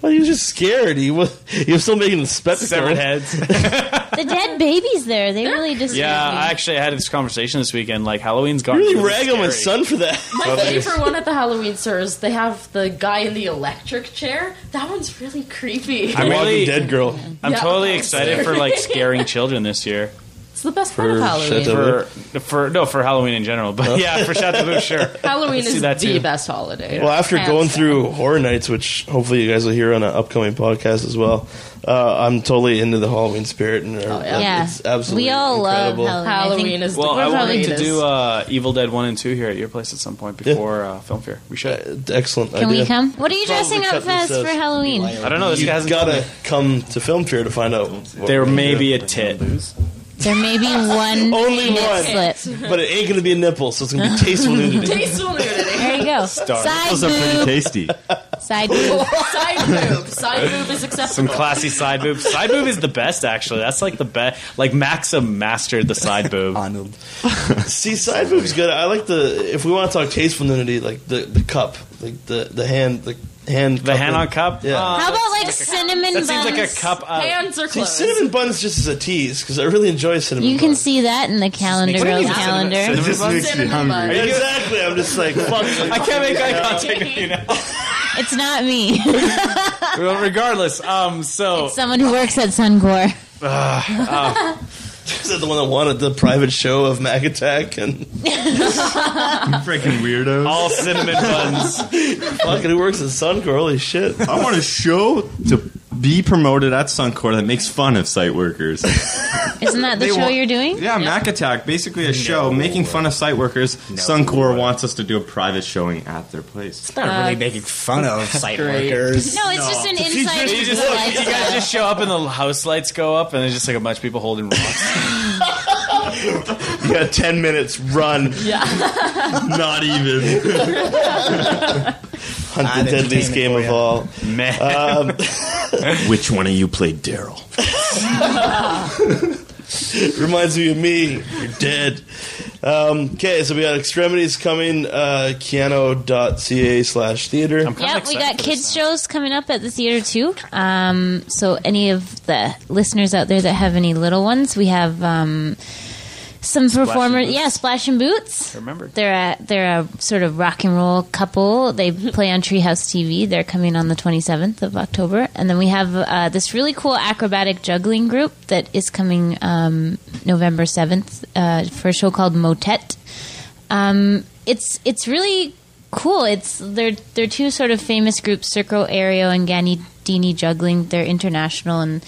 Speaker 2: Well, he was just scared. He was. He was still making the spectacle.
Speaker 4: Severed heads.
Speaker 3: The dead babies there. They really just
Speaker 4: Yeah, I actually had this conversation this weekend. Like, Halloween's gotten
Speaker 2: Really
Speaker 4: really
Speaker 2: rag on my son
Speaker 4: scary.
Speaker 2: for that.
Speaker 7: My favorite one at the Halloween store is they have the guy in the electric chair. That one's really creepy.
Speaker 4: I'm really,
Speaker 2: Walking Dead girl.
Speaker 4: I'm
Speaker 7: Yeah.
Speaker 4: totally excited for like scaring children this year.
Speaker 7: It's the best part of
Speaker 2: For
Speaker 7: Halloween.
Speaker 2: shut up.
Speaker 4: For for no for Halloween in general,
Speaker 3: Oh.
Speaker 4: but yeah, for Shot the Booth, sure.
Speaker 7: Halloween
Speaker 4: see
Speaker 7: is
Speaker 4: that
Speaker 7: the
Speaker 4: too.
Speaker 7: best holiday.
Speaker 2: Well, after
Speaker 7: Hands
Speaker 2: going
Speaker 7: down.
Speaker 2: through Horror Nights, which hopefully you guys will hear on an upcoming podcast as well, uh, I'm totally into the Halloween spirit, and uh,
Speaker 7: yeah.
Speaker 3: Oh, Yeah.
Speaker 2: it's absolutely
Speaker 3: we all
Speaker 2: incredible.
Speaker 3: love Halloween.
Speaker 7: Halloween is
Speaker 4: Well,
Speaker 7: the
Speaker 4: I wanted
Speaker 7: greatest.
Speaker 4: to do uh, Evil Dead One and Two here at your place at some point before uh, Film Fear. We should.
Speaker 2: Uh, Excellent
Speaker 3: Can
Speaker 2: idea.
Speaker 3: we come? What are you
Speaker 2: Probably
Speaker 3: dressing
Speaker 2: cut
Speaker 3: up
Speaker 2: this
Speaker 3: as for
Speaker 2: as-
Speaker 3: Halloween?
Speaker 4: I don't know. This
Speaker 2: You
Speaker 4: guy hasn't told
Speaker 2: gotta
Speaker 4: me.
Speaker 2: come to Film Fear to find out. what
Speaker 4: There
Speaker 2: we're gonna
Speaker 4: may
Speaker 2: do.
Speaker 4: be a tit.
Speaker 3: There may be one
Speaker 2: Only
Speaker 3: nip
Speaker 2: one.
Speaker 3: slip.
Speaker 2: but it ain't gonna be a nipple, so it's gonna be tasteful nudity.
Speaker 7: Tasteful nudity.
Speaker 3: There you go. Side
Speaker 9: Those are pretty
Speaker 3: boob.
Speaker 9: tasty.
Speaker 3: Side boob.
Speaker 7: Side boob. Side boob is
Speaker 4: Some
Speaker 7: acceptable.
Speaker 4: classy side boob. Side boob is the best, actually. That's like the best. Like Maxim mastered the side boob.
Speaker 6: Arnold.
Speaker 2: See, side boob's good. I like the if we want to talk tasteful nudity, like the the cup, like the the hand, the hand,
Speaker 4: The hand on
Speaker 2: cupping.
Speaker 4: cup.
Speaker 2: Yeah.
Speaker 4: Uh,
Speaker 3: How about like cinnamon
Speaker 4: that
Speaker 3: buns?
Speaker 4: seems like a cup. Of,
Speaker 7: Hands are
Speaker 2: See,
Speaker 7: closed.
Speaker 2: cinnamon buns just as a tease because I really enjoy cinnamon.
Speaker 3: You can
Speaker 2: buns.
Speaker 3: see that in the calendar girls
Speaker 4: mean
Speaker 3: calendar.
Speaker 4: cinnamon-
Speaker 9: This makes me
Speaker 7: Cinnamon
Speaker 9: hungry.
Speaker 7: bun.
Speaker 2: exactly. I'm just like fuck.
Speaker 4: I can't make eye contact with you now.
Speaker 3: It's not me.
Speaker 4: Well, regardless, um, so
Speaker 3: Someone who works at Suncor.
Speaker 2: Is that the one that wanted the private show of Mac Attack and
Speaker 9: Freaking weirdos.
Speaker 4: all cinnamon buns.
Speaker 2: fucking who works at Suncor? Holy shit!
Speaker 9: I want a show to be promoted at Suncor that makes fun of site workers.
Speaker 3: Isn't that the
Speaker 9: They
Speaker 3: show
Speaker 9: want-
Speaker 3: you're doing?
Speaker 9: Yeah, Mac Attack, basically a show making fun of site workers. Suncor wants us to do a private showing at their place.
Speaker 6: Not really making fun of site workers.
Speaker 3: No, it's just an insight
Speaker 4: You,
Speaker 3: into
Speaker 4: just,
Speaker 3: the
Speaker 4: you guys
Speaker 3: lifestyle.
Speaker 4: just show up and the house lights go up and there's just like a bunch of people holding rocks.
Speaker 2: You got ten minutes. Run,
Speaker 9: Not even.
Speaker 2: hunt the deadliest game of all.
Speaker 4: Man,
Speaker 9: Which one of you played Daryl?
Speaker 2: Reminds me of me. You're dead. Um, okay, so we got extremities coming. Uh, Keanu.ca slash theater.
Speaker 3: Yep, we got kids shows coming up at the theater too. Um, so any of the listeners out there that have any little ones, we have um, some performers.
Speaker 4: Boots.
Speaker 3: Yeah, Splash and Boots.
Speaker 4: remember.
Speaker 3: They're a they're a sort of rock and roll couple. They play on Treehouse TV. They're coming on the 27th of October, and then we have uh, this really cool acrobatic juggling group that is coming um, November 7th uh, for a show called Motet. Um, it's it's really cool. It's they're they're two sort of famous groups, Circo Aereo and Ganidini Juggling. They're international and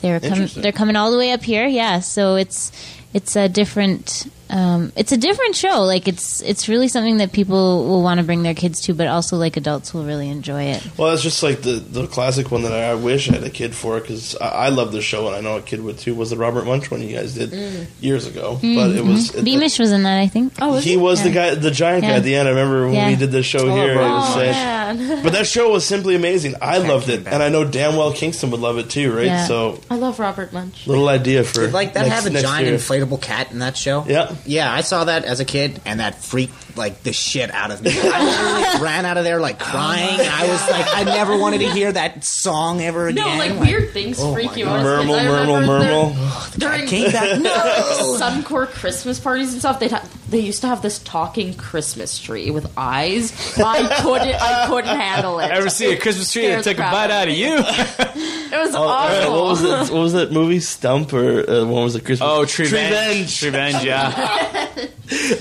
Speaker 3: they're com-
Speaker 2: Interesting.
Speaker 3: they're coming all the way up here. Yeah, so it's it's a different um, it's a different show. Like it's it's really something that people will want to bring their kids to, but also like adults will really enjoy it.
Speaker 2: Well, that's just like the, the classic one that I, I wish I had a kid for because I, I love the show and I know a kid would too. Was the Robert Munch one you guys did years ago? But it was it-
Speaker 3: Beamish Mm. Mm-hmm. was in that, I think. Oh,
Speaker 2: he was the guy, the giant guy
Speaker 3: Yeah.
Speaker 2: at the end. I remember when
Speaker 3: Yeah.
Speaker 2: we did this show here. it was
Speaker 7: Oh,
Speaker 2: like-
Speaker 7: man.
Speaker 2: But that show was simply amazing. I loved it,
Speaker 6: back.
Speaker 2: and I know damn well Kingston would love it too, right?
Speaker 3: Yeah.
Speaker 2: So,
Speaker 7: I love Robert Munch.
Speaker 2: little idea for
Speaker 6: Did like that
Speaker 2: next,
Speaker 6: have a
Speaker 2: next
Speaker 6: giant
Speaker 2: year.
Speaker 6: inflatable cat in that show?
Speaker 2: Yeah.
Speaker 6: Yeah, I saw that as a kid, and that freaked like the shit out of me. I literally ran out of there like crying. I was like, I never wanted to hear that song ever again.
Speaker 7: No, like weird things freak you out. as kids.
Speaker 9: Mermal,
Speaker 7: I remember
Speaker 9: mermal,
Speaker 7: there-
Speaker 9: mermal.
Speaker 7: During
Speaker 6: Came back.
Speaker 7: no, like Suncore Christmas parties and stuff, they ta- they used to have this talking Christmas tree with eyes. I couldn't, I couldn't handle it.
Speaker 4: Ever see a Christmas tree that
Speaker 7: Scared
Speaker 4: took a
Speaker 7: the crap
Speaker 4: bite out of you?
Speaker 7: It
Speaker 4: Oh,
Speaker 7: was
Speaker 2: Alright,
Speaker 7: awful.
Speaker 2: what was that? What was that movie? Stump or uh, when was it? Christmas?
Speaker 4: Oh, Trevenge.
Speaker 2: Trevenge.
Speaker 4: Trevenge, yeah.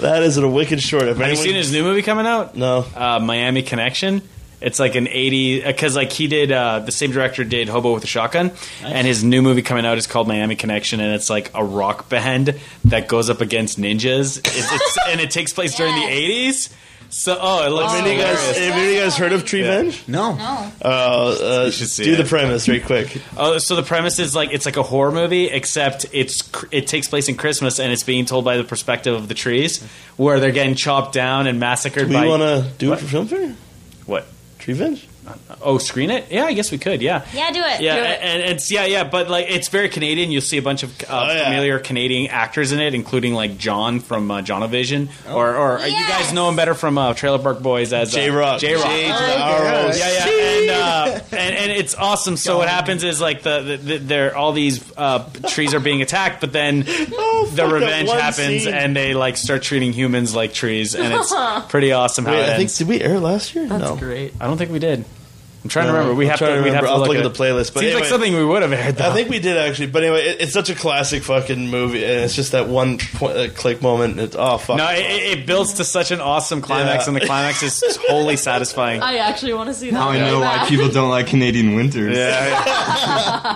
Speaker 2: That is a wicked short. If
Speaker 4: Have you
Speaker 2: anyone-
Speaker 4: seen his new movie coming out?
Speaker 2: No.
Speaker 4: Uh, Miami Connection. It's like an 80 because like he did uh, the same director did Hobo with a Shotgun and his new movie coming out is called Miami Connection and it's like a rock band that goes up against ninjas it's, it's, and it takes place during the
Speaker 3: Yes.
Speaker 4: 80s. So oh, it looks
Speaker 2: Have any of you guys,
Speaker 4: hilarious.
Speaker 2: have any of you guys heard of Trevenge?
Speaker 6: no.
Speaker 3: No.
Speaker 2: Uh, uh,
Speaker 4: should see
Speaker 2: do
Speaker 4: it.
Speaker 2: the premise right quick.
Speaker 4: Oh, so the premise is like it's like a horror movie, except it's cr- it takes place in Christmas and it's being told by the perspective of the trees, where they're getting chopped down and massacred.
Speaker 2: We
Speaker 4: by
Speaker 2: want to do
Speaker 4: What?
Speaker 2: it for film fair.
Speaker 4: what?
Speaker 2: Trevenge.
Speaker 4: Oh, screen it? Yeah, I guess we could. Yeah,
Speaker 3: Yeah, do it.
Speaker 4: yeah,
Speaker 3: Do it.
Speaker 4: and it's yeah, yeah, but like it's very Canadian. You'll see a bunch of uh,
Speaker 2: Oh, yeah.
Speaker 4: familiar Canadian actors in it, including like John from uh, Johnovision, or or uh, you guys
Speaker 3: Yes.
Speaker 4: know him better from uh, Trailer Park Boys as uh,
Speaker 2: J Rock.
Speaker 4: J Rock.
Speaker 2: Rock.
Speaker 4: Yeah, yeah, and, uh, and and it's awesome. So what happens is like the, the, the there all these uh, trees are being attacked, but then the
Speaker 2: fuck, that
Speaker 4: revenge
Speaker 2: one
Speaker 4: happens,
Speaker 2: scene.
Speaker 4: and they like start treating humans like trees, and it's pretty awesome how
Speaker 2: Wait,
Speaker 4: it
Speaker 2: I think
Speaker 4: ends.
Speaker 2: did we air last year? no.
Speaker 4: Great. I don't think we did. I'm trying
Speaker 2: No,
Speaker 4: to remember. We
Speaker 2: I'm
Speaker 4: have to,
Speaker 2: trying to
Speaker 4: we have
Speaker 2: remember.
Speaker 4: to
Speaker 2: I'll
Speaker 4: look
Speaker 2: look at
Speaker 4: at
Speaker 2: the
Speaker 4: it.
Speaker 2: playlist, but
Speaker 4: Seems
Speaker 2: anyway.
Speaker 4: like something we would have aired. Though.
Speaker 2: I think we did actually, but anyway, it, it's such a classic fucking movie, and it's just that one point, uh, click moment. And it's oh fuck.
Speaker 4: No, it, it it builds to such an awesome climax,
Speaker 2: Yeah.
Speaker 4: and the climax is wholly satisfying.
Speaker 7: I actually want to see that.
Speaker 9: Now I know why people don't like Canadian winters.
Speaker 4: yeah,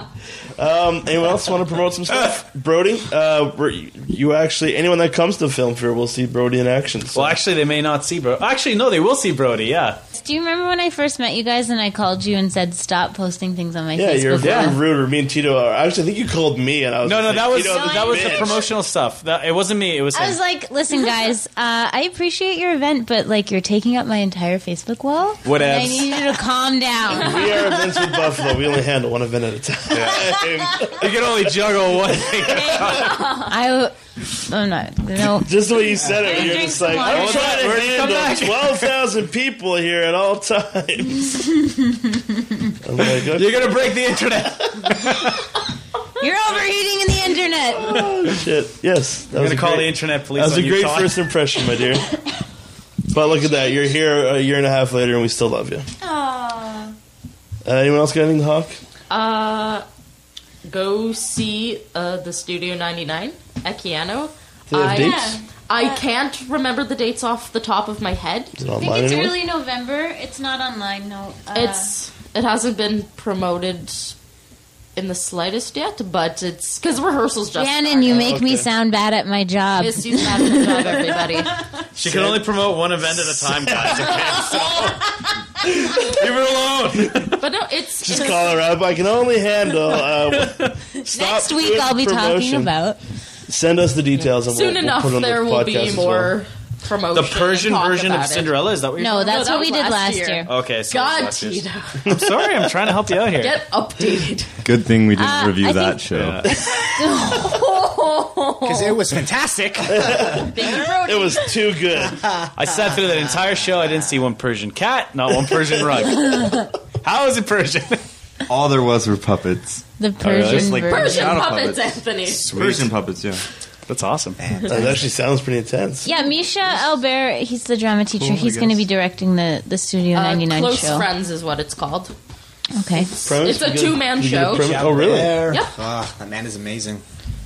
Speaker 2: Um, anyone else want to promote some stuff? Brody, uh, we're- you actually anyone that comes to Film Fair will see Brody in action. So.
Speaker 4: well, actually, they may not see Brody. Actually, no, they will see Brody. Yeah,
Speaker 3: Do you remember when I first met you guys and I called you and said stop posting things on my
Speaker 2: yeah,
Speaker 3: Facebook?
Speaker 2: you're very
Speaker 3: wall?"
Speaker 2: rude. Or me and Tito are. Actually, I think you called me, and I was
Speaker 4: no, no,
Speaker 2: just
Speaker 4: that
Speaker 2: like,
Speaker 4: was
Speaker 2: "Tito, this
Speaker 4: that was the
Speaker 2: bitch."
Speaker 4: promotional stuff. That, it wasn't me. It was.
Speaker 3: I
Speaker 4: him.
Speaker 3: was like, listen, guys, uh, I appreciate your event, but like you're taking up my entire Facebook wall.
Speaker 4: Whatevs.
Speaker 3: And I need you to calm down.
Speaker 2: We are events with Buffalo. We only handle one event at a time.
Speaker 4: you can only juggle one thing.
Speaker 3: I, I'm not. No.
Speaker 2: just the way you said it,
Speaker 3: I
Speaker 2: you're
Speaker 3: drink
Speaker 2: just like,
Speaker 3: some
Speaker 2: I'm
Speaker 3: water.
Speaker 2: trying
Speaker 4: We're
Speaker 2: to
Speaker 4: gonna come back.
Speaker 2: handle twelve thousand people here at all times. I'm like, "Oh, okay.
Speaker 4: You're gonna break the internet.
Speaker 3: You're overheating in the internet.
Speaker 2: Shit. Yes. That
Speaker 4: I'm
Speaker 2: was
Speaker 4: gonna
Speaker 2: a
Speaker 4: call
Speaker 2: great-
Speaker 4: the internet police.
Speaker 2: That was a
Speaker 4: on you,
Speaker 2: great
Speaker 4: Todd.
Speaker 2: first impression, my dear. But look at that. You're here a year and a half later, and we still love you. Uh, anyone else got anything to hawk?
Speaker 7: Uh, go see uh, the Studio 99 at Keanu.
Speaker 2: Do they have
Speaker 7: I-
Speaker 2: dates?
Speaker 7: I can't remember the dates off the top of my head.
Speaker 2: Is it
Speaker 3: I think
Speaker 2: online
Speaker 3: it's
Speaker 2: anywhere?
Speaker 3: early November. It's not online. No. Uh,
Speaker 7: It's it hasn't been promoted in the slightest yet, but it's because rehearsals just.
Speaker 3: Shannon, you make me
Speaker 2: okay.
Speaker 3: sound bad at my job.
Speaker 7: It's you not a job, everybody.
Speaker 4: She can only promote one event at a time, guys. Okay, so. Leave her alone.
Speaker 7: But no, it's
Speaker 2: Just
Speaker 7: it's-
Speaker 2: call her up. I can only handle. Uh, stop
Speaker 3: Next week,
Speaker 2: doing
Speaker 3: I'll be talking
Speaker 2: promotion.
Speaker 3: about.
Speaker 2: Send us the details, and
Speaker 7: soon
Speaker 2: we'll,
Speaker 7: enough.
Speaker 2: we'll put it on
Speaker 7: there
Speaker 2: the
Speaker 7: will
Speaker 2: podcast
Speaker 7: be
Speaker 2: as
Speaker 7: more promotion.
Speaker 4: The
Speaker 7: and
Speaker 4: Persian
Speaker 7: talk
Speaker 4: version of
Speaker 7: about it.
Speaker 4: Cinderella is that what you're?
Speaker 3: No, that's
Speaker 7: that
Speaker 3: what we
Speaker 7: was
Speaker 3: did
Speaker 7: last
Speaker 3: last
Speaker 7: year.
Speaker 3: year.
Speaker 4: Okay, so
Speaker 7: God,
Speaker 4: that's yours.
Speaker 7: Tito,
Speaker 4: I'm sorry. I'm trying to help you out here.
Speaker 7: get updated.
Speaker 9: Good thing we didn't
Speaker 3: Uh,
Speaker 9: review
Speaker 3: I think-
Speaker 9: that show.
Speaker 6: Because it was fantastic.
Speaker 2: well. It was too good.
Speaker 4: I sat through that entire show. I didn't see one Persian cat, not one Persian rug. How is it Persian?
Speaker 9: All there was were puppets.
Speaker 2: Oh,
Speaker 3: The Persian
Speaker 9: Just like
Speaker 3: version.
Speaker 7: Persian
Speaker 9: Shadow
Speaker 7: puppets,
Speaker 9: puppets.
Speaker 7: Anthony.
Speaker 9: Persian puppets, yeah.
Speaker 4: That's awesome.
Speaker 2: That actually sounds pretty intense.
Speaker 3: Yeah, Misha Albert, he's the drama
Speaker 2: Oh
Speaker 3: teacher. he's going to be directing the, the Studio
Speaker 7: Uh,
Speaker 3: 99
Speaker 7: Close
Speaker 3: show.
Speaker 7: Friends is what it's called.
Speaker 3: Okay.
Speaker 2: Premise?
Speaker 7: It's a
Speaker 2: You get
Speaker 7: two-man
Speaker 2: you get a
Speaker 7: show.
Speaker 2: premise? Oh, really?
Speaker 6: There.
Speaker 7: Yep.
Speaker 6: Ah, that man is amazing.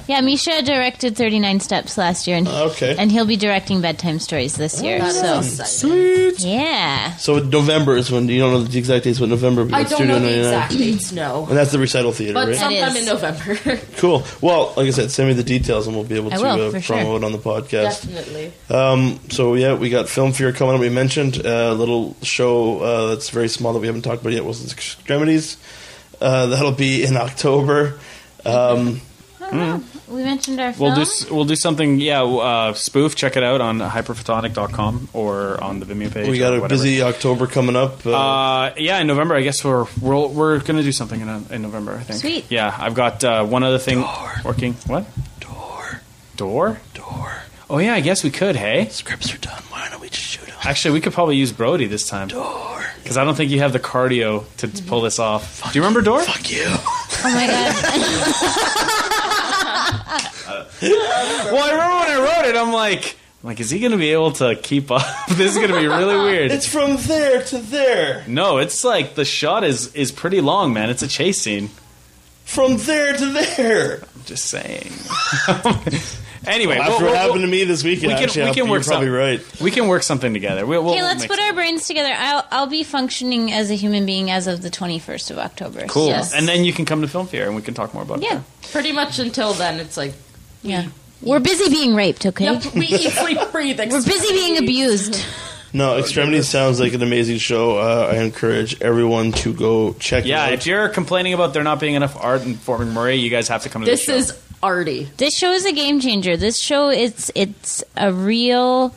Speaker 3: Yeah, Misha directed 39 Steps last year, and,
Speaker 2: Ah, Okay.
Speaker 3: and he'll be directing Bedtime Stories this year.
Speaker 7: Oh, That is
Speaker 3: So,
Speaker 7: exciting.
Speaker 3: yeah.
Speaker 2: So November is when you don't know the exact dates, but November.
Speaker 7: I
Speaker 2: but
Speaker 7: don't
Speaker 2: Studio
Speaker 7: know the
Speaker 2: 99.
Speaker 7: exact dates, no.
Speaker 2: And that's the recital theater,
Speaker 7: But
Speaker 2: right?
Speaker 7: sometime
Speaker 3: That is.
Speaker 7: in November.
Speaker 2: Cool. Well, like I said, send me the details and we'll be able
Speaker 3: I
Speaker 2: to
Speaker 3: will,
Speaker 2: uh,
Speaker 3: for
Speaker 2: promote
Speaker 3: sure.
Speaker 2: it on the podcast.
Speaker 7: Definitely.
Speaker 2: Um, so yeah, we got Film Fear coming up. We mentioned uh, a little show uh, that's very small that we haven't talked about yet. Wilson's Extremities. Uh, that'll be in October. Um,
Speaker 3: We mentioned our film.
Speaker 4: We'll do s- we'll do something. Yeah, uh, spoof. Check it out on hyperphotonic.com or on the Vimeo page.
Speaker 2: we
Speaker 4: or
Speaker 2: got a
Speaker 4: whatever.
Speaker 2: busy October coming up. Uh,
Speaker 4: Uh, yeah, in November, I guess we're we're, we're going to do something in, in November. I think.
Speaker 3: Sweet.
Speaker 4: Yeah, I've got uh, one other thing working. What? Door. Door. Door. Oh yeah, I guess we could. Hey.
Speaker 2: scripts are done. Why don't we just
Speaker 4: Actually, we could probably use Brody this time. Door. Because I don't think you have the cardio to t- pull this off. Do you remember Door?
Speaker 2: Mm-hmm. Fuck you.
Speaker 3: Oh my god.
Speaker 4: Well, I remember when I wrote it, I'm like, I'm like, is he going to be able to keep up? this is going to be really weird.
Speaker 2: It's from there to there.
Speaker 4: no, it's like the shot is is pretty long, man. It's a chase scene.
Speaker 2: From there to there.
Speaker 4: Just saying. anyway, we'll-
Speaker 2: After
Speaker 4: we'll-
Speaker 2: what happened to me this weekend,
Speaker 4: we can-
Speaker 2: actually,
Speaker 4: we
Speaker 2: I-
Speaker 4: can
Speaker 2: you're
Speaker 4: work
Speaker 2: probably
Speaker 4: some-
Speaker 2: right.
Speaker 4: we'll- we can work something together. We'll, we'll
Speaker 3: Okay, let's
Speaker 4: make
Speaker 3: put our brains together. I'll, I'll be functioning as a human being as of the 21st of October.
Speaker 4: Cool.
Speaker 7: Yes.
Speaker 4: And then you can come to Film Fear and we can talk more about
Speaker 3: Yeah.
Speaker 4: it.
Speaker 7: Pretty much until then, it's like
Speaker 3: Yeah. We're busy being raped, okay?
Speaker 7: yep, we eat, sleep, breathe.
Speaker 3: We're busy being abused.
Speaker 4: Oh,
Speaker 2: No, Extremities sounds like an amazing show. Uh, I encourage everyone to go check
Speaker 4: Yeah,
Speaker 2: it
Speaker 4: if
Speaker 2: out.
Speaker 4: you're complaining about there not being enough art in Fort McMurray, you guys have to come to
Speaker 7: This
Speaker 4: the show.
Speaker 7: is arty.
Speaker 3: This show is a game changer. This show it's it's a real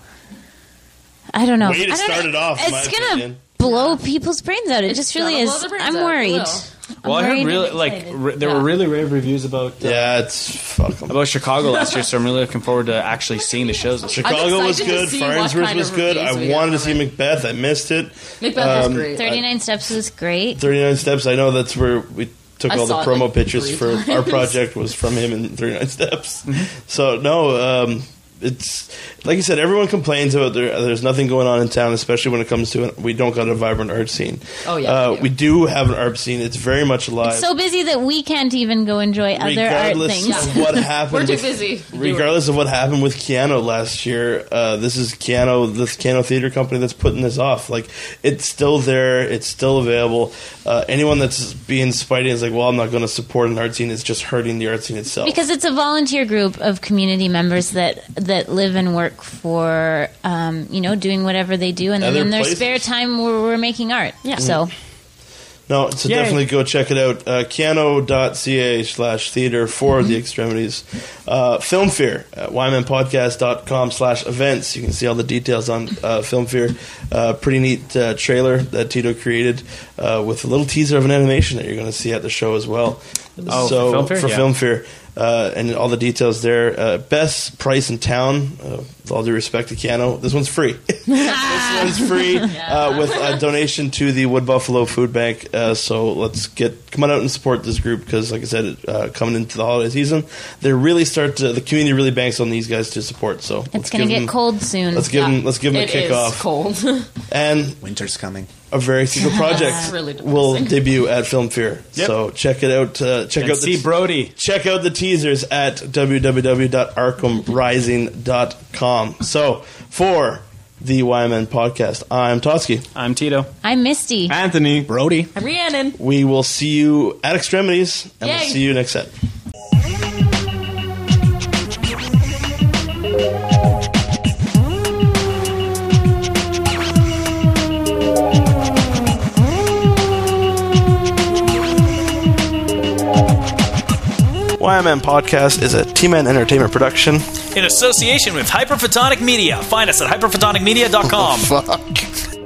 Speaker 3: I don't know.
Speaker 2: Way to
Speaker 3: I don't
Speaker 2: start
Speaker 3: know.
Speaker 2: it off, in my
Speaker 3: It's gonna
Speaker 2: opinion.
Speaker 3: blow people's brains out. It just
Speaker 7: gonna
Speaker 3: really
Speaker 7: blow
Speaker 3: is.
Speaker 7: their brains
Speaker 3: I'm
Speaker 7: out. It
Speaker 3: worried.
Speaker 7: will.
Speaker 3: I'm
Speaker 4: well, I heard
Speaker 3: worried
Speaker 4: really
Speaker 3: and
Speaker 4: like
Speaker 3: excited.
Speaker 4: re- there were really rave reviews about uh,
Speaker 2: yeah, it's fuck 'em.
Speaker 4: about Chicago last year, so I'm really looking forward to actually seeing the shows. This year.
Speaker 2: Chicago
Speaker 7: I'm excited
Speaker 2: was
Speaker 7: to
Speaker 2: good.
Speaker 7: see what
Speaker 2: Farnsworth
Speaker 7: kind
Speaker 2: was
Speaker 7: of
Speaker 2: good.
Speaker 7: reviews we
Speaker 2: I
Speaker 7: get
Speaker 2: wanted to
Speaker 7: from
Speaker 2: see
Speaker 7: it.
Speaker 2: Macbeth. I missed it.
Speaker 7: Macbeth
Speaker 2: Um,
Speaker 7: was great.
Speaker 3: 39 steps was great.
Speaker 2: 39 Steps. I know that's where we took
Speaker 7: I
Speaker 2: all the
Speaker 7: saw it,
Speaker 2: promo
Speaker 7: like,
Speaker 2: pictures
Speaker 7: three
Speaker 2: for
Speaker 7: times.
Speaker 2: our project was from him in 39 Steps. so no, um, it's like I said, everyone complains about there, there's nothing going on in town, especially when it comes to we don't got a vibrant art scene.
Speaker 7: Oh, yeah,
Speaker 2: uh,
Speaker 7: we do.
Speaker 2: we do have an art scene. It's very much alive.
Speaker 3: It's so busy that we can't even go enjoy other art
Speaker 2: regardless
Speaker 3: things.
Speaker 2: of what happened,
Speaker 7: We're too
Speaker 2: with-
Speaker 7: busy.
Speaker 2: Regardless of what happened with Keanu last year, uh, this is Keanu, this Keanu Theater Company that's putting this off. Like, it's still there, it's still available. Uh, anyone that's being spitey is like, well, I'm not going to support an art scene. It's just hurting the art scene itself.
Speaker 3: Because it's a volunteer group of community members that that live and work for, um, you know, doing whatever they do, and then
Speaker 2: Other
Speaker 3: in their
Speaker 2: places.
Speaker 3: spare time we're, we're making art. Yeah. So
Speaker 2: no, so
Speaker 4: Yay.
Speaker 2: definitely go check it out. Uh, Keanu.ca slash theater for
Speaker 4: Mm-hmm.
Speaker 2: the extremities. Uh, Film Fear at YMNpodcast.com slash events. You can see all the details on uh, Film Fear. Uh, pretty neat uh, trailer that Tito created uh, with a little teaser of an animation that you're going to see at the show as well.
Speaker 4: Oh,
Speaker 2: so,
Speaker 4: for Film Fear?
Speaker 2: For
Speaker 4: Yeah.
Speaker 2: Film Fear. Uh, and all the details there. Uh, best price in town. Uh, with all due respect to Keanu, this one's free. It's free uh, with a donation to the Wood Buffalo Food Bank. Uh, so let's get come on out and support this group because, like I said, uh, coming into the holiday season, they really start to the community really banks on these guys to support. So
Speaker 3: it's going to get cold soon.
Speaker 2: Let's give them let's give them a
Speaker 7: It is
Speaker 2: kickoff
Speaker 7: cold.
Speaker 2: and
Speaker 12: Winter's coming.
Speaker 2: a very secret project
Speaker 7: really depressing.
Speaker 2: will debut at Film Fear. So check it out. Uh, check
Speaker 4: And
Speaker 2: out
Speaker 4: see
Speaker 2: the
Speaker 4: Brody.
Speaker 2: check out the teasers at www.arkhamrising.com. So for the YMN podcast, I'm Toski.
Speaker 4: I'm Tito.
Speaker 3: I'm Misty.
Speaker 13: Anthony.
Speaker 12: Brody.
Speaker 7: I'm Rhiannon.
Speaker 2: We will see you at Extremities, and
Speaker 7: Yay.
Speaker 2: we'll see you next set. YMN Podcast is a T-Man Entertainment production.
Speaker 4: In association with Hyperphotonic Media. Find us at hyperphotonicmedia.com.